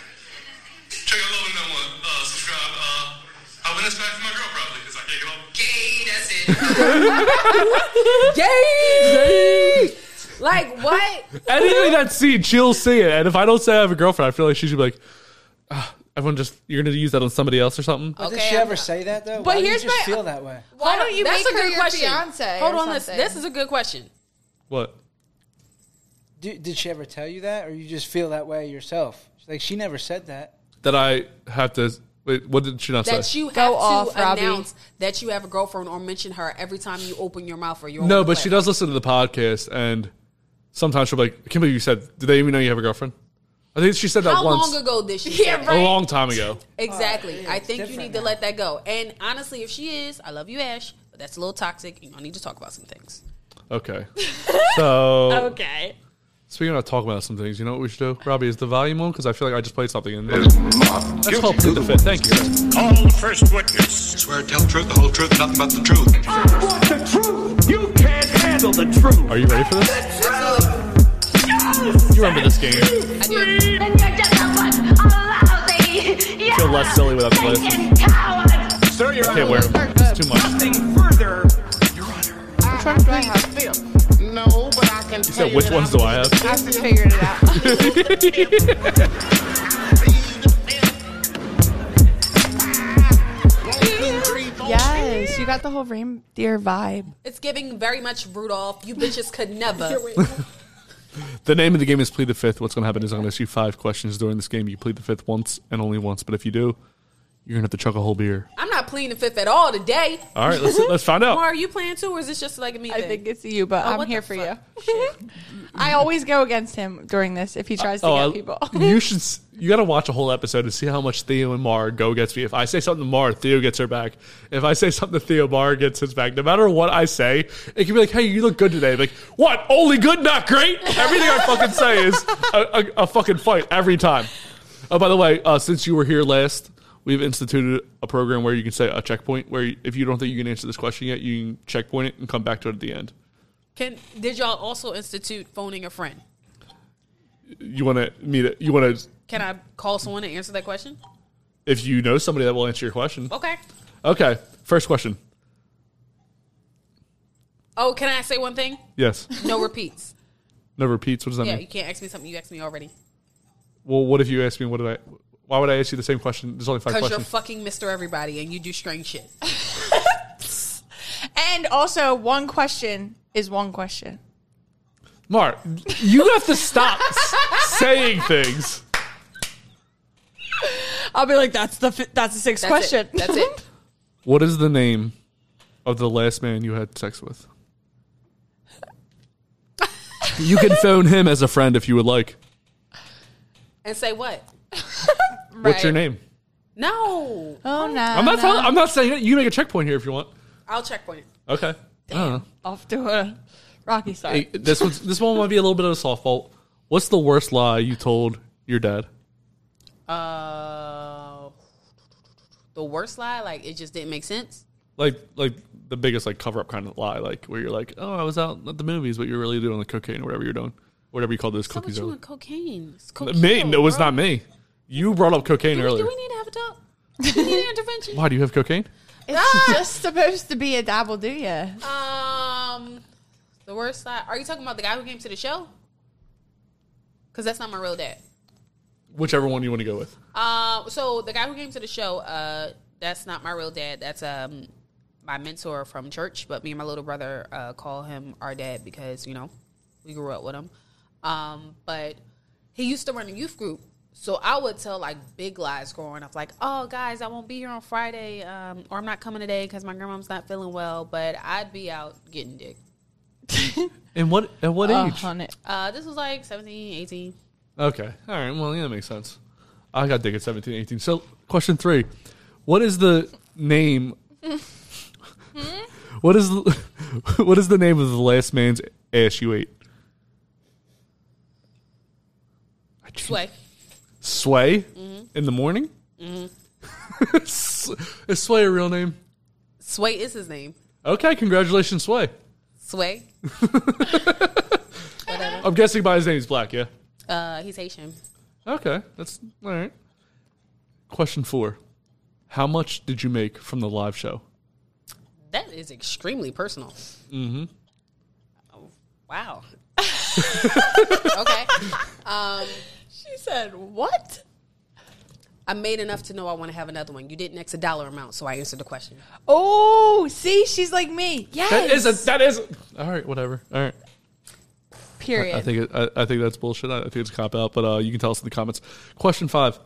S9: Check out Logan No One. Uh, subscribe. Uh, I'll win this back for my girl probably because I can't get off.
S8: Gay, that's it.
S2: Yay! Like what?
S1: Anything that's seen, she'll see it. And if I don't say I have a girlfriend, I feel like she should be like, ah, everyone just you're gonna use that on somebody else or something.
S5: Did
S2: Okay,
S5: she
S2: I'm-
S5: ever say that though?
S6: But
S5: Why do
S6: here's
S5: you just
S6: my-
S5: feel that way?
S6: Why don't you
S2: That's
S6: make
S2: a
S6: her
S2: good
S6: your
S2: question.
S6: fiance
S2: Hold
S6: or
S2: on, this
S6: something?
S2: this is a good question.
S1: What?
S5: Do, did she ever tell you that, or you just feel that way yourself? She's like she never said that.
S1: That I have to. Wait, what did she not say?
S2: That you have
S6: Go
S2: to
S6: off, Robbie.
S2: announce that you have a girlfriend or mention her every time you open your mouth or your
S1: No, but she does listen to the podcast, and sometimes she'll be like, I can't believe you said, do they even know you have a girlfriend? I think she said that
S2: How
S1: once.
S2: long ago did she? say
S6: Yeah,
S2: that?
S6: right. Oh,
S1: A long time ago.
S2: Exactly. I think you
S5: different
S2: need to
S5: now.
S2: let that go. And honestly, if she is, I love you, Ash, but that's a little toxic. and I need to talk about some things.
S1: Okay. So,
S6: Okay.
S1: speaking of talking about some things, you know what we should do? Robbie, is the volume on? Because I feel like I just played something. And that's called Plead the Fifth. Thank you.
S9: Call the first witness.
S10: Swear, tell the truth, the whole truth, nothing but the truth.
S1: Are you ready for this? You remember this game.
S2: I do.
S1: Feel less silly without the glasses.
S9: Sir, Your
S1: Can't wear them. It's too much.
S9: Nothing further.
S6: Which one do I have?
S8: No, but I can tell
S1: So,
S8: you
S1: which
S8: that
S1: ones
S8: I'm
S1: do I have?
S6: I figured it out. yes, you got the whole reindeer vibe.
S2: It's giving very much Rudolph. You bitches could never.
S1: The name of the game is Plead the Fifth. What's going to happen is I'm going to ask you five questions during this game. You plead the fifth once and only once, but if you do, you're going to have to chuck a whole beer.
S2: I'm not pleading the fifth at all today.
S1: All right, let's, let's find out.
S2: Mar, are you playing too, or is this just like a me?
S6: I
S2: thing?
S6: think it's you, but
S2: Oh,
S6: I'm
S2: what
S6: here
S2: the
S6: for
S2: fuck?
S6: you. I always go against him during this if he tries to
S1: Oh,
S6: get people.
S1: I- you should. s- You got to watch a whole episode to see how much Theo and Mar go against me. If I say something to Mar, Theo gets her back. If I say something to Theo, Mar gets his back. No matter what I say, it can be like, "Hey, you look good today." Like, what? Only good, not great. Everything I fucking say is a, a, a fucking fight every time. Oh, by the way, uh, since you were here last, we've instituted a program where you can say a checkpoint. Where you- if you don't think you can answer this question yet, you can checkpoint it and come back to it at the end.
S2: Can did y'all also institute phoning a friend?
S1: You want to meet it? You want to?
S2: Can I call someone and answer that question?
S1: If you know somebody that will answer your question,
S2: Okay.
S1: okay. First question.
S2: Oh, can I say one thing?
S1: Yes.
S2: No repeats.
S1: No repeats. What does that
S2: Yeah,
S1: mean?
S2: you can't ask me something you asked me already.
S1: Well, what if you ask me? What did I? Why would I ask you the same question? There's only five
S2: Because you're
S1: questions.
S2: fucking Mr. Everybody and you do strange shit.
S6: And also, one question is one question.
S1: Mark, you have to stop s- saying things.
S6: I'll be like, that's the fi- that's the sixth
S2: That's
S6: question.
S2: It. That's it.
S1: What is the name of the last man you had sex with? you can phone him as a friend if you would like.
S2: And say what?
S1: What's your
S6: Right.
S1: name?
S2: No.
S6: Oh no,
S1: I'm not telling. I'm not saying it. You can make a checkpoint here if you want.
S2: I'll checkpoint it.
S1: Okay. I don't know.
S6: off to a rocky start.
S1: Hey, this one's, this one might be a little bit of a softball. What's the worst lie you told your dad?
S2: Uh, the worst lie, like it just didn't make sense.
S1: Like like the biggest like cover up kind of lie, like where you're like, oh, I was out at the movies, but you're really doing the cocaine or whatever you're doing, whatever you call those
S2: How about
S1: cookies.
S2: you
S1: earlier.
S2: and cocaine? It's
S1: Me?
S2: cocaine,
S1: No, it's
S2: bro.
S1: not me. You brought up cocaine
S2: Do we,
S1: earlier.
S2: do we need to have a talk? Do we need an intervention?
S1: Why do you have cocaine?
S6: It's just supposed to be a dabble, do ya?
S2: Um, the worst lie. Are you talking about the guy who came to the show? Because that's not my real dad.
S1: Whichever one you want to go with.
S2: Uh, so the guy who came to the show, uh, that's not my real dad. That's um my mentor from church. But me and my little brother uh, call him our dad because you know we grew up with him. Um, but he used to run a youth group, so I would tell like big lies growing up, like, "Oh, guys, I won't be here on Friday, um, or I'm not coming today because my grandma's not feeling well." But I'd be out getting dick.
S1: And what? At what
S6: Uh,
S1: age?
S6: on it.
S2: Uh, this was like 17, 18.
S1: Okay. All right. Well, yeah, that makes sense. I got dick at 17, 18. So, question three What is the name? what is the, what is the name of the last man's ass you ate? I changed-
S2: Sway.
S1: Sway in the morning? S- is Sway a real name?
S2: Sway is his name.
S1: Okay. Congratulations, Sway.
S2: Sway. Whatever.
S1: I'm guessing by his name he's black, yeah?
S2: Uh, he's Haitian.
S1: Okay, that's all right. Question four: How much did you make from the live show?
S2: That is extremely personal. Mm-hmm. Oh, wow. okay.
S6: She said, "What?"
S2: I made enough to know I want to have another one. You didn't next a dollar amount, so I answered the question.
S6: Oh, see, she's like me. Yes.
S1: That is a that is all right. Whatever. All right.
S6: period.
S1: I think it, I, I think that's bullshit. I, I think it's a cop out, but uh, you can tell us in the comments. Question five: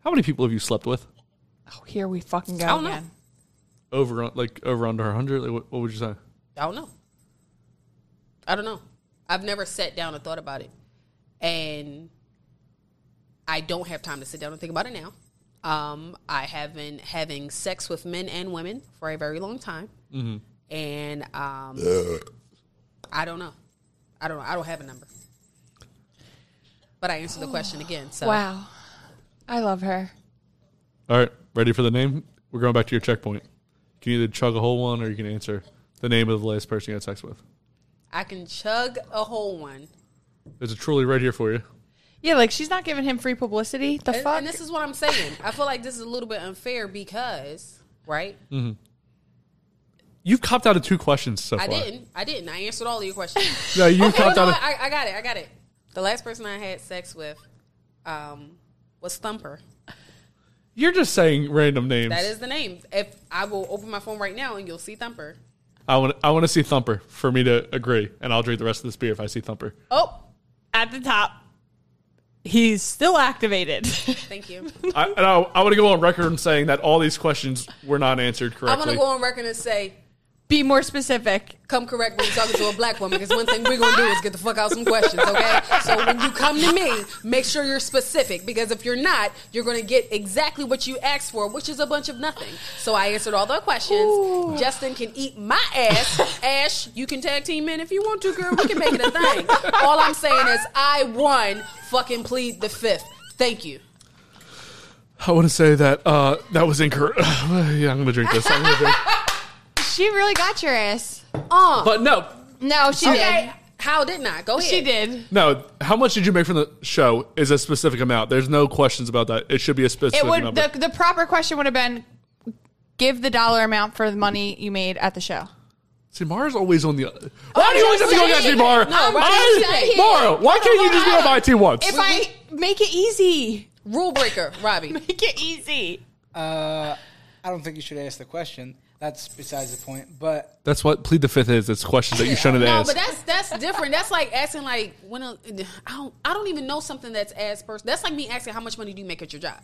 S1: How many people have you slept with?
S6: oh, here we fucking go
S2: I don't know.
S6: again.
S1: Over uh, like over under hundred? Like, what, what would you say?
S2: I don't know. I don't know. I've never sat down and thought about it. And I don't have time to sit down and think about it now. Um, I have been having sex with men and women for a very long time. And um, I don't know. I don't know. I don't have a number. But I answered the question again. So
S6: Wow, I love her.
S1: All right, ready for the name? We're going back to your checkpoint. You can either chug a whole one or you can answer the name of the last person you had sex with.
S2: I can chug a whole one.
S1: There's a truly right here for you.
S6: Yeah, like she's not giving him free publicity. The
S2: And,
S6: fuck.
S2: and this is what I'm saying. I feel like this is a little bit unfair because, right?
S1: You've copped out of two questions so
S2: I
S1: far.
S2: didn't. I didn't. I answered all of your questions.
S1: No, you
S2: Okay,
S1: copped
S2: no,
S1: out.
S2: no,
S1: Of,
S2: I, I got it. I got it. The last person I had sex with um, was Thumper.
S1: You're just saying random names.
S2: That is the name. If I will open my phone right now and you'll see Thumper.
S1: I want. I want to see Thumper for me to agree, and I'll drink the rest of this beer if I see Thumper.
S6: oh, at the top, he's still activated.
S2: Thank you.
S1: I, and I, I want to go on record in saying that all these questions were not answered
S2: I'm going
S1: correctly.
S2: to go on record and say,
S6: Be more specific.
S2: come correct when you're talking to a black woman because one thing we're going to do is get the fuck out some questions, okay? So when you come to me, make sure you're specific because if you're not, you're going to get exactly what you asked for, which is a bunch of nothing. So I answered all the questions. Justin can eat my ass. Ash, you can tag team in if you want to, girl. We can make it a thing. All I'm saying is I won. Fucking plead the fifth. Thank you.
S1: I want to say that uh, that was incorrect. yeah, I'm gonna drink this. I'm gonna drink.
S6: She really got your ass.
S2: Oh,
S1: But no,
S6: No, she
S2: okay. How didn't I? Go
S6: did.
S2: ahead.
S6: She did.
S1: no. How much did you make from the show? Is a specific amount. There's no questions about that. It should be a specific
S6: It would
S1: number.
S6: the, the proper question would have been give the dollar amount for the money you made at the show.
S1: See, Mara's always on the. Why do you always have to go
S6: saying
S1: against me,
S6: it.
S1: Mara?
S6: No, I'm just
S1: I,
S6: saying.
S1: Mara, why can't you just be on my team once?
S6: If I make it easy,
S2: Rule breaker, Robbie.
S6: make it easy.
S5: Uh, I don't think you should ask the question. That's besides the point. But
S1: That's what plead the fifth is. It's questions that you shouldn't
S2: No,
S1: ask.
S2: but that's that's different. That's like asking like when a, I don't I don't even know something that's as person. That's like me asking how much money do you make at your job.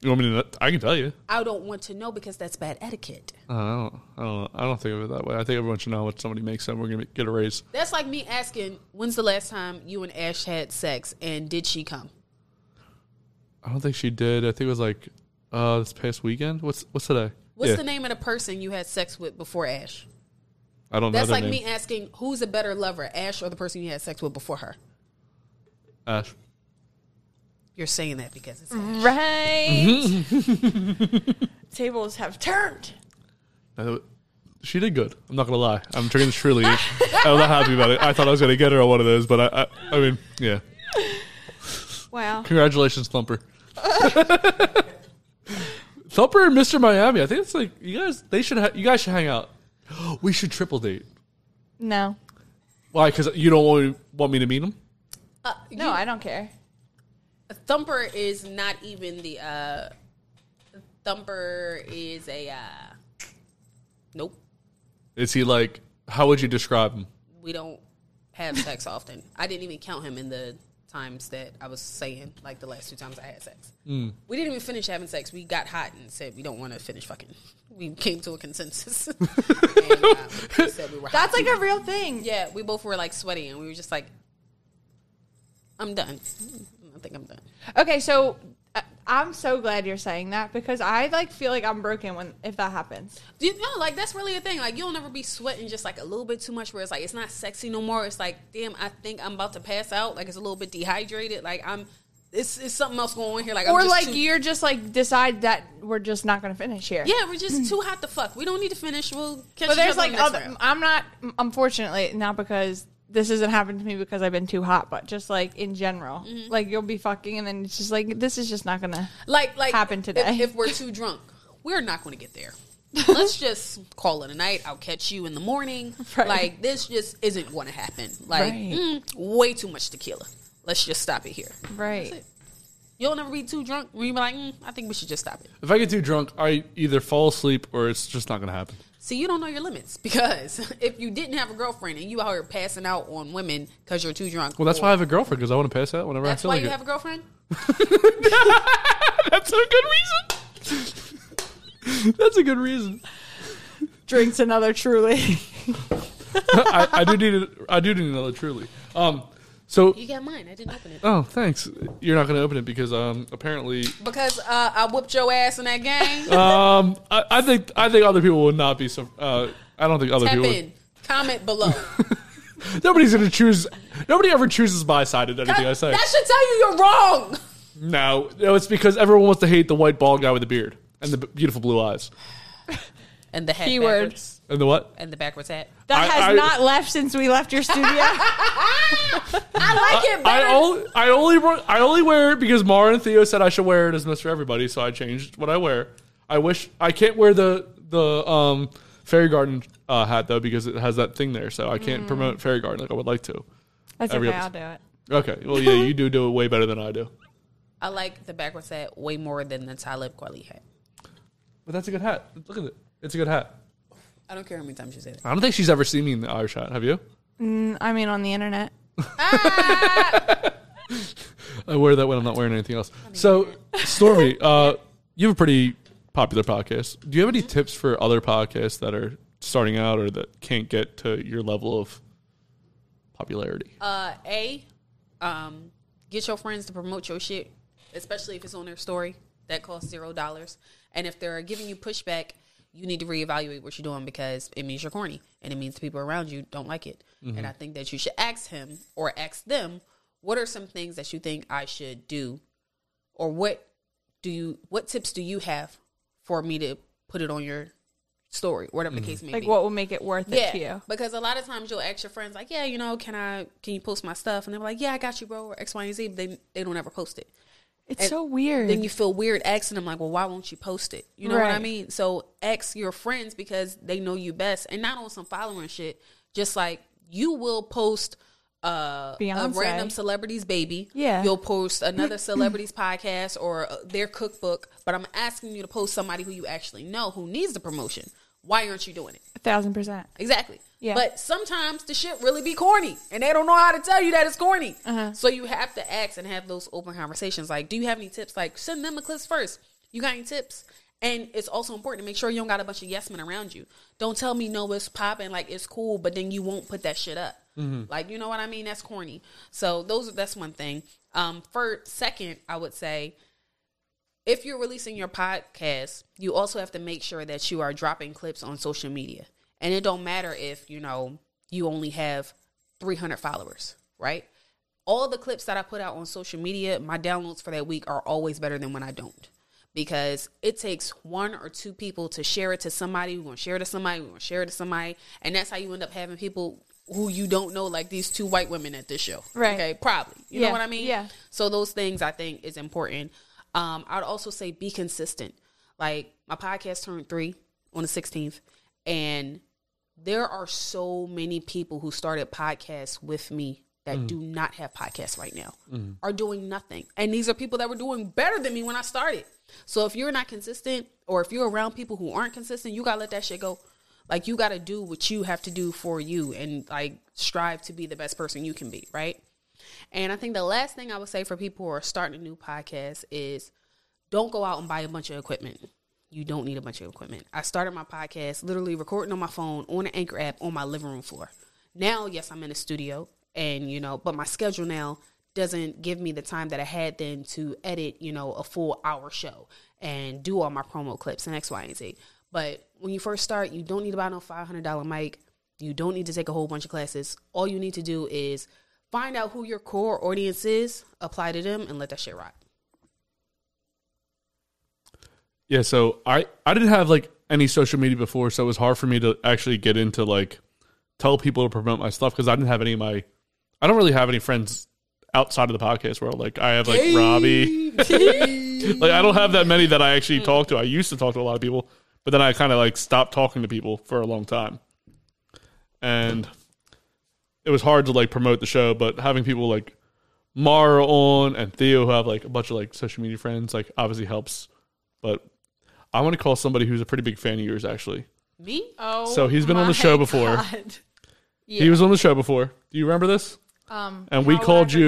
S1: you want me to? I can tell you.
S2: I don't want to know because that's bad etiquette.
S1: Uh, I don't. I don't. I don't think of it that way. I think everyone should know what somebody makes, and we're gonna get a raise.
S2: That's like me asking when's the last time you and Ash had sex and did she come?
S1: I don't think she did. I think it was like uh, this past weekend. What's what's today?
S2: What's
S1: Yeah.
S2: the name of the person you had sex with before Ash?
S1: I don't know.
S2: That's
S1: their
S2: like
S1: name.
S2: me asking who's a better lover, Ash or the person you had sex with before her.
S1: Ash.
S2: You're saying that because it's
S6: Mm-hmm. Right. Tables have turned.
S1: Uh, She did good. I'm not gonna lie. I'm drinking this truly. I'm not happy about it. I thought I was gonna get her on one of those, but I. I, I mean, yeah.
S6: Wow.
S1: Congratulations, Thumper. Thumper and Mr. Miami. I think it's like you guys. They should. Ha- you guys should hang out. We should triple date.
S6: No.
S1: Why? Because you don't want, want me to meet him.
S6: No, I don't care.
S2: Thumper is not even the uh Thumper is a uh nope.
S1: Is he like? How would you describe him?
S2: We don't have sex often. I didn't even count him in the times that I was saying, like the last two times I had sex. We didn't even finish having sex. We got hot and said we don't want to finish fucking. We came to a consensus. and, uh, we said we were hot.
S6: That's like a real thing.
S2: Yeah, we both were like sweaty and we were just like, I'm done. I think I'm done.
S6: Okay, so uh, I'm so glad you're saying that because I like feel like I'm broken when if that happens.
S2: You know, like that's really a thing. Like you'll never be sweating just like a little bit too much, where it's like it's not sexy no more. It's like, damn, I think I'm about to pass out. Like it's a little bit dehydrated. Like I'm, it's, it's something else going on here. Like
S6: or
S2: I'm just
S6: like
S2: too-
S6: you're just like decide that we're just not going to finish here.
S2: yeah, we're just too hot to fuck. We don't need to finish. We'll catch.
S6: But there's like
S2: other.
S6: other. I'm not. Unfortunately, not because this hasn't happened to me because I've been too hot, but just like in general,
S2: Mm-hmm.
S6: like you'll be fucking and then it's just like this is just not gonna.
S2: like like
S6: happened today.
S2: If, if we're too drunk, we're not going to get there. Let's just call it a night. I'll catch you in the morning.
S6: Right.
S2: Like this just isn't going to happen. Like
S6: Right.
S2: mm, way too much tequila. Let's just stop it here.
S6: Right.
S2: You'll never be too drunk. Where you be like, mm, I think we should just stop it.
S1: If I get too drunk, I either fall asleep or it's just not gonna happen.
S2: See, you don't know your limits because if you didn't have a girlfriend and you out here passing out on women because you're too drunk,
S1: Well, that's
S2: or-
S1: why I have a girlfriend because I want to pass out whenever I
S2: That's
S1: feel
S2: why
S1: like
S2: you
S1: it.
S2: have a girlfriend.
S1: that's a good reason. that's a good reason.
S6: Drinks another truly.
S1: I, I do need. A, I do need another truly. Um. So.
S2: You got mine. I didn't open it
S1: Oh, thanks. You're not gonna open it because um apparently
S2: because uh, I whooped your ass in that game.
S1: um I, I think I think other people would not be so. Uh, I don't think other
S2: Tap
S1: people.
S2: in. Comment below.
S1: Would. Nobody's gonna choose. Nobody ever chooses my side in anything I say.
S2: That should tell you you're wrong.
S1: No, no, it's because everyone wants to hate the white bald guy with the beard and the b- beautiful blue eyes
S2: And the hat
S6: Keyword.
S2: backwards.
S1: and the what?
S2: And the backwards hat.
S6: That
S1: I-
S6: has
S1: I-
S6: not left since we left your studio.
S2: I like it
S1: I
S2: better.
S1: only, I only, ro- I only wear it because Mara and Theo said I should wear it as Mister Everybody, so I changed what I wear. I wish I can't wear the the um fairy garden uh, hat though because it has that thing there, so I can't promote fairy garden like I would like to.
S6: That's
S1: Every
S6: okay. I'll
S1: episode.
S6: do it.
S1: Okay, well yeah, you do do it way better than I do,
S2: I like the backwards hat way more than the Talib Kweli hat.
S1: but that's a good hat. Look at it, it's a good hat.
S2: I don't care how many times you say it.
S1: I don't think she's ever seen me in the Irish hat. Have you?
S6: I mean, on the internet.
S1: I wear that when I'm not wearing anything else. So, Stormy, uh, you have a pretty popular podcast. Do you have any tips for other podcasts that are starting out or that can't get to your level of popularity?
S2: Uh, A, um, get your friends to promote your shit, especially if it's on their story. That costs zero dollars. And if they're giving you pushback, you need to reevaluate what you're doing because it means you're corny and it means the people around you don't like it. And I think that you should ask him or ask them what are some things that you think I should do or what do you what tips do you have for me to put it on your story, whatever the case may
S6: Like,
S2: be?
S6: what will make it worth it to you?
S2: Because a lot of times you'll ask your friends, like, yeah, you know, can I can you post my stuff? And they're like, Yeah, I got you, bro, or X, Y, and Z, but they they don't ever post it.
S6: It's
S2: And
S6: so weird.
S2: Then you feel weird asking them, like, well, why won't you post it? You know what I
S6: Right.
S2: mean? So ask your friends because they know you best and not on some following shit. Just like you will post uh, a
S6: Beyonce.
S2: random celebrity's baby.
S6: Yeah.
S2: You'll post another celebrity's podcast or uh, their cookbook, but I'm asking you to post somebody who you actually know who needs the promotion. Why aren't you doing it?
S6: a thousand percent.
S2: Exactly.
S6: Yeah.
S2: But sometimes the shit really be corny, and they don't know how to tell you that it's corny. So you have to ask and have those open conversations. Like, do you have any tips? Like, send them a clip first. You got any tips? And it's also important to make sure you don't got a bunch of yes men around you. Don't tell me no, it's popping, like it's cool, but then you won't put that shit up. Like, you know what I mean? That's corny. So those are that's one thing. Um, for second, I would say if you're releasing your podcast, you also have to make sure that you are dropping clips on social media. And it don't matter if, you know, you only have 300 followers, right? All the clips that I put out on social media, my downloads for that week are always better than when I don't. Because it takes one or two people to share it to somebody, we're gonna share it to somebody, we're gonna share it to somebody. And that's how you end up having people who you don't know, like these two white women at this show.
S6: Right.
S2: Okay, probably. You know
S6: Yeah,
S2: what I mean?
S6: yeah.
S2: So those things I think is important. Um, I'd also say be consistent. Like my podcast turned three on the 16th, and there are so many people who started podcasts with me that do not have podcasts right now, are doing nothing. And these are people that were doing better than me when I started. So if you're not consistent, or if you're around people who aren't consistent, you gotta let that shit go. Like you gotta do what you have to do for you, and like strive to be the best person you can be, right? And I think the last thing I would say for people who are starting a new podcast is don't go out and buy a bunch of equipment. You don't need a bunch of equipment. I started my podcast literally recording on my phone on an Anchor app on my living room floor. Now, yes, I'm in a studio and you know, but my schedule now doesn't give me the time that I had then to edit, you know, a full hour show and do all my promo clips and X, Y, and Z. But when you first start, you don't need to buy no $500 mic. You don't need to take a whole bunch of classes. All you need to do is find out who your core audience is, apply to them, and let that shit rock.
S1: Yeah, so I I didn't have like any social media before, so it was hard for me to actually get into like tell people to promote my stuff because I didn't have any of my I don't really have any friends outside of the podcast world. Like I have like Robbie. like I don't have that many that I actually talk to. I used to talk to a lot of people, but then I kind of like stopped talking to people for a long time. And it was hard to like promote the show, but having people like Mara on and Theo who have like a bunch of like social media friends like obviously helps. But I want to call somebody who's a pretty big fan of yours actually.
S2: Me?
S6: Oh,
S1: So he's been on the
S6: my
S1: show before.
S6: God.
S1: He was on the show before. Do you remember this?
S6: Um,
S1: And we
S6: how would I
S1: called
S6: forget?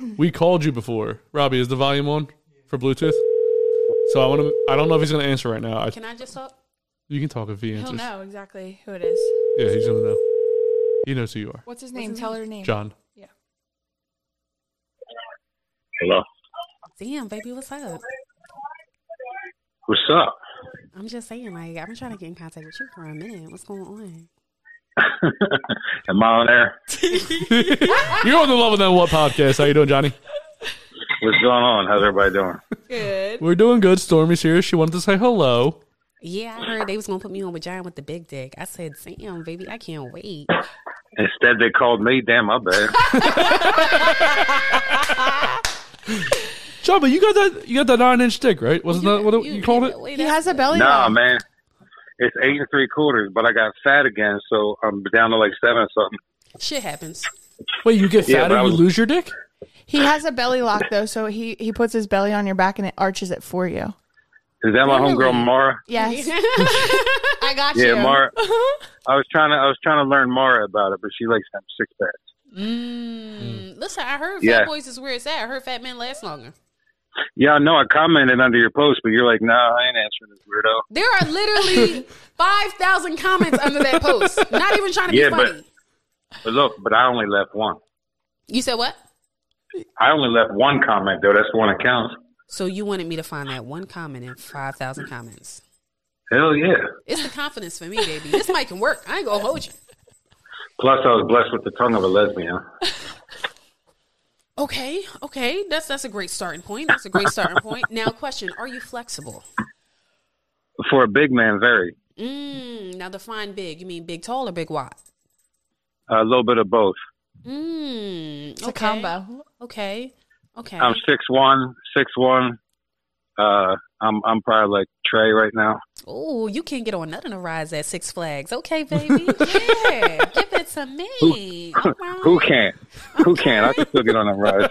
S1: you. we called you before. Robbie, is the volume on for Bluetooth? So I want to. I don't know if he's going to answer right now. I,
S2: Can I just talk?
S1: you can talk if he
S6: He'll
S1: answers.
S6: know exactly who it is.
S1: Yeah, he's going to know. He knows who you are,
S6: What's his name? Tell her name.
S1: John.
S9: Hello.
S2: Damn, baby, what's up?
S9: What's up?
S2: I'm just saying, like, I've been trying to get in contact with you for a minute. What's going on?
S9: Am I on air?
S1: You're on the Love and Then What podcast. How you doing, Johnny?
S9: What's going on? How's everybody doing?
S6: Good.
S1: We're doing good. Stormy's here. She wanted to say hello.
S2: Yeah, I heard they was gonna put me on with John with the big dick. I said, "Damn, baby, I can't wait."
S9: Instead, they called me. Damn, my bad.
S1: John, but you got that. You got that nine inch dick, right? Wasn't that what it, you, called it?
S6: He has a belly.
S9: Nah,
S6: button.
S9: man. It's eight and three quarters, but I got fat again, so I'm down to like seven or something.
S2: Shit happens.
S1: Wait, you get
S9: Yeah,
S1: fat
S9: but I
S1: and you
S9: was-
S1: lose your dick?
S6: He has a belly lock though, so he he puts his belly on your back and it arches it for you.
S9: Is that my homegirl Mara?
S6: Yes. I got
S9: Yeah,
S6: you.
S9: Mara. I was trying to I was trying to learn Mara about it, but she likes them six packs.
S2: Mm, listen, I heard
S9: Yeah.
S2: fat boys is where it's at. I heard fat men last longer.
S9: Yeah, I know I commented under your post, but you're like, nah, I ain't answering this weirdo.
S2: There are literally five thousand comments under that post. Not even trying to be
S9: Yeah, but-
S2: funny.
S9: But look, but I only left one.
S2: you said what?
S9: I only left one comment though. That's the one that counts.
S2: So you wanted me to find that one comment in five thousand comments.
S9: Hell yeah.
S2: It's the confidence for me, baby. This mic can work. I ain't gonna hold you.
S9: Plus, I was blessed with the tongue of a lesbian.
S2: Okay, okay, that's that's a great starting point. That's a great starting point. Now, question: Are you flexible?
S11: For a big man, very.
S2: Mm, now, define big. You mean big tall or big wide?
S11: A little bit of both.
S2: Mm, it's
S6: a combo.
S2: Okay, okay.
S11: I'm six one, six one. Uh, I'm I'm probably like Trey right now.
S2: Oh, you can't get on nothing to rise at Six Flags. Okay, baby. Yeah, give it to me. All right.
S11: Who can't? Who can't? I can still get on a rise.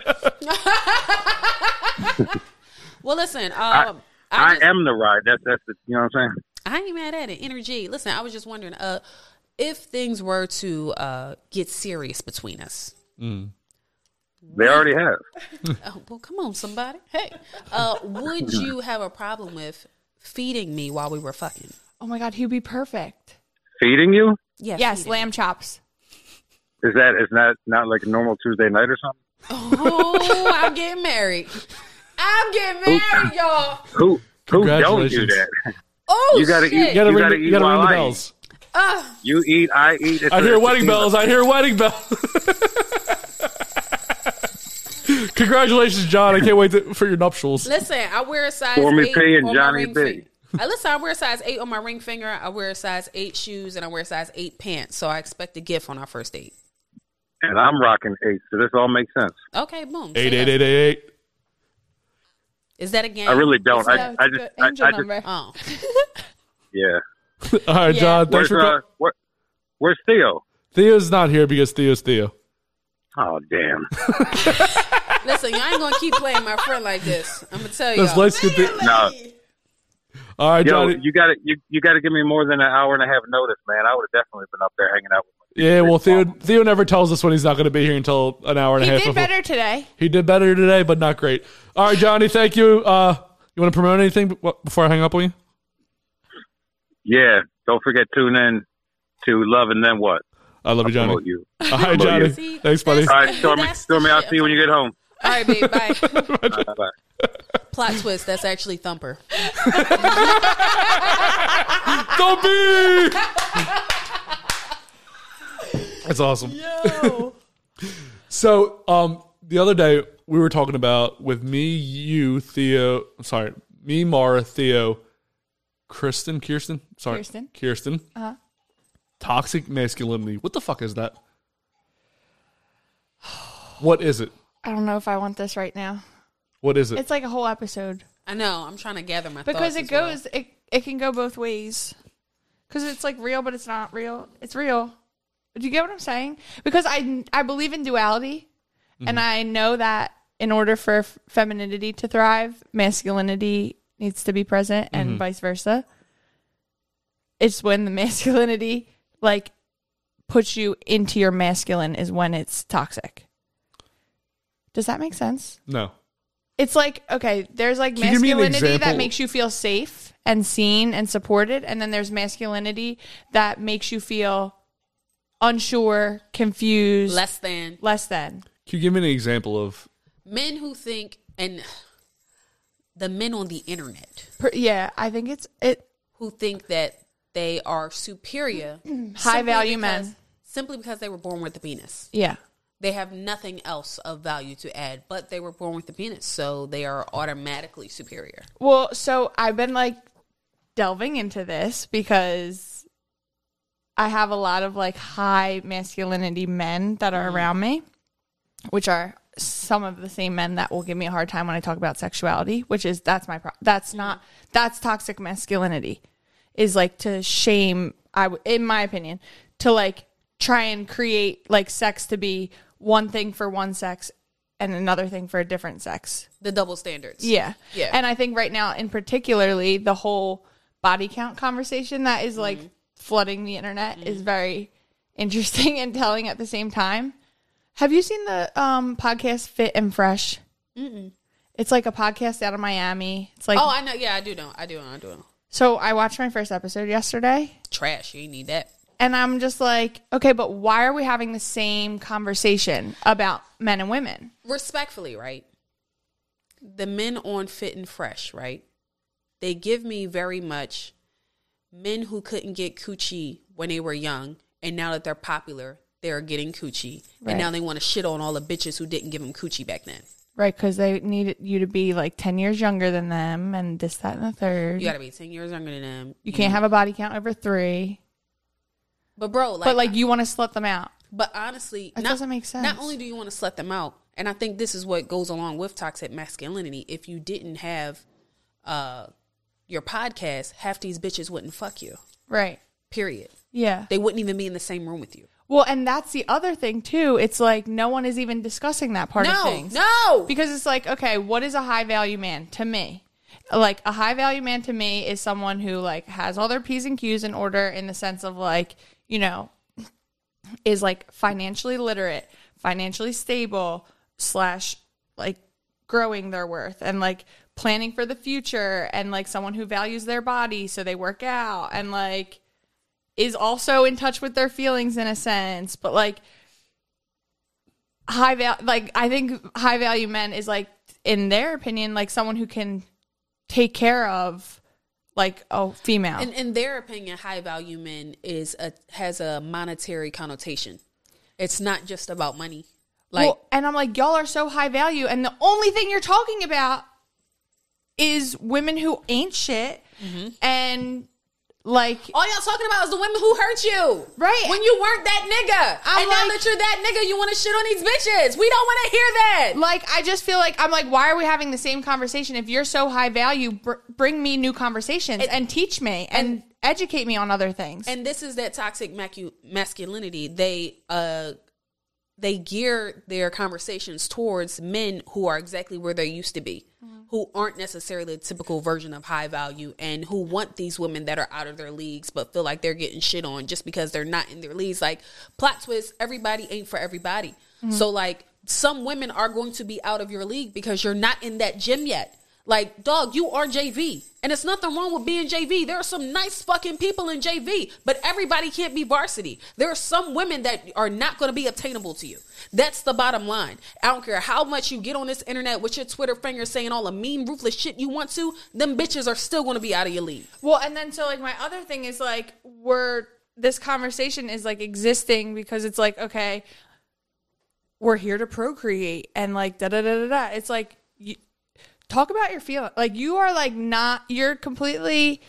S2: Well, listen. Um, I,
S11: I
S2: just-
S11: am the ride. That's that's the, you know what I'm saying.
S2: I ain't mad at it. Energy. Listen, I was just wondering, uh, if things were to uh get serious between us.
S11: They already have.
S2: Oh, well, come on, somebody. Hey, uh, would you have a problem with feeding me while we were fucking?
S6: Oh my god, he'd be perfect.
S11: Feeding you
S2: Yeah,
S6: Yes,
S2: feeding.
S6: lamb chops.
S11: is that is not not like a normal Tuesday night or something.
S2: Oh, I'm getting married. I'm getting married, y'all.
S11: Who who don't do
S1: Congratulations.
S11: that?
S2: Oh,
S11: You gotta
S2: shit.
S11: eat-
S1: You gotta,
S11: You
S1: ring, the-
S11: gotta eat
S1: you gotta ring
S11: while
S1: the
S11: I eat.
S1: bells.
S11: You eat, I eat. It's
S1: I
S11: a-
S1: hear
S11: it's a
S1: wedding
S11: team
S1: bells. I hear wedding bells. Congratulations, John. I can't wait to, for your nuptials.
S2: Listen, I wear a size
S11: Stormy
S2: eight
S11: P and
S2: on my
S11: Johnny
S2: ring
S11: B.
S2: finger. I listen, I wear a size eight on my ring finger. I wear a size eight shoes, and I wear a size eight pants. So I expect a gift on our first date.
S11: and I'm rocking eight, so this all makes sense.
S2: Okay, boom.
S1: Eight
S2: Say
S1: eight
S2: that.
S1: eight eight eight.
S2: Is that a game?
S11: I really don't.
S6: So
S11: I,
S6: it's
S11: I
S6: the
S11: just, I,
S6: angel
S11: I just,
S6: number.
S2: Oh,
S11: yeah.
S1: All right,
S6: Yeah.
S1: John. Thanks
S11: Where's
S1: for
S11: uh,
S1: call-
S11: where, where's Theo?
S1: Theo's not here because Theo's Theo.
S11: Oh damn!
S2: listen, y'all ain't gonna keep playing my friend like this. I'm gonna tell
S1: That's
S2: y'all.
S1: light skin Theo.
S11: No,
S1: All right,
S11: yo,
S1: Johnny.
S11: you got to you you got to give me more than an hour and a half notice, man. I would have definitely been up there hanging out. with
S1: yeah, well, Theo Theo never tells us when he's not going to be here until an hour and
S6: He
S1: a half.
S6: did
S1: before-
S6: better today.
S1: He did better today, but not great. All right, Johnny. Thank you. Uh, you want to promote anything be- what- before I hang up on you?
S11: Yeah, don't forget tune in to Love and Then What.
S1: I love you, Johnny.
S11: Promote you.
S1: All right,
S11: Promote
S1: Johnny.
S11: you.
S2: See,
S1: Thanks, buddy.
S11: All right, Stormy,
S2: That's the
S11: Stormy, I'll
S2: shit.
S11: see you when you get home.
S2: All right, babe. Bye.
S11: Bye.
S2: Plot twist. That's actually Thumper.
S1: Don't be. That's awesome. so, um, the other day we were talking about with me, you, Theo. I'm sorry, me, Mara, Theo, Kristen, Kirsten. Sorry,
S6: Kirsten.
S1: Kirsten. Uh-huh. Toxic masculinity. What the fuck is that? What is it?
S6: I don't know if I want this right now.
S1: What is it?
S6: It's like a whole episode
S2: I know. I'm trying to gather my
S6: because
S2: thoughts
S6: it
S2: as well.
S6: goes it it can go both ways. Cuz it's like real but it's not real. It's real. Do you get what I'm saying? Because I I believe in duality
S2: Mm-hmm.
S6: and I know that in order for f- femininity to thrive, masculinity needs to be present and
S2: Mm-hmm.
S6: vice versa. It's when the masculinity like puts you into your masculine is when it's toxic. Does that make sense?
S1: no.
S6: it's like okay there's like
S1: Can you give me an
S6: masculinity
S1: example?
S6: that makes you feel safe and seen and supported and then there's masculinity that makes you feel unsure confused less,
S2: less than
S6: than
S1: Can you give me an example of?
S2: men who think and the men on the internet
S6: Per- yeah i think it's it
S2: who think that they are superior
S6: high
S2: simply
S6: value
S2: because-
S6: men
S2: simply because they were born with a penis
S6: yeah
S2: they have nothing else of value to add but they were born with a penis so they are automatically superior
S6: well so i've been like delving into this because i have a lot of like high masculinity men that are around me which are some of the same men that will give me a hard time when I talk about sexuality, which is that's my pro- that's not that's toxic masculinity is like to shame I w- in my opinion to like try and create like sex to be one thing for one sex and another thing for a different sex.
S2: the double standards
S6: Yeah.
S2: Yeah.
S6: And I think right now in particularly the whole body count conversation that is
S2: Mm-hmm.
S6: like flooding the internet is very interesting and telling at the same time. Have you seen the um podcast Fit and Fresh? Mm-mm. It's like a podcast out of Miami. It's like
S2: oh i know yeah i do know i do know i do know
S6: so I watched my first episode yesterday
S2: trash you ain't need that
S6: and I'm just like, okay, but why are we having the same conversation about men and women?
S2: respectfully, right? The men on Fit and Fresh, right? They give me very much men who couldn't get coochie when they were young, and now that they're popular, they're getting coochie,
S6: Right.
S2: and now they want to shit on all the bitches who didn't give them coochie back then.
S6: Right, because they need you to be like 10 years younger than them and this, that, and the third.
S2: You got to be ten years younger than them.
S6: You can't have a body count over three.
S2: But bro, like,
S6: but like you want to slut them out.
S2: But honestly,
S6: That
S2: not,
S6: doesn't make sense.
S2: Not only do you want to slut them out, and I think this is what goes along with toxic masculinity. If you didn't have uh, your podcast, half these bitches wouldn't fuck you.
S6: Right.
S2: Period.
S6: Yeah.
S2: They wouldn't even be in the same room with you.
S6: Well, and that's the other thing too. It's like no one is even discussing that part of
S2: No,
S6: things.
S2: no.
S6: Because it's like, okay, what is a high value man to me? Like a high value man to me is someone who like has all their P's and Q's in order in the sense of like, you know, is like financially literate, financially stable, slash like growing their worth and like planning for the future and like someone who values their body so they work out and like is also in touch with their feelings in a sense, but like high value, like I think high value men is like, in their opinion, like someone who can take care of like a female.
S2: In, in their opinion, high value men is a has a monetary connotation. It's not just about money. Like
S6: Well, and I'm like, y'all are so high value, and the only thing you're talking about is women who ain't shit, and like,
S2: all y'all talking about is the women who hurt you,
S6: Right.
S2: When you weren't that nigga,
S6: I'm
S2: and now
S6: like-
S2: that you're that nigga, you want to shit on these bitches. We don't want to hear that.
S6: like I just feel like I'm like, why are we having the same conversation? If you're so high value, br- bring me new conversations
S2: It-
S6: and teach me and, educate me on other things.
S2: and this is that toxic macu- masculinity they uh they gear their conversations towards men who are exactly where they used to be who aren't necessarily a typical version of high value and who want these women that are out of their leagues but feel like they're getting shit on just because they're not in their leagues like plot twist everybody ain't for everybody so like some women are going to be out of your league because you're not in that gym yet like, dog, you are JV. And it's nothing wrong with being JV. There are some nice fucking people in JV, but everybody can't be varsity. There are some women that are not going to be obtainable to you. That's the bottom line. I don't care how much you get on this internet with your Twitter fingers saying all the mean, ruthless shit you want to, them bitches are still going to be out of your league.
S6: Well, and then so like my other thing is like we're this conversation is like existing because it's like okay, we're here to procreate and like da da da da da. It's like you, talk about your feeling. Like you are like not you're completely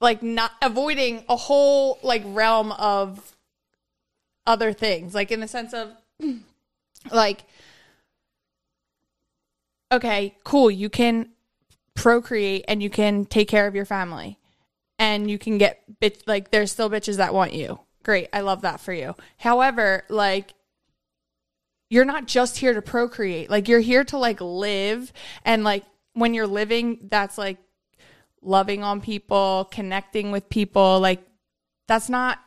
S6: like not avoiding a whole like realm of other things. Like in the sense of like okay, cool, you can procreate and you can take care of your family and you can get bitch like there's still bitches that want you great i love that for you however like you're not just here to procreate like you're here to like live and like when you're living that's like loving on people connecting with people like that's not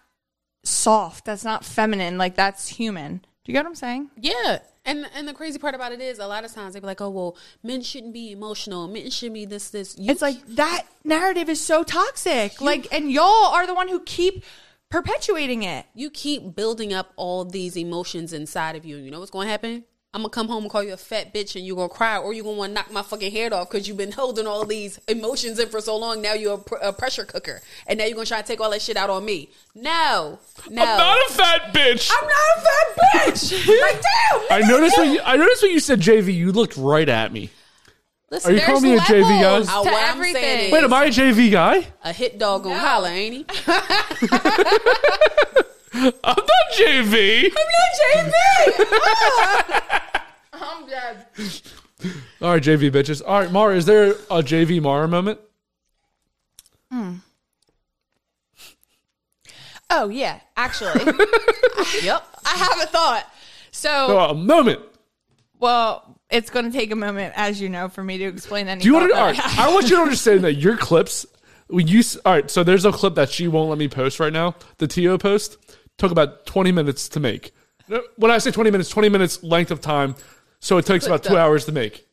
S6: soft that's not feminine like that's human do you get what i'm saying
S2: Yeah. And and the crazy part about it is a lot of times they be like, oh, well, men shouldn't be emotional. Men should be this, this. You
S6: It's like that narrative is so toxic. Like, and y'all are the one who keep perpetuating it.
S2: you keep building up all these emotions inside of you, and you know what's gonna happen? I'm gonna come home and call you a fat bitch, and you're gonna cry, or you're gonna wanna knock my fucking head off because you've been holding all these emotions in for so long. Now you're a, pr- a pressure cooker, and now you're gonna try to take all that shit out on me. No, no,
S1: I'm not a fat bitch.
S2: I'm not a fat bitch. like damn,
S1: I
S2: nigga,
S1: noticed
S2: you-
S1: when you, I noticed when you said JV, you looked right at me.
S2: Listen,
S1: Are you calling me a JV guy?
S6: levels
S2: Uh,
S6: to
S2: what I'm
S6: everything.
S2: saying is-
S1: Wait, am I a JV guy?
S2: a hit dog gonna holler, ain't he?
S1: I'm not JV.
S6: I'm dead.
S1: All right, JV bitches. All right, Mara, is there a JV Mara moment?
S6: Oh yeah, actually. yep. I have a thought.
S1: No,
S6: So,
S1: a moment.
S6: well, it's going to take a moment, as you know, for me to explain any.
S1: Do you
S6: thought
S1: want to?
S6: that
S1: All
S6: I
S1: right,
S6: had.
S1: I want you to understand that your clips. We use all right. So there's a clip that she won't let me post right now. The to post took about 20 minutes to make. No, When I say 20 minutes, 20 minutes length of time. So it takes about two hours to make.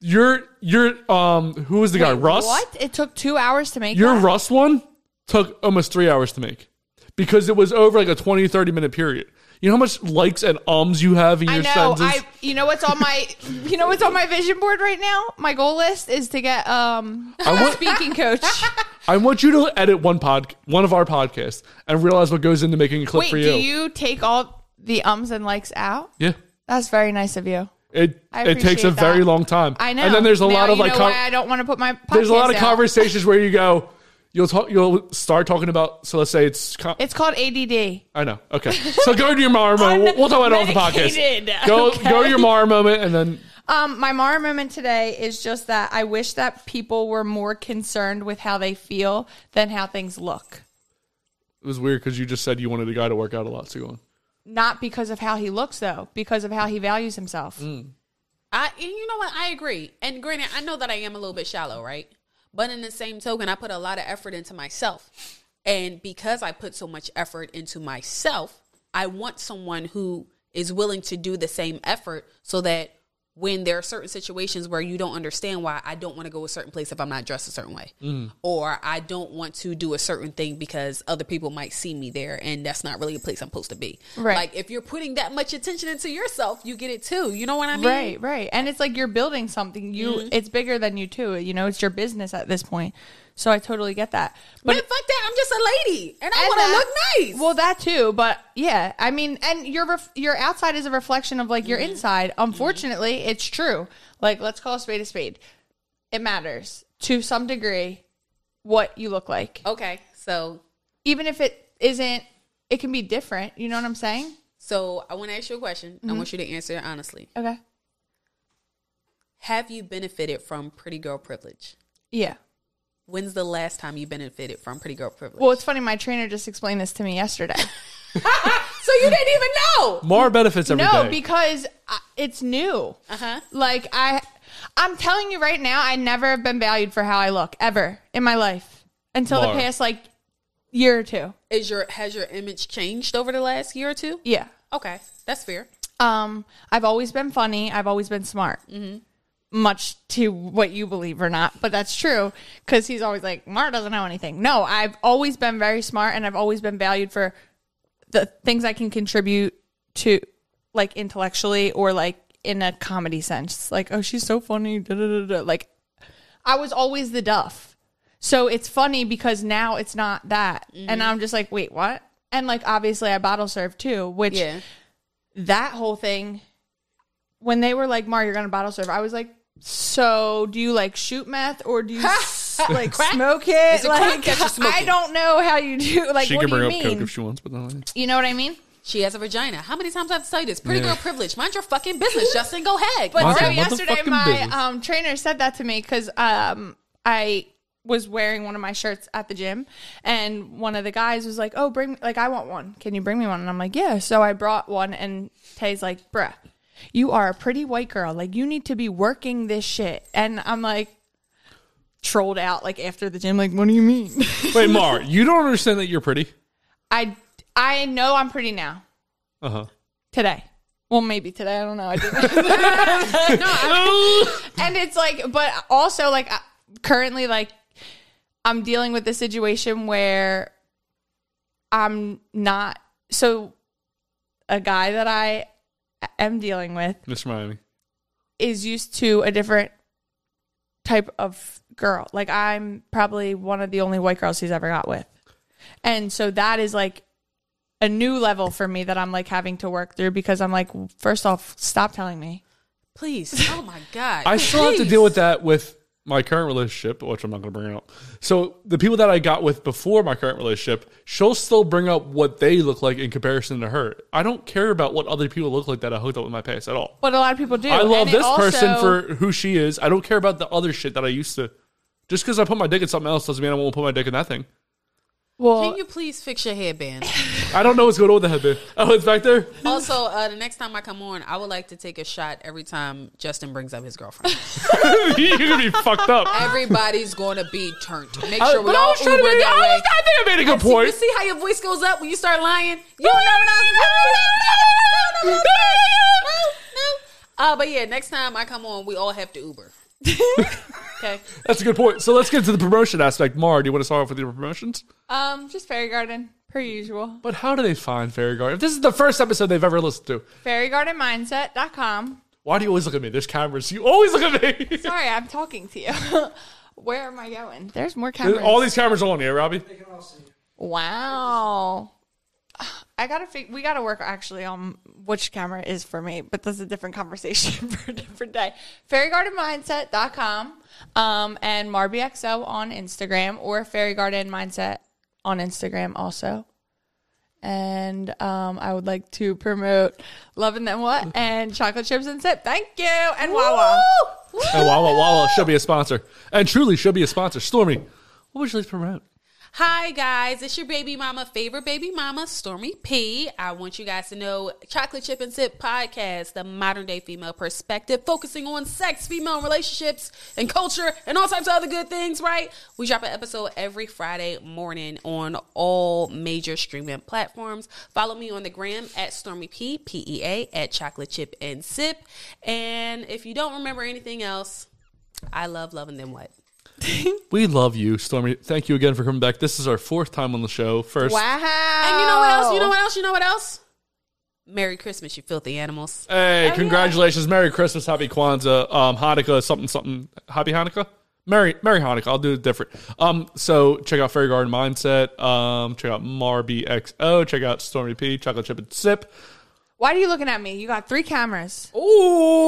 S1: Your your um who was the guy? Russ.
S6: What? It took two hours to make.
S1: Your
S6: that?
S1: Russ one took almost three hours to make because it was over like a 20, 30 minute period. You know how much likes and ums you have in
S6: I
S1: your
S6: know.
S1: sentences?
S6: I you know what's on my you know what's on my vision board right now? My goal list is to get um
S1: I
S6: a
S1: want-
S6: speaking coach.
S1: I want you to edit one pod, one of our podcasts, and realize what goes into making a clip
S6: Wait,
S1: for
S6: do
S1: you.
S6: you take all the ums and likes out?
S1: yeah,
S6: That's very nice of you.
S1: it
S6: I
S1: it takes a
S6: appreciate
S1: very
S6: that.
S1: long time.
S6: I know.
S1: And then there's a
S6: Now
S1: lot of
S6: you
S1: like
S6: know
S1: con-
S6: why I don't want to put my podcast
S1: there's a lot of
S6: out.
S1: conversations where you go, you'll talk, you'll start talking about. So let's say it's. Con-
S6: It's called ADD.
S1: I know. Okay, so go to your Mara moment. We'll, we'll talk about it on the
S6: Unmedicated.
S1: podcast. Go go to your Mara moment, and then
S6: Um, my Mara moment today is just that I wish that people were more concerned with how they feel than how things look.
S1: it was weird because you just said you wanted a guy to work out a lot. So go on.
S6: Not because of how he looks, though, because of how he values himself.
S1: Mm.
S2: I, and you know what? I agree. And granted, I know that I am a little bit shallow, right? But in the same token, I put a lot of effort into myself. And because I put so much effort into myself, I want someone who is willing to do the same effort so that when there are certain situations where you don't understand why I don't want to go a certain place if I'm not dressed a certain way, or I don't want to do a certain thing because other people might see me there and that's not really a place I'm supposed to be.
S6: Right.
S2: Like if you're putting that much attention into yourself, you get it too. You know what I mean?
S6: Right, right. And it's like you're building something. You it's bigger than you too. You know, it's your business at this point. So I totally get that. But
S2: Man, fuck that. I'm just a lady, and I
S6: and
S2: want to
S6: that-
S2: look nice.
S6: Well, that too, but yeah, I mean, and your ref- your outside is a reflection of like your
S2: Mm-hmm.
S6: inside. Unfortunately, it's true. Like, let's call a spade a spade. It matters to some degree what you look like,
S2: okay. So,
S6: even if it isn't. It can be different. You know what I'm saying?
S2: so I want to ask you a question. I want you to answer it honestly.
S6: Okay.
S2: Have you benefited from pretty girl privilege?
S6: Yeah.
S2: When's the last time you benefited from pretty girl privilege?
S6: Well, it's funny. My trainer just explained this to me yesterday.
S2: so you didn't even know.
S1: Mara benefits every day.
S6: no, because I, it's new.
S2: Uh huh.
S6: Like I, I'm telling you right now, I never have been valued for how I look ever in my life until
S1: Mar.
S6: the past like year or two.
S2: Is your has your image changed over the last year or two?
S6: Yeah.
S2: Okay, that's fair.
S6: Um, I've always been funny. I've always been smart. Much to what you believe or not, but that's true. Because he's always like, Mar doesn't know anything. No, I've always been very smart, and I've always been valued for the things I can contribute to, like intellectually or like in a comedy sense. Like, oh, she's so funny. Da, da, da, da. Like, I was always the duff. So it's funny because now it's not that, and I'm just like, wait, what? And like, obviously, I bottle serve too, which
S2: Yeah.
S6: that whole thing when they were like mar you're gonna bottle serve i was like so do you like shoot meth or do you s- like smoke it,
S2: Is it crack
S6: like
S2: that you're smoking?
S6: i don't know how you do like
S1: she
S6: what
S1: can
S6: do
S1: bring
S6: you
S1: up
S6: mean
S1: coke if she wants, but not.
S6: you know what i mean
S2: She has a vagina. How many times have I have to tell you this? Pretty
S1: Yeah.
S2: girl privilege. Mind your fucking business, Justin. Go ahead.
S6: But
S1: Mind
S6: so
S1: your
S6: yesterday,
S1: motherfucking
S6: my
S1: business.
S6: um, trainer said that to me because um, I was wearing one of my shirts at the gym, and one of the guys was like, "Oh, bring like I want one. Can you bring me one?" And I'm like, "Yeah." So I brought one, and Tay's like, "Bruh, you are a pretty white girl. Like you need to be working this shit." And I'm like. Trolled out like after the gym, like, what do you mean?
S1: Wait, Mar, you don't understand that you're pretty.
S6: I I know I'm pretty now
S1: Uh huh.
S6: today. Well, maybe today. I don't know. I didn't. and it's like but also like I- currently like i'm dealing with the situation where i'm not so a guy that i am dealing with
S1: Mr. Miami.
S6: is used to a different type of girl like i'm probably one of the only white girls he's ever got with and so that is like a new level for me that i'm like having to work through because i'm like first off stop telling me
S2: please. Oh my god.
S1: I still have to
S2: Please.
S1: deal with that with my current relationship, which I'm not going to bring up. So the people that I got with before my current relationship, she'll still bring up what they look like in comparison to her. I don't care about what other people look like that I hooked up with my past at all.
S6: but a lot of people do
S1: I love
S6: And it
S1: this person
S6: also-
S1: for who she is. I don't care about the other shit that I used to. Just because I put my dick in something else doesn't mean I won't put my dick in that thing.
S6: Well,
S2: Can you please fix your headband?
S1: I don't know what's going on with the headband. Oh, it's back there.
S2: Also, uh, the next time I come on, I would like to take a shot every time Justin brings up his girlfriend.
S1: You're gonna be fucked up.
S2: Everybody's going to be turned. Make
S1: I,
S2: sure we
S1: but I
S2: all
S1: was
S2: Uber
S1: trying to make,
S2: that
S1: I,
S2: way.
S1: was, I think I made a good
S2: See, you
S1: point.
S2: see how your voice goes up when you start lying? You don't never know. Uh, but yeah, next time I come on, we all have to Uber. okay.
S1: That's a good point. So let's get to the promotion aspect. Mar, do you want to start off with your promotions?
S6: um, just Fairy Garden, per usual.
S1: But how do they find Fairy Garden? If this is the first episode they've ever listened to,
S6: Fairygardenmindset.com.
S1: why do you always look at me? There's cameras. You always look at me.
S6: Sorry, I'm talking to you. Where am I going? There's more cameras.
S1: All these cameras are on here, Robbie.
S6: Wow. I gotta fig- we gotta work actually on which camera is for me, but that's a different conversation for a different day. Fairygardenmindset.com um, and MarbyXO on Instagram or Fairy Garden Mindset on Instagram also. And um, I would like to promote Love and Then What and Chocolate Chips and Sip. Thank you. And Wawa.
S1: And Wawa Wawa should be a sponsor. And truly should be a sponsor. Stormy, what would you like to promote?
S2: Hi guys, it's your baby mama, favorite baby mama, Stormy P. I want you guys to know Chocolate Chip and Sip podcast, the modern day female perspective, focusing on sex, female relationships, and culture, and all types of other good things. Right? We drop an episode every Friday morning on all major streaming platforms. Follow me on the gram at Stormy P P E A at Chocolate Chip and Sip. And if you don't remember anything else, I love loving them. What?
S1: We love you, Stormy. Thank you again for coming back. This is our fourth time on the show. First,
S6: Wow.
S2: And you know what else?
S6: Oh.
S2: You know what else? You know what else? Merry Christmas, you filthy animals.
S1: hey, congratulations, Merry Christmas, Happy Kwanzaa, um, Hanukkah, something, something, Happy Hanukkah, Merry, Merry Hanukkah. I'll do it different. Um, so check out Fairy Garden Mindset. Um, check out Marby XO. Check out Stormy P. Chocolate Chip and Sip.
S6: Why are you looking at me? You got three cameras.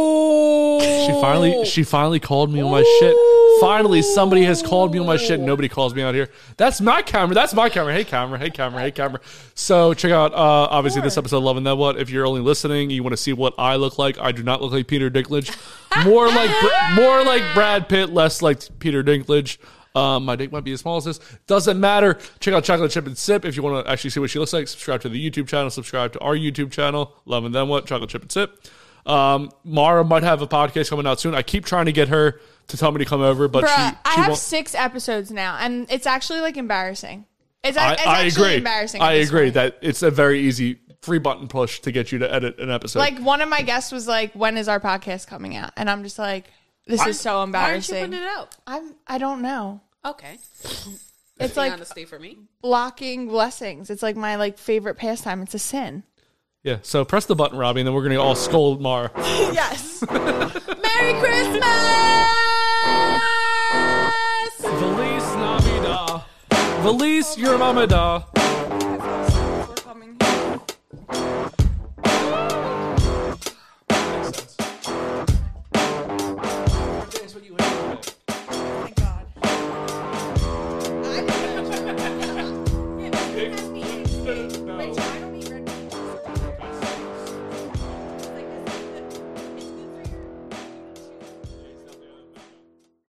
S1: She finally she finally called me on my shit. Finally, somebody has called me on my shit. Nobody calls me out here. That's my camera. That's my camera. Hey camera. Hey camera. Hey camera. So check out uh, obviously this episode of Loving That What. If you're only listening, you want to see what I look like. I do not look like Peter Dinklage. More like Br- more like Brad Pitt, less like Peter Dinklage. Um, my dick might be as small as this. Doesn't matter. Check out Chocolate Chip and Sip if you want to actually see what she looks like. Subscribe to the YouTube channel. Subscribe to our YouTube channel. Love and then what? Chocolate Chip and Sip. Um, Mara might have a podcast coming out soon. I keep trying to get her to tell me to come over, but
S6: Bruh,
S1: she, she
S6: I have
S1: won't.
S6: six episodes now, and it's actually like embarrassing. It's,
S1: I,
S6: ac- it's
S1: I
S6: actually
S1: agree.
S6: embarrassing. at
S1: I
S6: this
S1: agree
S6: point.
S1: that it's a very easy three button push to get you to edit an episode.
S6: like one of my guests was like, "When is our podcast coming out?" And I'm just like, "This is so
S2: Why aren't you
S6: embarrassing."
S2: putting it out?
S6: I'm I don't know.
S2: Okay.
S6: It's like
S2: honesty for me.
S6: blocking blessings. It's like my like favorite pastime. It's a sin.
S1: yeah. So press the button, Robbie, and then we're gonna all scold Mara.
S6: Yes.
S2: Merry Christmas!
S1: Feliz Navidad. Feliz your mamada.